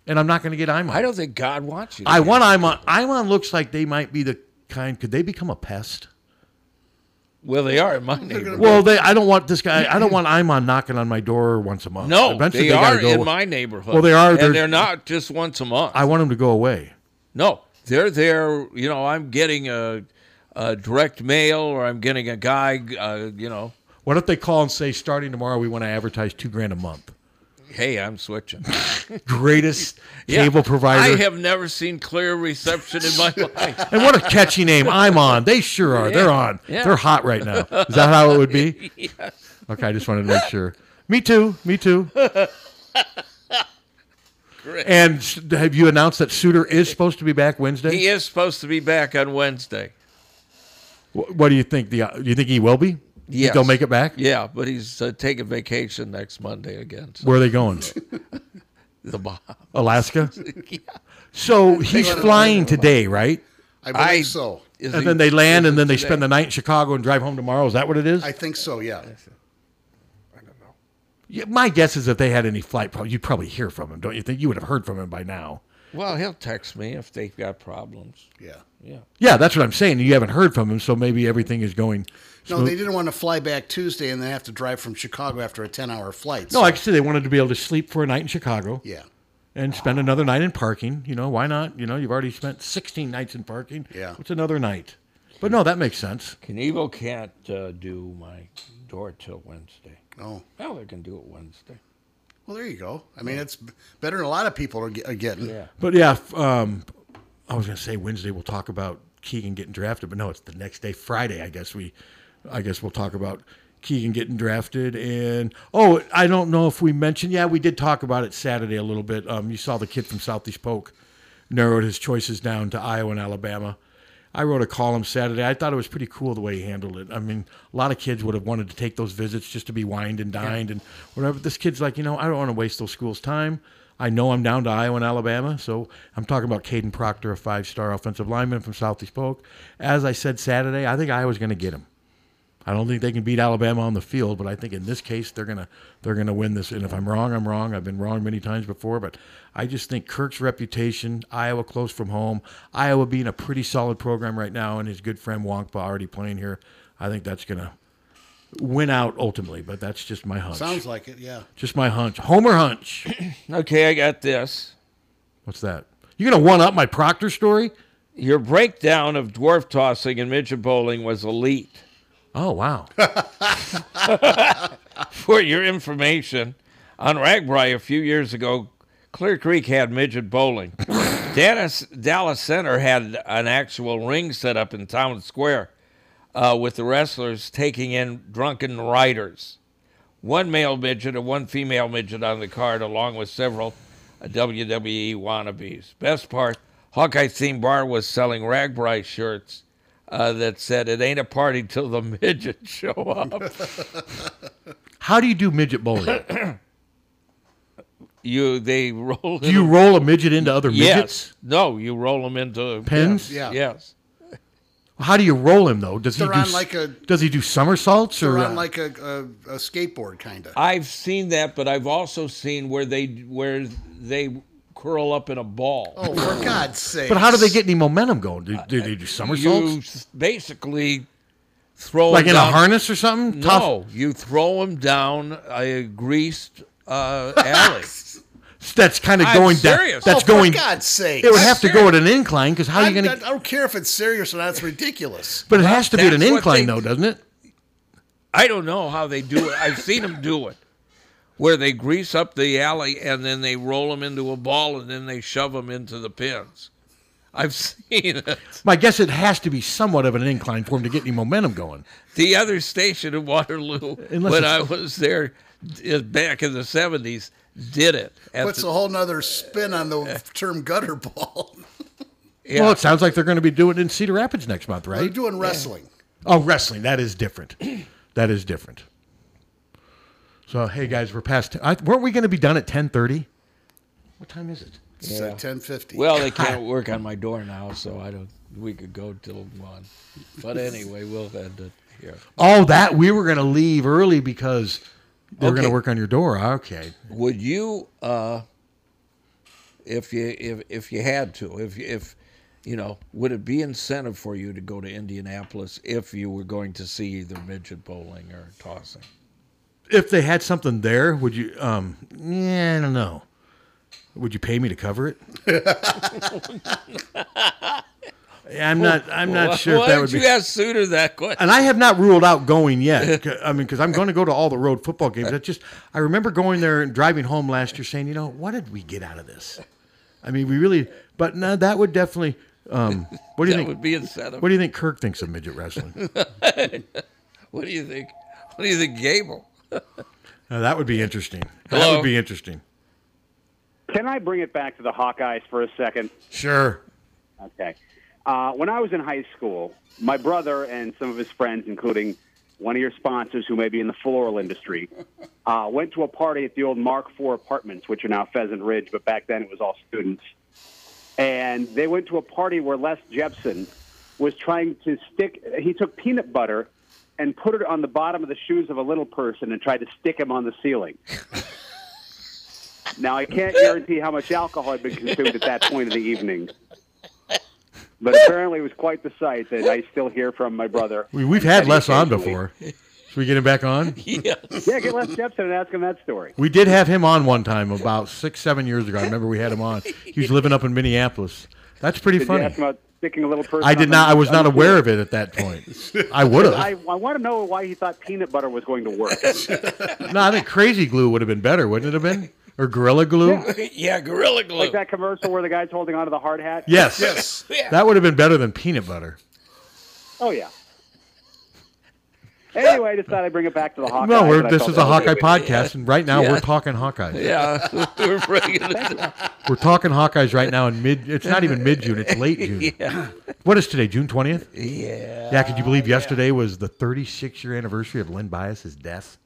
And I'm not going to get IMON. I don't think God wants you. to I cancel. want Imon. Imon looks like they might be the kind. Could they become a pest? Well, they are in my neighborhood. Well, they. I don't want this guy. I don't want Imon knocking on my door once a month. no, Eventually they gotta are go in away. my neighborhood. Well, they are. and They're- they're not just once a month. I want them to go away. No, they're there. You know, I'm getting a, a direct mail, or I'm getting a guy. Uh, you know, What if they call and say, starting tomorrow, we want to advertise two grand a month? hey, I'm switching. Greatest Yeah. cable provider. I have never seen clear reception in my life. and what a catchy name! I'm on. They sure are. They're Yeah. on. Yeah. They're hot right now. Is that how it would be? Yes. Okay, I just wanted to make sure. Me too. Me too. Great. And s- have you announced that Suter is supposed to be back Wednesday? he is supposed to be back on Wednesday. Wh- What do you think? The uh, you think he will be? Yes. They'll make it back. Yeah, but he's uh, taking vacation next Monday again. so- Where are they going? the Bahamas. Alaska. Yeah. So They he's go to flying Alaska. today, right? I believe so. is and it- then they land, is it and then they today? spend the night in Chicago and drive home tomorrow. Is that what it is? I think so. Yeah. Yeah, my guess is if they had any flight problems, you'd probably hear from him, don't you think? You would have heard from him by now. Well, he'll text me if they've got problems. Yeah. Yeah. Yeah, that's what I'm saying. You haven't heard from him, so maybe everything is going. No, smooth. they didn't want to fly back Tuesday and then have to drive from Chicago after a ten-hour flight. No, like I said, they wanted to be able to sleep for a night in Chicago. Yeah. And spend another night in parking. You know, why not? You know, you've already spent 16 nights in parking. Yeah. What's another night? But no, that makes sense. Knievel can't uh, do my door till Wednesday. Oh. Well, they can do it Wednesday. Well, there you go. I mean, it's better than a lot of people are, get, are getting. Yeah. But yeah, f- um, I was going to say Wednesday we'll talk about Keegan getting drafted, but no, it's the next day, Friday. I guess we, I guess we'll talk about Keegan getting drafted. And oh, I don't know if we mentioned. Yeah, we did talk about it Saturday a little bit. Um, you saw the kid from Southeast Polk narrowed his choices down to Iowa and Alabama. I wrote a column Saturday. I thought it was pretty cool the way he handled it. I mean, a lot of kids would have wanted to take those visits just to be wined and dined and whatever. But this kid's like, you know, I don't want to waste those schools' time. I know I'm down to Iowa and Alabama, so I'm talking about Caden Proctor, a five-star offensive lineman from Southeast Polk. As I said Saturday, I think Iowa's going to get him. I don't think they can beat Alabama on the field, but I think in this case they're gonna they're gonna win this. And if I'm wrong, I'm wrong. I've been wrong many times before, but I just think Kirk's reputation, Iowa close from home, Iowa being a pretty solid program right now, and his good friend Wonkba already playing here, I think that's gonna win out ultimately. But that's just my hunch. Sounds like it. Yeah. just my hunch. Homer hunch. Okay, I got this. What's that? You're going to one up my Proctor story? Your breakdown of dwarf tossing and midget bowling was elite. Oh, wow. For your information, on Ragbri a few years ago, Clear Creek had midget bowling. Dallas, Dallas Center had an actual ring set up in Town Square uh, with the wrestlers taking in drunken riders. One male midget and one female midget on the card, along with several uh, WWE E wannabes. Best part Hawkeye Theme Bar was selling Ragbri shirts uh, that said, It ain't a party till the midgets show up. How do you do midget bowling? you They roll. Do you roll a midget into other midgets? Yes. No, you roll them into Pins? Yes. Yeah. Yes. How do you roll him though? Does he They're do on s- like a- Does he do somersaults They're or on uh, like a, a, a skateboard kind of. I've seen that, but I've also seen where they where they curl up in a ball. Oh, for God's sake! But how do they get any momentum going? Do, do they do somersaults? Uh, You s- basically throw Like 'em in a down- harness or something? No, Tough- you throw them down a greased uh, alley. That's kind of I'm going serious. down. That's Oh, for going. God's sake. It would I'm have to go at an incline because how are you I'm going not- I don't care if it's serious or not. It's ridiculous. But it has to be at an That's what they- incline though, doesn't it? I don't know how they do it. I've seen them do it, where they grease up the alley and then they roll them into a ball and then they shove them into the pins. I've seen it. My guess it has to be somewhat of an incline for him to get any momentum going. the other station in Waterloo Unless when I it's- was there d- back in the 70s did it. At Puts the- a whole nother spin on the term gutter ball. Yeah. Well, it sounds like they're going to be doing it in Cedar Rapids next month, They're right? doing wrestling. Oh, wrestling. That is different. that is different. So, hey guys, we're past. I, weren't we going to be done at ten thirty? What time is it? It's uh, 10:50. Well, they can't work on my door now, so I don't. We could go till one, but anyway, we'll end it here. Oh, that we were going to leave early because they were going Okay. to work on your door. Okay. Would you, uh, if you if if you had to, if if you know, would it be incentive for you to go to Indianapolis if you were going to see either midget bowling or tossing? If they had something there, would you? Um, yeah, I don't know. Would you pay me to cover it? I'm not. I'm not sure if Why that don't would be. you ask Suter that question? and I have not ruled out going yet. 'Cause- I mean, because I'm going to go to all the road football games. I just I remember going there and driving home last year, saying, you know, what did we get out of this? I mean, we really. But no, that would definitely. Um, what do That you think? would be incentive. What do you think Kirk thinks of midget wrestling? what do you think? What do you think, Gable? Now, that would be interesting. That Hello? would be interesting. Can I bring it back to the Hawkeyes for a second? Sure. Okay. Uh, when I was in high school, my brother and some of his friends, including one of your sponsors who may be in the floral industry, uh, went to a party at the old Mark IV apartments, which are now Pheasant Ridge, but back then it was all students. And they went to a party where Les Jepson was trying to stick, he took peanut butter and put it on the bottom of the shoes of a little person and tried to stick him on the ceiling. now, I can't guarantee how much alcohol had been consumed at that point of the evening. But apparently, it was quite the sight that I still hear from my brother. We, we've had Les on before. Should we get him back on? Yeah, get Les Jepson and ask him that story. We did have him on one time about six, seven years ago. I remember we had him on. He was living up in Minneapolis. That's pretty did You funny. ask him about sticking a little person I did on not. the- I was on not the aware ceiling? of it at that point. I would I, have. I want to know why he thought peanut butter was going to work. No, I think crazy glue would have been better, wouldn't it have been? Or gorilla glue? yeah, gorilla glue. Like that commercial where the guy's holding onto the hard hat. Yes. That would have been better than peanut butter. Oh yeah. Anyway, I decided I'd bring it back to the Hawkeye. no, we're, this is a Hawkeye podcast, and right now we're talking Hawkeyes. Yeah, we're bringing it. We're talking Hawkeyes right now in mid. It's not even mid June. It's late June. Yeah. What is today? June twentieth. Yeah. Yeah. Could you believe yesterday was the 36 year anniversary of Lynn Bias's death?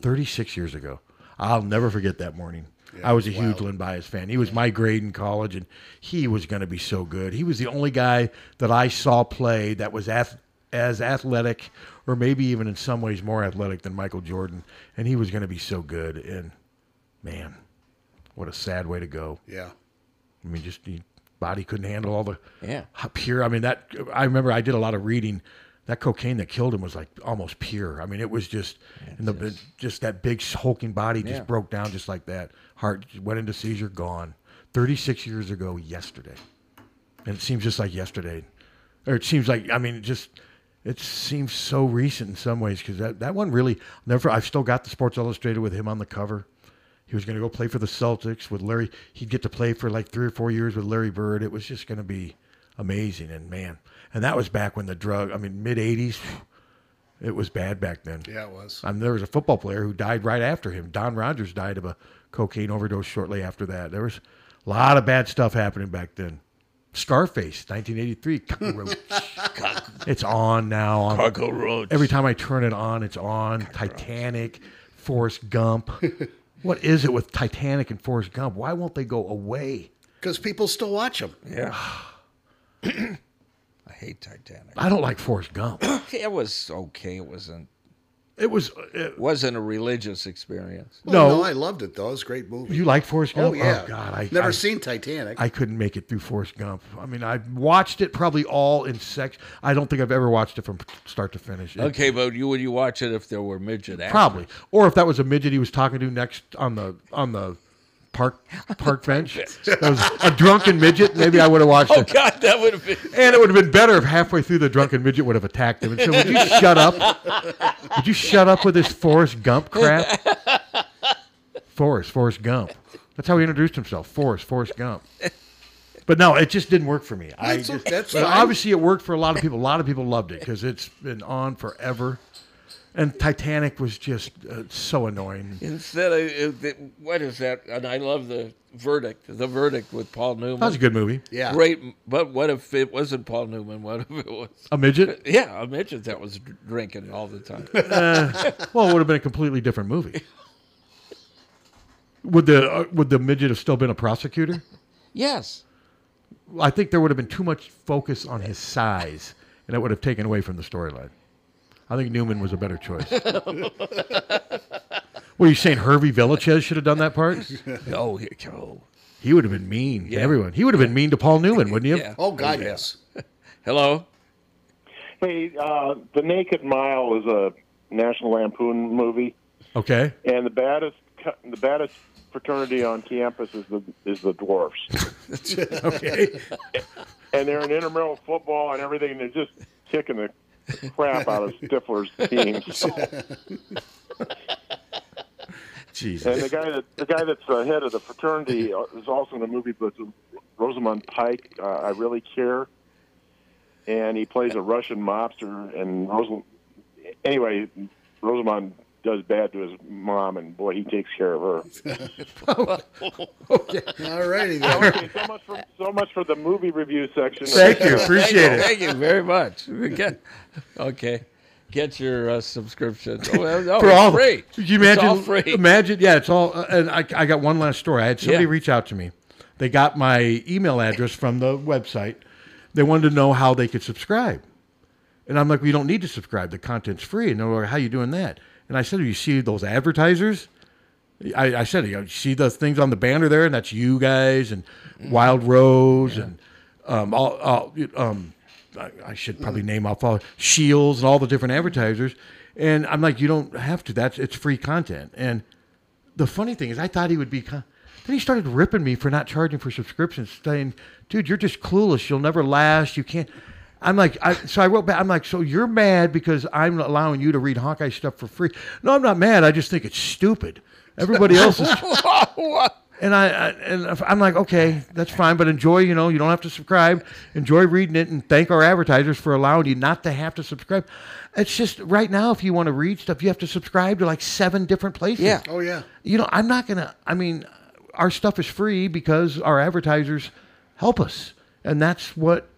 36 years ago. I'll never forget that morning. I was a huge Lynn Bias fan. He was my grade in college, and he was going to be so good. He was the only guy that I saw play that was ath- as athletic, or maybe even in some ways more athletic than Michael Jordan, and he was going to be so good. And man, what a sad way to go. Yeah. I mean, just your body couldn't handle all the Yeah. how pure. I mean, that I remember I did a lot of reading. That cocaine that killed him was like almost pure. I mean, it was just and the just, that big hulking body just Yeah. broke down just like that. Heart went into seizure, gone. 36 years ago yesterday. And it seems just like yesterday. Or it seems like, I mean, it just, it seems so recent in some ways because that, that one really, never, I've still got the Sports Illustrated with him on the cover. He was going to go play for the Celtics with Larry. He'd get to play for like three or four years with Larry Bird. It was just going to be amazing. And man, and that was back when the drug, I mean, mid 80s, it was bad back then. Yeah, it was. I mean, there was a football player who died right after him. Don Rogers died of a cocaine overdose shortly after that. There was a lot of bad stuff happening back then. Scarface, 1983. Cockroach. it's on now. On, Cockroach. Every time I turn it on, it's on. Titanic, Forrest Gump. what is it with Titanic and Forrest Gump? Why won't they go away? Because people still watch them. Yeah. I hate Titanic. I don't like Forrest Gump. it was okay. It wasn't. It was. uh, It wasn't a religious experience. Well, No. no, I loved it though. It was a great movie. You like Forrest Gump? Oh yeah. Oh, God, I- never I- seen Titanic. I couldn't make it through Forrest Gump. I mean, I watched it probably all in section. I don't think I've ever watched it from start to finish. It- Okay, but you would you watch it if there were midget actors? probably. Or if that was a midget he was talking to next on the on the park park bench, that was a drunken midget. Maybe I would have watched Oh it. God, that would have been. And it would have been better if halfway through the drunken midget would have attacked him and said, "Would you shut up? Would you shut up with this Forrest Gump crap?" Forrest, Forrest Gump. That's how he introduced himself. Forrest, Forrest Gump. But no, it just didn't work for me. I That's o- just, that's but fine. obviously it worked for a lot of people. A lot of people loved it because it's been on forever. And Titanic was just uh, so annoying. Instead of uh, the- what is that? And I love the verdict. The verdict with Paul Newman. That was a good movie. Yeah. Great. But what if it wasn't Paul Newman? What if it was A midget? Yeah, a midget that was dr- drinking all the time. Uh, well, it would have been a completely different movie. Would the uh, would the midget have still been a prosecutor? yes. I think there would have been too much focus on his size, and it would have taken away from the storyline. I think Newman was a better choice. what are you saying? Hervey Villachez should have done that part. no, Oh, here go. He would have been mean to everyone. He would have been mean to Paul Newman, wouldn't he? have? Oh God, yes. Hello. Hey, uh, The Naked Mile is a National Lampoon movie, Okay. and the baddest co- the baddest fraternity on campus is the is the dwarfs. okay. And they're in intramural football and everything. And they're just kicking the crap out of Stifler's team. And the guy that the guy that's uh, head of the fraternity uh, is also in a movie, but it's Rosamund Pike. Uh, I really care, and he plays a Russian mobster. And Rosamund, anyway, Rosamund does bad to his mom, and boy, he takes care of her. okay. All righty then. okay, so much for so much for the movie review section. Thank you, Thank you very much. We Get, okay. Get your uh, subscription. Oh, well, no, For it's all- free. Could you It's imagine? all free. Imagine, yeah, it's all. uh, and I, I got one last story. I had somebody Yeah. reach out to me. They got my email address from the website. They wanted to know how they could subscribe, and I'm like, "We don't need to subscribe. The content's free." And they're like, "How you doing that?" And I said, "You see those advertisers?" I, I said, "You see the things on the banner there, and that's you guys and Wild Rose and um, all, all um, I, I should probably name off all Shields and all the different advertisers." And I'm like, "You don't have to. That's it's free content." And the funny thing is, I thought he would be. Con- then he started ripping me for not charging for subscriptions, saying, "Dude, you're just clueless. You'll never last. You can't." I'm like, I, so I wrote back. I'm like, so you're mad because I'm allowing you to read Hawkeye stuff for free? No, I'm not mad. I just think it's stupid. Everybody else is. And I, I and I'm like, okay, that's fine, but enjoy. You know, you don't have to subscribe. Enjoy reading it, and thank our advertisers for allowing you not to have to subscribe. It's just right now, if you want to read stuff, you have to subscribe to like seven different places. Yeah. Oh, yeah. You know, I'm not gonna. I mean, our stuff is free because our advertisers help us, and that's what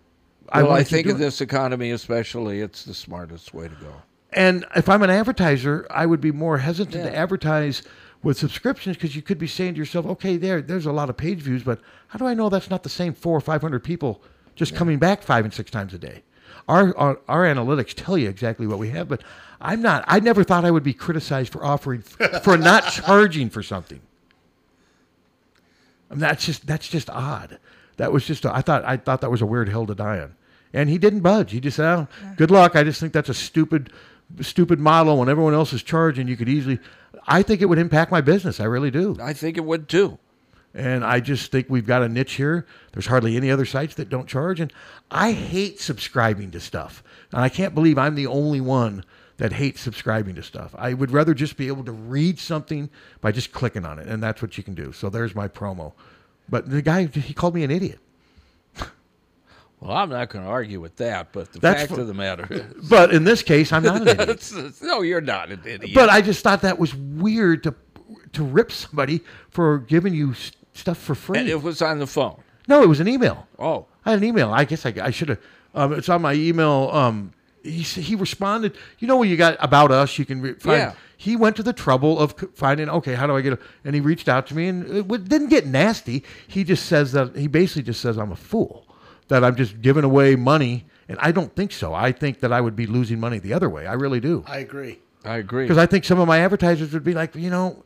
I well, want I to keep think in doing. this economy, especially, it's the smartest way to go. And if I'm an advertiser, I would be more hesitant to Yeah. advertise with subscriptions because you could be saying to yourself, okay, there, there's a lot of page views, but how do I know that's not the same four or 500 people just coming back five and six times a day? Our, our, our analytics tell you exactly what we have, but I'm not, I never thought I would be criticized for offering, for not charging for something. I mean, that's just, that's just odd. That was just, a, I thought, I thought that was a weird hill to die on. And he didn't budge. He just said, oh, good luck. I just think that's a stupid, stupid model when everyone else is charging. You could easily, I think it would impact my business. I really do. I think it would too. And I just think we've got a niche here. There's hardly any other sites that don't charge. And I hate subscribing to stuff. And I can't believe I'm the only one that hates subscribing to stuff. I would rather just be able to read something by just clicking on it. And that's what you can do. So there's my promo. But the guy, he called me an idiot. Well, I'm not going to argue with that, but the That's fact fu- of the matter is. But in this case, I'm not an idiot. no, you're not an idiot. But I just thought that was weird to to rip somebody for giving you s- stuff for free. And it was on the phone. no, it was an email. Oh, I had an email. I guess I, I should have. Um, it's on my email. Um, he s- he responded. You know when you got about us, you can re- find. Yeah. He went to the trouble of c- finding. Okay, how do I get? A, and he reached out to me, and it w- didn't get nasty. He just says that he basically just says I'm a fool, that I'm just giving away money, and I don't think so. I think that I would be losing money the other way. I really do. I agree. I agree. Because I think some of my advertisers would be like, you know,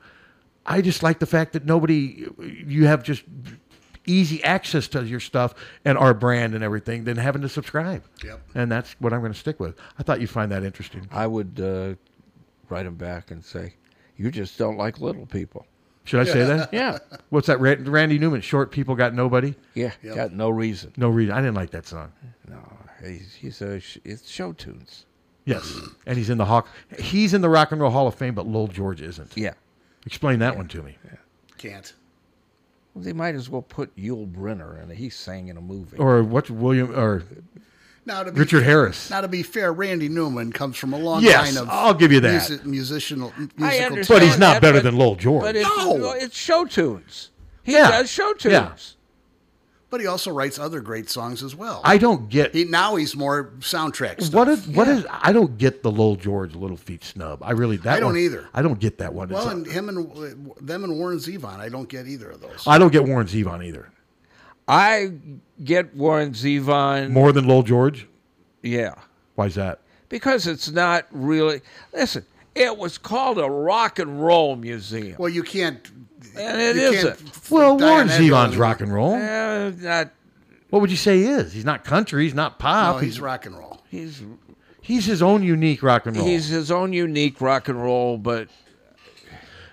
I just like the fact that nobody, you have just easy access to your stuff and our brand and everything than having to subscribe. Yep. And that's what I'm going to stick with. I thought you'd find that interesting. I would uh, write him back and say, "You just don't like little people." Should I say that? Yeah. What's that? Ran- Randy Newman, short people got nobody? Yeah, Yep. got no reason. No reason. I didn't like that song. He's, he's a sh- it's show tunes. Yes. and he's in the Hawk. He's in the Rock and Roll Hall of Fame, but Lowell George isn't. Yeah. Explain that one to me. Can't. Well, they might as well put Yul Brynner in. it. He sang in a movie. Or what's William, or Now to be Richard Harris. Now to be fair, Randy Newman comes from a long Yes, line of I'll give you that. music- musical musical. I talent. understand But he's not that, better but- than Lowell George. But it's, No. it's show tunes. He Yeah. does show tunes. Yeah. But he also writes other great songs as well. I don't get He now he's more soundtrack stuff. What is what is I don't get the Lowell George Little Feet snub. I really that I don't one- either. I don't get that one. It's Well, a- and him and them and Warren Zevon, I don't get either of those. I don't get Warren Zevon either. I get Warren Zevon More than Lowell George. Yeah, Why's that? because it's not really. Listen, it was called a rock and roll museum. Well, you can't. And it you isn't. can't f- Well, die Warren on that Zevon's hill. rock and roll. Uh, not, What would you say he is? He's not country. He's not pop. No, he's rock and roll. He's he's his own unique rock and roll. he's his own unique rock and roll, but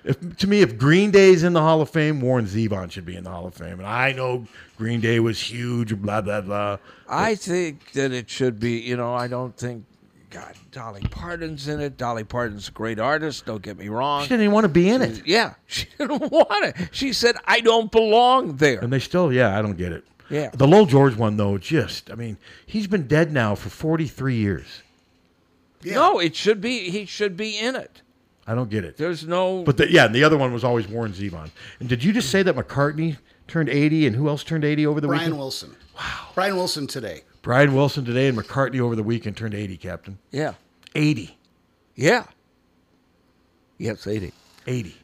If, to me, if Green Day's in the Hall of Fame, Warren Zevon should be in the Hall of Fame. And I know Green Day was huge. Blah blah blah. I think that it should be. You know, I don't think. God, Dolly Parton's in it. Dolly Parton's a great artist. Don't get me wrong. She didn't even want to be in it. Yeah, she didn't want it. She said, "I don't belong there." And they still, yeah, I don't get it. Yeah. The Lowell George one though, just I mean, he's been dead now for forty three years. No, it should be. He should be in it. I don't get it. There's no. But the, yeah, and the other one was always Warren Zevon. And did you just say that McCartney turned 80 and who else turned 80 over the Brian weekend? Wilson. Wow. Brian Wilson today. Brian Wilson today and McCartney over the weekend turned 80, Captain. Yeah. 80. Yeah. Yes, 80. 80.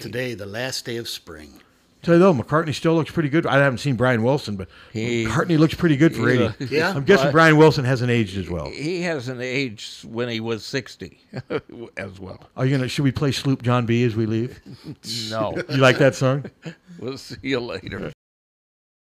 today, the last day of spring. Tell you though, McCartney still looks pretty good. I haven't seen Brian Wilson, but McCartney looks pretty good for he 80. look- Yeah. I'm guessing But- Brian Wilson hasn't aged as well. He hasn't aged when he was 60 as well. Are you gonna? Should we play Sloop John B as we leave? No. You like that song? We'll see you later.